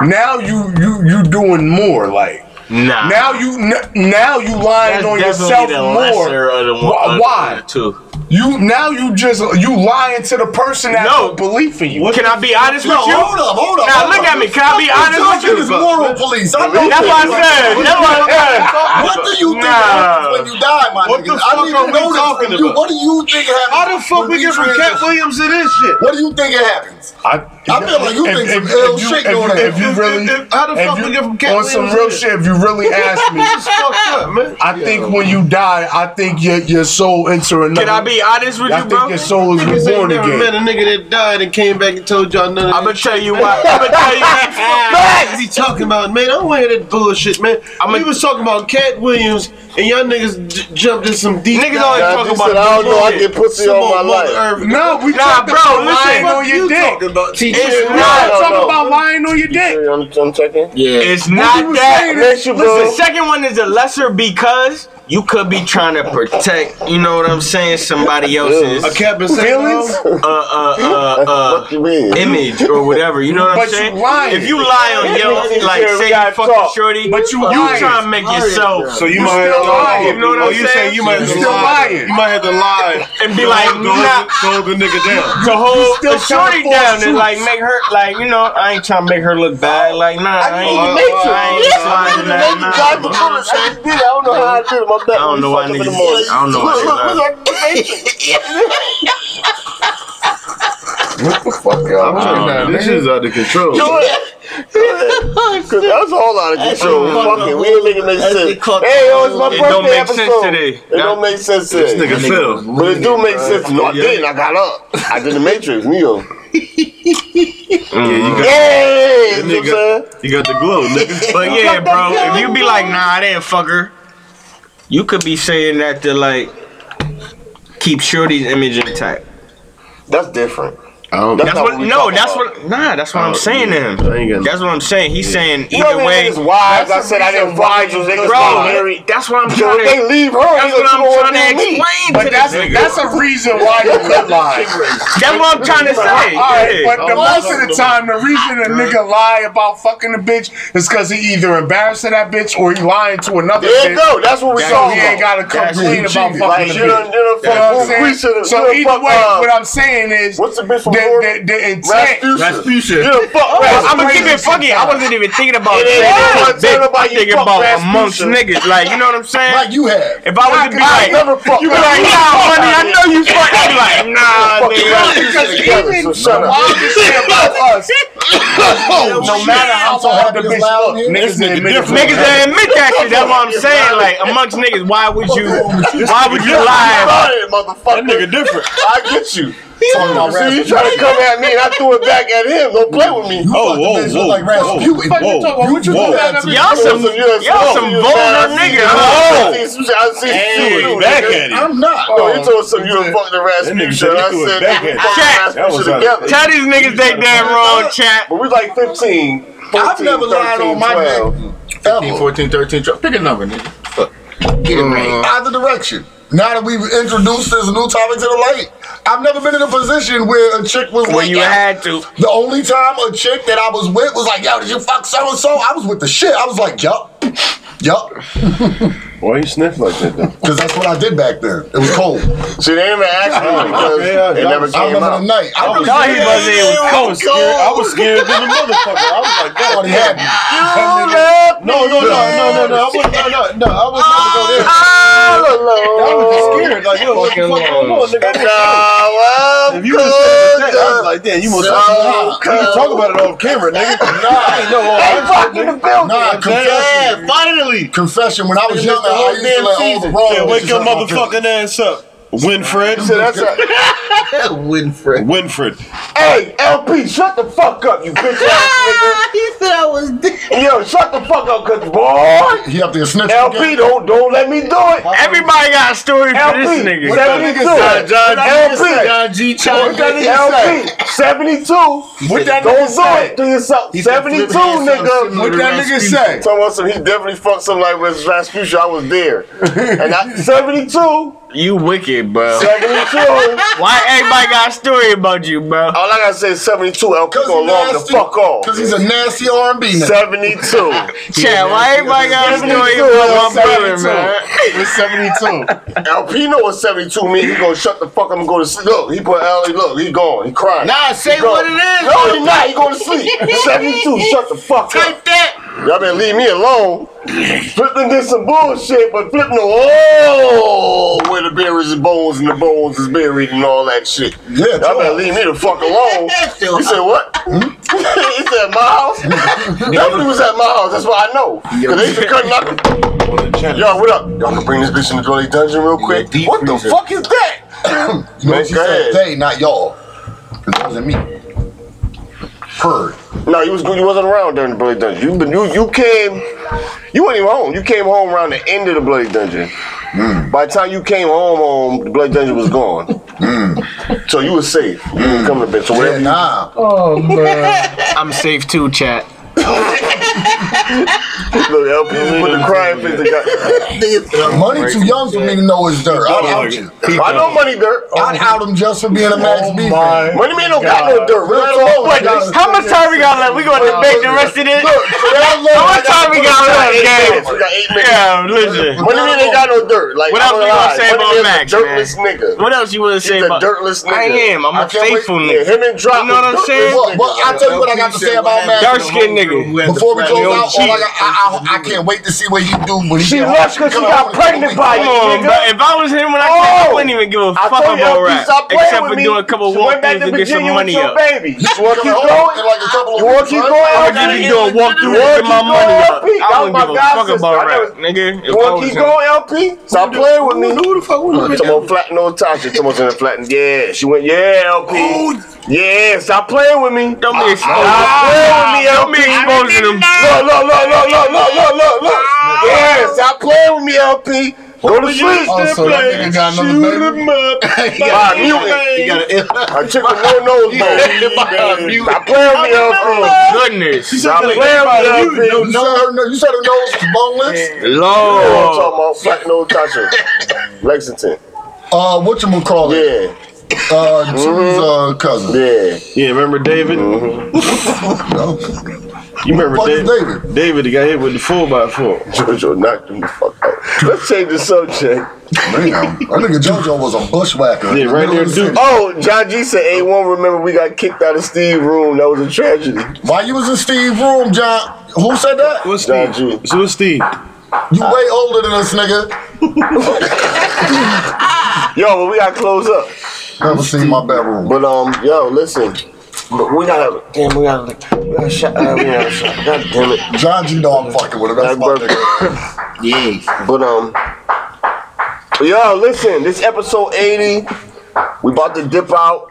Speaker 5: now you you you doing more like.
Speaker 6: Nah.
Speaker 5: Now you n- now you lying
Speaker 6: That's
Speaker 5: on
Speaker 6: definitely
Speaker 5: yourself
Speaker 6: the
Speaker 5: more.
Speaker 6: lesser of the one.
Speaker 5: Why-
Speaker 6: of the
Speaker 5: why?
Speaker 6: Two.
Speaker 5: You now you just you lying to the person that
Speaker 6: No.
Speaker 5: don't believe in you.
Speaker 6: Can I be honest
Speaker 7: No,
Speaker 6: with you?
Speaker 7: hold up, hold up.
Speaker 6: Now
Speaker 7: hold
Speaker 6: look
Speaker 7: up.
Speaker 6: at me. Can I be
Speaker 7: Fucking
Speaker 6: honest
Speaker 7: Johnson
Speaker 6: with
Speaker 7: is
Speaker 6: you?
Speaker 7: moral police. I know
Speaker 6: That's what I
Speaker 7: that.
Speaker 6: said. That's what I said.
Speaker 7: What do you think
Speaker 6: Nah.
Speaker 7: happens when you die, my
Speaker 1: What the
Speaker 7: niggas? I
Speaker 1: fuck
Speaker 7: didn't
Speaker 1: are
Speaker 7: even
Speaker 1: we
Speaker 7: know this
Speaker 1: talking
Speaker 7: from you.
Speaker 1: about?
Speaker 7: What do you think happens?
Speaker 1: How the fuck
Speaker 7: when
Speaker 1: we get from
Speaker 7: transition?
Speaker 1: Cat Williams to this shit?
Speaker 7: What do you think it happens?
Speaker 5: I,
Speaker 7: I feel like you
Speaker 5: if-
Speaker 7: think
Speaker 5: if-
Speaker 7: some
Speaker 5: if
Speaker 7: ill
Speaker 5: you-
Speaker 7: shit
Speaker 5: if
Speaker 7: going
Speaker 5: you-
Speaker 7: on.
Speaker 5: If you really,
Speaker 1: If- if- how the
Speaker 5: if
Speaker 1: fuck
Speaker 5: you-
Speaker 1: we get from Cat
Speaker 5: on some
Speaker 1: Williams
Speaker 5: real
Speaker 1: to
Speaker 5: shit, if you really ask me,
Speaker 1: It's fucked up, man.
Speaker 5: I think when you die, I think your your soul enter another.
Speaker 6: Can I be honest with
Speaker 5: I
Speaker 6: you,
Speaker 5: think
Speaker 6: bro?
Speaker 5: your soul is
Speaker 1: Niggas ain't
Speaker 5: reborn
Speaker 1: never met
Speaker 5: again.
Speaker 1: a nigga that died and came back and told y'all none of
Speaker 6: I'm gonna
Speaker 1: that
Speaker 6: tell you why. I'm gonna tell you
Speaker 1: What he talking about, man? I don't want to hear that bullshit, man. we was talking about Cat Williams, and y'all niggas j- jumped in some deep.
Speaker 6: Niggas always
Speaker 1: dive.
Speaker 6: talk
Speaker 2: He
Speaker 6: about
Speaker 2: said, I don't know, I
Speaker 1: Bullshit.
Speaker 2: get pussy
Speaker 1: Some
Speaker 2: all
Speaker 1: old
Speaker 2: my
Speaker 1: Mother
Speaker 2: life.
Speaker 1: Earth.
Speaker 5: No, we
Speaker 6: Nah,
Speaker 5: talking
Speaker 6: bro,
Speaker 5: about
Speaker 6: listen,
Speaker 5: lying
Speaker 6: fuck
Speaker 5: on your
Speaker 1: you
Speaker 5: dick.
Speaker 1: talking about?
Speaker 6: It's
Speaker 5: Nah,
Speaker 6: not.
Speaker 2: No,
Speaker 5: talking
Speaker 2: no.
Speaker 5: about lying on your dick.
Speaker 2: You on- on checking?
Speaker 6: It's
Speaker 5: What you
Speaker 6: not
Speaker 5: was
Speaker 6: that.
Speaker 5: saying is-
Speaker 2: Bless you,
Speaker 6: The
Speaker 2: bro.
Speaker 6: second one is a lesser because you could be trying to protect, you know what I'm saying, somebody else's uh,
Speaker 1: A cap and say,
Speaker 5: Feelings?
Speaker 6: uh, uh,
Speaker 2: What
Speaker 6: uh,
Speaker 2: you mean?
Speaker 6: image or whatever. You know what I'm
Speaker 5: But you
Speaker 6: saying?
Speaker 5: lying.
Speaker 6: If you lie on
Speaker 2: Niggas
Speaker 6: your, like,
Speaker 2: here, we
Speaker 6: say you
Speaker 2: gotta
Speaker 6: fucking
Speaker 2: talk.
Speaker 6: shorty,
Speaker 5: But you lying.
Speaker 6: trying to make yourself
Speaker 1: So you
Speaker 5: You
Speaker 1: might
Speaker 5: still
Speaker 1: have to lie.
Speaker 5: lying.
Speaker 1: You know what I'm saying? You say you
Speaker 5: You
Speaker 1: might have to
Speaker 5: still
Speaker 1: lie.
Speaker 5: lying.
Speaker 1: You might have to lie
Speaker 6: and be like,
Speaker 1: go,
Speaker 6: nah,
Speaker 1: go the nigga down.
Speaker 6: to hold
Speaker 5: still
Speaker 6: a
Speaker 5: trying
Speaker 6: shorty
Speaker 5: to force
Speaker 6: down and
Speaker 5: you.
Speaker 6: like make her like you know I ain't trying to make her look bad like nah I ain't
Speaker 1: mean,
Speaker 6: I
Speaker 1: you
Speaker 6: ain't
Speaker 1: make
Speaker 2: Yeah, I
Speaker 6: trying
Speaker 2: really
Speaker 6: to
Speaker 2: made you
Speaker 6: nah,
Speaker 2: drive the
Speaker 6: nah.
Speaker 2: bullets. I just did it. I don't know how I did it. My back
Speaker 6: I don't know why
Speaker 2: fucked up in the
Speaker 6: niggas-
Speaker 2: morning.
Speaker 6: I don't know why
Speaker 2: Look, look,
Speaker 6: niggas-
Speaker 2: look, look, look, look.
Speaker 1: I'm trying This is out of control.
Speaker 2: Go ahead. Cause that's a whole lot of control. Fuck it. We didn't make it make sense. Hey, yo, it's my
Speaker 6: It
Speaker 2: birthday
Speaker 6: don't make
Speaker 2: episode.
Speaker 6: sense today.
Speaker 2: It don't make sense
Speaker 1: This
Speaker 2: today.
Speaker 1: nigga fell.
Speaker 2: But it do make sense. No, I didn't. I got up. I did the Matrix, Neo.
Speaker 1: Yeah, you got,
Speaker 2: Yeah, you know what I'm saying?
Speaker 1: nigga, you got the glow, nigga.
Speaker 6: But yeah, bro, if you be like, nah, I didn't fuck her, you could be saying that to like keep Shorty's image intact.
Speaker 2: That's different.
Speaker 1: I don't.
Speaker 2: That's
Speaker 6: That's
Speaker 2: not
Speaker 6: what.
Speaker 2: what we talking
Speaker 6: no, that's
Speaker 2: about.
Speaker 6: what. Nah, that's what I'm saying to him.
Speaker 1: Oh, I ain't got-
Speaker 6: That's what I'm saying. He's saying
Speaker 2: You know what I mean?
Speaker 6: either way,
Speaker 2: Niggas wives. I
Speaker 5: that's the
Speaker 2: said I didn't
Speaker 5: reason why
Speaker 2: find you. Niggas got
Speaker 6: bro.
Speaker 2: married.
Speaker 6: That's what I'm
Speaker 2: So
Speaker 6: trying
Speaker 2: if they
Speaker 6: to.
Speaker 2: leave her,
Speaker 6: That's what I'm trying to explain
Speaker 5: But
Speaker 6: to
Speaker 5: that's
Speaker 6: this nigga.
Speaker 5: that's a reason why you could lie.
Speaker 6: That's what I'm trying to say.
Speaker 5: All right,
Speaker 6: Yeah. Oh,
Speaker 5: but the most of the time, the reason a nigga lie about fucking a bitch is because he either embarrassing that bitch or he lying to another
Speaker 2: There you
Speaker 5: bitch.
Speaker 2: go. That's what we
Speaker 5: So
Speaker 2: talking
Speaker 5: he ain't
Speaker 2: about.
Speaker 5: gotta complain
Speaker 7: That's
Speaker 5: about
Speaker 7: cheating.
Speaker 5: fucking
Speaker 2: Like,
Speaker 5: the
Speaker 2: you
Speaker 5: bitch.
Speaker 2: done, you
Speaker 5: You
Speaker 2: done
Speaker 5: know what
Speaker 2: fuck
Speaker 5: I'm
Speaker 2: Greece
Speaker 5: saying?
Speaker 2: and
Speaker 5: So
Speaker 2: you
Speaker 5: either
Speaker 2: done
Speaker 5: way, what
Speaker 2: fuck, uh,
Speaker 5: I'm saying is
Speaker 2: What's the bitch
Speaker 5: the,
Speaker 2: from
Speaker 5: the,
Speaker 2: Florida?
Speaker 5: the intent.
Speaker 2: Rasputin.
Speaker 1: Rasputin.
Speaker 2: You done fuck
Speaker 6: I'm
Speaker 2: Rasputin.
Speaker 6: gonna keep it funky. I wasn't even thinking about
Speaker 2: It
Speaker 6: it.
Speaker 2: ain't
Speaker 6: Yeah.
Speaker 2: one thing
Speaker 6: Big,
Speaker 2: about
Speaker 6: I'm
Speaker 2: you
Speaker 6: thinking
Speaker 2: fuck
Speaker 6: about
Speaker 2: Rasputin.
Speaker 6: amongst niggas. Like, you know what I'm saying?
Speaker 7: Like you have.
Speaker 6: if I was to be
Speaker 2: I
Speaker 6: like,
Speaker 2: never fucked
Speaker 6: you be like,
Speaker 2: Rasputin.
Speaker 6: nah, honey, I know you fucked. I'd be like, nah,
Speaker 2: Fucking
Speaker 6: nigga.
Speaker 2: Rasputin together, so shut up.
Speaker 5: No matter how hard the bitch look, niggas
Speaker 7: nigga
Speaker 5: admit
Speaker 7: different.
Speaker 6: Niggas that admit that shit. That's what I'm saying. Like amongst niggas, why would you? Why would you lie?
Speaker 2: Sorry, motherfucker.
Speaker 1: different.
Speaker 2: I get you.
Speaker 7: Talking about
Speaker 2: See, you
Speaker 7: Rasputin.
Speaker 2: trying to come at me and I threw it back at him. Don't play with me.
Speaker 7: You
Speaker 1: Oh,
Speaker 7: fucking
Speaker 1: whoa,
Speaker 7: bitch
Speaker 1: whoa,
Speaker 7: look like Rasputin.
Speaker 1: whoa, What the fuck you talking about? What you whoa. doing?
Speaker 6: Y'all some, y'all some vulgar niggas.
Speaker 2: I
Speaker 6: huh?
Speaker 2: see some shit. I see
Speaker 1: Hey,
Speaker 2: some shit.
Speaker 1: back at him.
Speaker 7: I'm not.
Speaker 1: Oh,
Speaker 2: No, you told some you done fucked the
Speaker 1: nigga
Speaker 2: Rasputin.
Speaker 1: said
Speaker 2: I
Speaker 1: he threw it
Speaker 2: said
Speaker 1: back
Speaker 2: they
Speaker 1: at
Speaker 6: him.
Speaker 2: fucked the
Speaker 1: That was
Speaker 2: Rasputin
Speaker 1: out
Speaker 2: together.
Speaker 6: Tell these niggas they damn wrong, chat.
Speaker 2: But we like 15. 14,
Speaker 4: I've never lied on my
Speaker 2: 13, 12.
Speaker 4: dick. 15, 14, 13, 12. Pick a number, nigga. Fuck. Get it right.
Speaker 7: Mm. Either direction. Now that we've introduced this new topic to the light, I've never been in a position where a chick was
Speaker 6: Well,
Speaker 7: like,
Speaker 6: you
Speaker 7: "Yo."
Speaker 6: had to.
Speaker 7: The only time a chick that I was with was like, "Yo, did you fuck so and so?" I was with the shit. I was like, "Yup, yup,"
Speaker 1: Why you sniff like that though?
Speaker 7: because that's what I did back then. It was cold.
Speaker 2: See, they didn't even ask me because
Speaker 1: Yeah,
Speaker 2: it
Speaker 1: yeah.
Speaker 2: never
Speaker 7: I
Speaker 2: came
Speaker 7: remember the
Speaker 2: out.
Speaker 7: night.
Speaker 1: Oh,
Speaker 7: I really
Speaker 6: No, he wasn't. It was
Speaker 1: I was
Speaker 6: cold.
Speaker 1: scared. I was scared than a motherfucker. I was
Speaker 7: I
Speaker 1: like, God
Speaker 7: thought he had
Speaker 1: damn.
Speaker 7: me.
Speaker 1: No, no, no, no, no, no. I wouldn't, no, no, no. I wouldn't never go there.
Speaker 2: Oh,
Speaker 1: I was scared. Like, yo, what the fuck going on, nigga?
Speaker 2: And I
Speaker 1: If you just said that, I was like, damn, you must talk, you can talk about it off camera, nigga. Nah, I ain't no all that shit, nigga.
Speaker 7: Nah, confession.
Speaker 4: finally.
Speaker 7: Confession. When I was younger, I used to let all the wrong.
Speaker 1: Yeah, wake your
Speaker 7: bitches hurt my
Speaker 1: motherfucking ass up. Winfred.
Speaker 2: So that's a,
Speaker 4: Winfrey.
Speaker 1: Winfred.
Speaker 2: hey, LP, shut the fuck up, you bitch ass
Speaker 4: he said I was dead.
Speaker 2: nigga. Yo, shut the fuck up, cause boy,
Speaker 7: feelings. He up there snitching.
Speaker 2: LP,
Speaker 7: again.
Speaker 2: don't don't let me do it.
Speaker 6: Everybody got a story for
Speaker 2: LP,
Speaker 6: this nigga.
Speaker 2: seventy two. LP,
Speaker 4: John G.
Speaker 2: what
Speaker 4: Chang.
Speaker 2: that nigga LP, seventy two.
Speaker 5: What that
Speaker 2: Don't
Speaker 5: nigga
Speaker 2: do it
Speaker 5: say?
Speaker 2: to yourself.
Speaker 4: He said,
Speaker 2: Seventy two,
Speaker 4: flip hands down, similar
Speaker 2: nigga.
Speaker 5: What
Speaker 4: to
Speaker 5: that nigga
Speaker 4: Rasputin.
Speaker 5: say?
Speaker 2: Talking about some, he definitely fucked something like with Rasputin. I was there, and I seventy two.
Speaker 6: You wicked, bro.
Speaker 2: 72. All
Speaker 6: Why everybody got a story about you, bro?
Speaker 2: I gotta say is 72. LP
Speaker 7: Cause
Speaker 2: gonna
Speaker 7: he
Speaker 2: long the
Speaker 7: nasty.
Speaker 2: fuck off.
Speaker 7: Cause he's a nasty R&B nigga.
Speaker 2: 72.
Speaker 6: Chad, why everybody got a story
Speaker 2: Seventy-two,
Speaker 6: about my brother,
Speaker 2: seventy-two.
Speaker 6: man?
Speaker 5: It's 72.
Speaker 2: LP know what 72 mean. He gonna shut the fuck up and go to sleep. Look, he put L. Look, he gone. He crying.
Speaker 4: Nah, say
Speaker 2: He gone.
Speaker 4: what it is.
Speaker 2: No, he not. He going to sleep. 72. Shut the fuck up.
Speaker 4: Like that.
Speaker 2: Y'all better leave me alone. Flipping did some bullshit, but flipping the oh where the berries and bones and the bones is buried and all that shit.
Speaker 7: Yeah,
Speaker 2: Y'all better
Speaker 7: Joe.
Speaker 2: leave me the fuck alone.
Speaker 4: Still
Speaker 2: You said what? he said my house. Definitely was at my house. That's why I know. Cause they used to cut knocking. Yo, what up? Y'all gonna bring this bitch in the Jolie dungeon real quick?
Speaker 4: deep
Speaker 2: What the
Speaker 4: freezer.
Speaker 2: fuck is that?
Speaker 7: You know what she
Speaker 2: Go
Speaker 7: said?
Speaker 2: ahead.
Speaker 7: They, not y'all. Cause that wasn't me. Heard.
Speaker 2: No, you was you wasn't around during the Bloody Dungeon. You you you came. You weren't even home. You came home around the end of the Bloody Dungeon.
Speaker 6: Mm.
Speaker 2: By the time you came home, home the Bloody Dungeon was gone.
Speaker 6: Mm.
Speaker 2: So you was safe. You didn't come to bed. So
Speaker 7: Yeah,
Speaker 2: whatever. you
Speaker 7: nah.
Speaker 6: I'm safe too, Chad.
Speaker 2: Look, LP just put the crying face. they got-
Speaker 7: Money too young for me to know it's dirt. I'd out you.
Speaker 2: I know money
Speaker 6: Oh,
Speaker 2: dirt.
Speaker 7: I'd out him just for being a
Speaker 2: Oh
Speaker 7: Max B fan.
Speaker 2: Money man don't got no dirt. Real talk.
Speaker 7: Wait,
Speaker 2: Look,
Speaker 6: How much time we got left? We gonna debate the rest of this? How much time we got
Speaker 2: eight
Speaker 6: left,
Speaker 2: minutes.
Speaker 6: gang?
Speaker 2: We got eight minutes.
Speaker 6: Yeah, listen.
Speaker 2: Money man ain't got no dirt. Like
Speaker 6: What
Speaker 2: I'm
Speaker 6: else
Speaker 2: not
Speaker 6: you gonna
Speaker 2: lie.
Speaker 6: say
Speaker 2: Money
Speaker 6: about
Speaker 2: Man's
Speaker 6: Max,
Speaker 2: a
Speaker 6: man?
Speaker 2: dirtless nigga.
Speaker 6: What else you wanna
Speaker 2: He's
Speaker 6: say
Speaker 2: a
Speaker 6: about?
Speaker 2: dirtless nigga.
Speaker 6: I am. I'm
Speaker 2: I
Speaker 6: a
Speaker 2: can't wait-
Speaker 6: faithful
Speaker 2: Yeah,
Speaker 6: nigga.
Speaker 2: him and Drop.
Speaker 6: You know what I'm
Speaker 2: was
Speaker 6: saying?
Speaker 2: dirtless
Speaker 7: Well, well,
Speaker 2: niggas.
Speaker 7: I'll tell you what I got to say about
Speaker 6: Dark
Speaker 7: Max.
Speaker 6: skinned nigga.
Speaker 7: Before we close out, all I,
Speaker 6: cheat.
Speaker 7: got, I, I, I can't wait to see what you do when you
Speaker 2: She
Speaker 7: get home.
Speaker 2: left because she
Speaker 7: Come
Speaker 2: got
Speaker 7: on,
Speaker 2: pregnant
Speaker 7: come on.
Speaker 2: by you,
Speaker 6: Come on, bro.
Speaker 2: nigga.
Speaker 6: If I was him when I came, I
Speaker 2: Oh!
Speaker 6: wouldn't even give a
Speaker 2: I
Speaker 6: fuck
Speaker 2: told you,
Speaker 6: about
Speaker 2: LP,
Speaker 6: rap.
Speaker 2: stop playing
Speaker 6: Except
Speaker 2: with
Speaker 6: for
Speaker 2: me.
Speaker 6: doing a couple
Speaker 2: She went back
Speaker 6: walkthroughs
Speaker 2: to
Speaker 6: and get some
Speaker 2: Virginia with
Speaker 6: money
Speaker 2: your
Speaker 6: up.
Speaker 2: baby. You
Speaker 7: You want
Speaker 2: want to
Speaker 7: to
Speaker 2: keep
Speaker 7: go in
Speaker 2: going?
Speaker 7: like a couple of
Speaker 2: You want to
Speaker 7: weeks,
Speaker 2: keep
Speaker 7: right?
Speaker 2: going?
Speaker 6: I'm gonna
Speaker 2: LP?
Speaker 6: just be doing walkthroughs and get my money up. I
Speaker 2: That was
Speaker 6: wouldn't
Speaker 2: my
Speaker 6: give a fuck
Speaker 2: god sister.
Speaker 6: about
Speaker 2: I
Speaker 6: rap,
Speaker 2: never-
Speaker 6: nigga. If
Speaker 2: You
Speaker 6: I
Speaker 2: want to
Speaker 6: was
Speaker 2: keep
Speaker 6: him.
Speaker 2: going, LP? Stop playing with me.
Speaker 4: Who the fuck was
Speaker 2: Come on, flat no Tasha. Come on, send a flat. Yeah, she went. Yeah, LP. Yeah, stop playing with me.
Speaker 6: Don't be exposing
Speaker 2: Ah,
Speaker 6: them.
Speaker 2: don't
Speaker 6: Don't be
Speaker 2: be
Speaker 6: exposing them.
Speaker 2: Look, look, look, look, look, look, look, look, look. Yeah, stop playing with me, LP. Go to sleep.
Speaker 7: Oh, so that nigga got another baby?
Speaker 2: By mute.
Speaker 4: He got an
Speaker 2: I took a no nose bone. Stop playing with me, LP.
Speaker 6: Goodness.
Speaker 2: Stop playing with me, LP.
Speaker 7: You said her, no- you said her nose was boneless?
Speaker 2: I'm
Speaker 6: Lord.
Speaker 2: talking about flat no Tasha. Lexington.
Speaker 7: Uh, whatchamacallit?
Speaker 2: Yeah,
Speaker 7: Uh, Drew's uh, cousin.
Speaker 2: yeah.
Speaker 1: Yeah, remember David? You remember
Speaker 7: Fuck is
Speaker 1: David?
Speaker 7: David?
Speaker 1: David, he got hit with the 4x4.
Speaker 2: JoJo knocked him the fuck out. Let's change the subject.
Speaker 7: Damn, that nigga JoJo was a bushwhacker.
Speaker 1: Yeah,
Speaker 7: in the
Speaker 1: right
Speaker 7: middle
Speaker 1: there,
Speaker 7: of the city.
Speaker 1: dude.
Speaker 2: Oh, John G said A1. Remember, we got kicked out of Steve's room. That was a tragedy.
Speaker 7: Why you was in Steve's room, John? Who said that?
Speaker 1: What's
Speaker 2: John
Speaker 1: Steve?
Speaker 2: G.
Speaker 1: So what's Steve?
Speaker 7: You way older than us, nigga.
Speaker 2: Yo, but we got to close up.
Speaker 7: Never seen my bedroom.
Speaker 2: But um, yo, listen. But we gotta, damn, we gotta, we gotta shut, uh, we gotta shut. God damn it.
Speaker 7: John G. Dog fucking with him. That's
Speaker 2: That
Speaker 7: my
Speaker 2: brother.
Speaker 7: nigga.
Speaker 4: Yeah.
Speaker 2: But um, but yo, listen. This episode eighty. We about to dip out.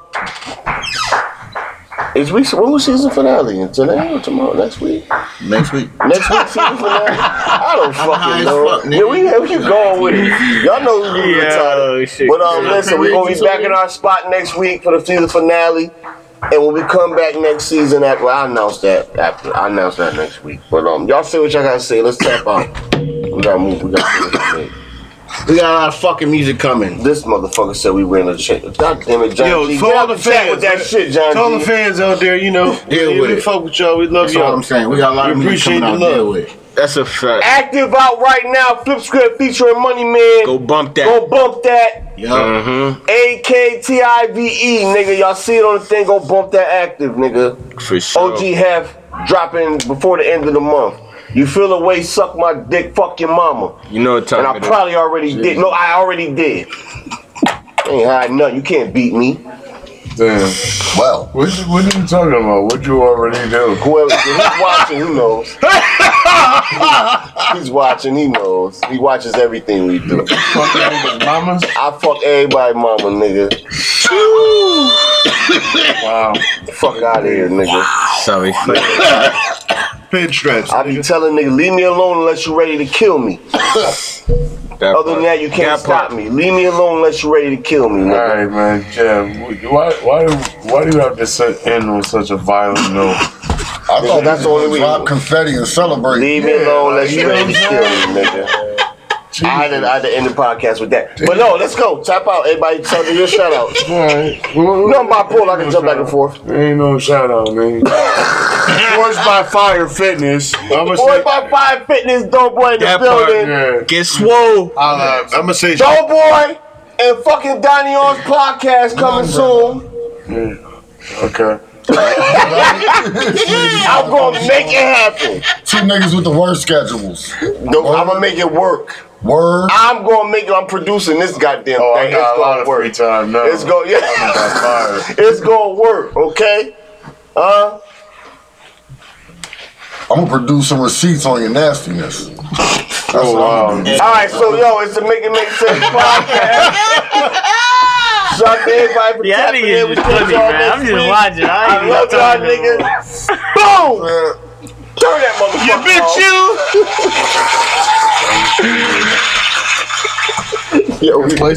Speaker 2: Is we when was season finale? Today or tomorrow? Next week?
Speaker 4: Next week.
Speaker 2: Next week's season finale? I don't
Speaker 4: high
Speaker 2: fucking
Speaker 4: as
Speaker 2: know.
Speaker 4: fuck, nigga. oh,
Speaker 2: yeah, we, we keep going with it. Y'all know we be
Speaker 6: Yeah,
Speaker 2: retarded.
Speaker 6: shit.
Speaker 2: But um, listen, we're gonna be back in our spot next week for the season finale. And when we come back next season, after I announce that, after I announce that next week. But um, y'all say what y'all gotta say. Let's tap out. We gotta move. We gotta. see what we made.
Speaker 4: We got a lot of fucking music coming.
Speaker 2: This motherfucker said we were in a shit. God damn it, John.
Speaker 1: Yo,
Speaker 2: G.
Speaker 1: for
Speaker 2: Get
Speaker 1: all
Speaker 2: out
Speaker 1: the
Speaker 2: chat
Speaker 1: fans,
Speaker 2: with that shit, John.
Speaker 1: To all the
Speaker 2: G.
Speaker 1: fans out there, you know,
Speaker 4: Deal
Speaker 1: we,
Speaker 4: with
Speaker 1: we
Speaker 4: it.
Speaker 1: fuck with y'all. We love
Speaker 4: That's all
Speaker 1: y'all.
Speaker 4: I'm saying. We got a lot of
Speaker 1: We
Speaker 4: music
Speaker 1: appreciate
Speaker 4: coming
Speaker 1: the
Speaker 4: out to
Speaker 1: love.
Speaker 4: deal with.
Speaker 6: That's a fact.
Speaker 2: Active out right now. Flip script featuring Money Man.
Speaker 6: Go bump that.
Speaker 2: Go bump that.
Speaker 4: Yup.
Speaker 2: A K T I V E, nigga. Y'all see it on the thing. Go bump that active, nigga.
Speaker 6: For sure.
Speaker 2: OG have dropping before the end of the month. You feel the way? Suck my dick. Fuck your mama.
Speaker 6: You know what time
Speaker 2: And I
Speaker 6: it is.
Speaker 2: probably already did. No, I already did. Ain't hide nothing. You can't beat me.
Speaker 9: Damn.
Speaker 7: Well,
Speaker 9: What, you- what are you talking about? What you already do?
Speaker 2: Whoever he's watching, he knows. he's watching, he knows. He watches everything we do.
Speaker 9: Fuck niggas, mamas?
Speaker 2: I fuck everybody, mama, nigga.
Speaker 9: Wow.
Speaker 2: Fuck out of here, nigga.
Speaker 6: Sorry.
Speaker 5: Pin stretch.
Speaker 2: I be telling nigga, leave me alone unless you're ready to kill me.
Speaker 6: That
Speaker 2: Other than
Speaker 6: part.
Speaker 2: that, you can't
Speaker 6: That part.
Speaker 2: stop me. Leave me alone unless you're ready to kill me,
Speaker 9: All
Speaker 2: nigga.
Speaker 9: right, man. Jim, why, why, why do you have to set, end on such a violent note?
Speaker 7: I thought
Speaker 2: that's
Speaker 7: that's
Speaker 2: the only
Speaker 7: only
Speaker 2: way-
Speaker 7: drop confetti and celebrate.
Speaker 2: Leave me
Speaker 9: Yeah,
Speaker 2: alone
Speaker 9: like,
Speaker 2: unless you're
Speaker 9: you know
Speaker 2: ready to
Speaker 9: what
Speaker 2: kill me, nigga. I had, to, I had to end the podcast with that. But no, let's go. Tap out. Everybody, tell me your shout out.
Speaker 9: All right. Well,
Speaker 2: No, my pool, I can jump back and forth.
Speaker 9: Ain't no shout out, man. Forged by Fire Fitness. I'm gonna
Speaker 2: Boy
Speaker 9: say.
Speaker 2: by Five Fitness, dope boy in the
Speaker 6: That part,
Speaker 2: building.
Speaker 9: Yeah.
Speaker 6: Get swole.
Speaker 1: I'm gonna say
Speaker 2: Dope boy and fucking Donnie On's podcast coming soon.
Speaker 9: Okay.
Speaker 2: I'm gonna make it happen.
Speaker 7: Two niggas with the worst schedules.
Speaker 2: No, I'm gonna make it work.
Speaker 7: Word.
Speaker 2: I'm gonna make it. I'm producing this goddamn
Speaker 9: Oh, I
Speaker 2: thing.
Speaker 9: got
Speaker 2: It's
Speaker 9: a lot
Speaker 2: gonna
Speaker 9: of
Speaker 2: work.
Speaker 9: free time now.
Speaker 2: It's gonna yeah.
Speaker 9: By fire.
Speaker 2: It's gonna work. Okay. Uh,
Speaker 7: I'm gonna produce some receipts on your nastiness. That's
Speaker 9: Oh,
Speaker 7: what I'm
Speaker 9: wow.
Speaker 7: gonna
Speaker 2: all right, so yo, it's the Make It Make Sense podcast. Shout out to everybody for
Speaker 6: Yeah, that
Speaker 2: tapping in.
Speaker 6: nigga
Speaker 2: We
Speaker 6: just
Speaker 2: catch
Speaker 6: funny,
Speaker 2: y'all
Speaker 6: man.
Speaker 2: next
Speaker 6: I'm just
Speaker 2: week.
Speaker 6: watching. I ain't
Speaker 2: I
Speaker 6: even
Speaker 2: love y'all,
Speaker 6: talking.
Speaker 2: niggas. Boom. Turn that motherfucker.
Speaker 6: You bitch,
Speaker 2: off.
Speaker 6: you.
Speaker 2: Yo, we-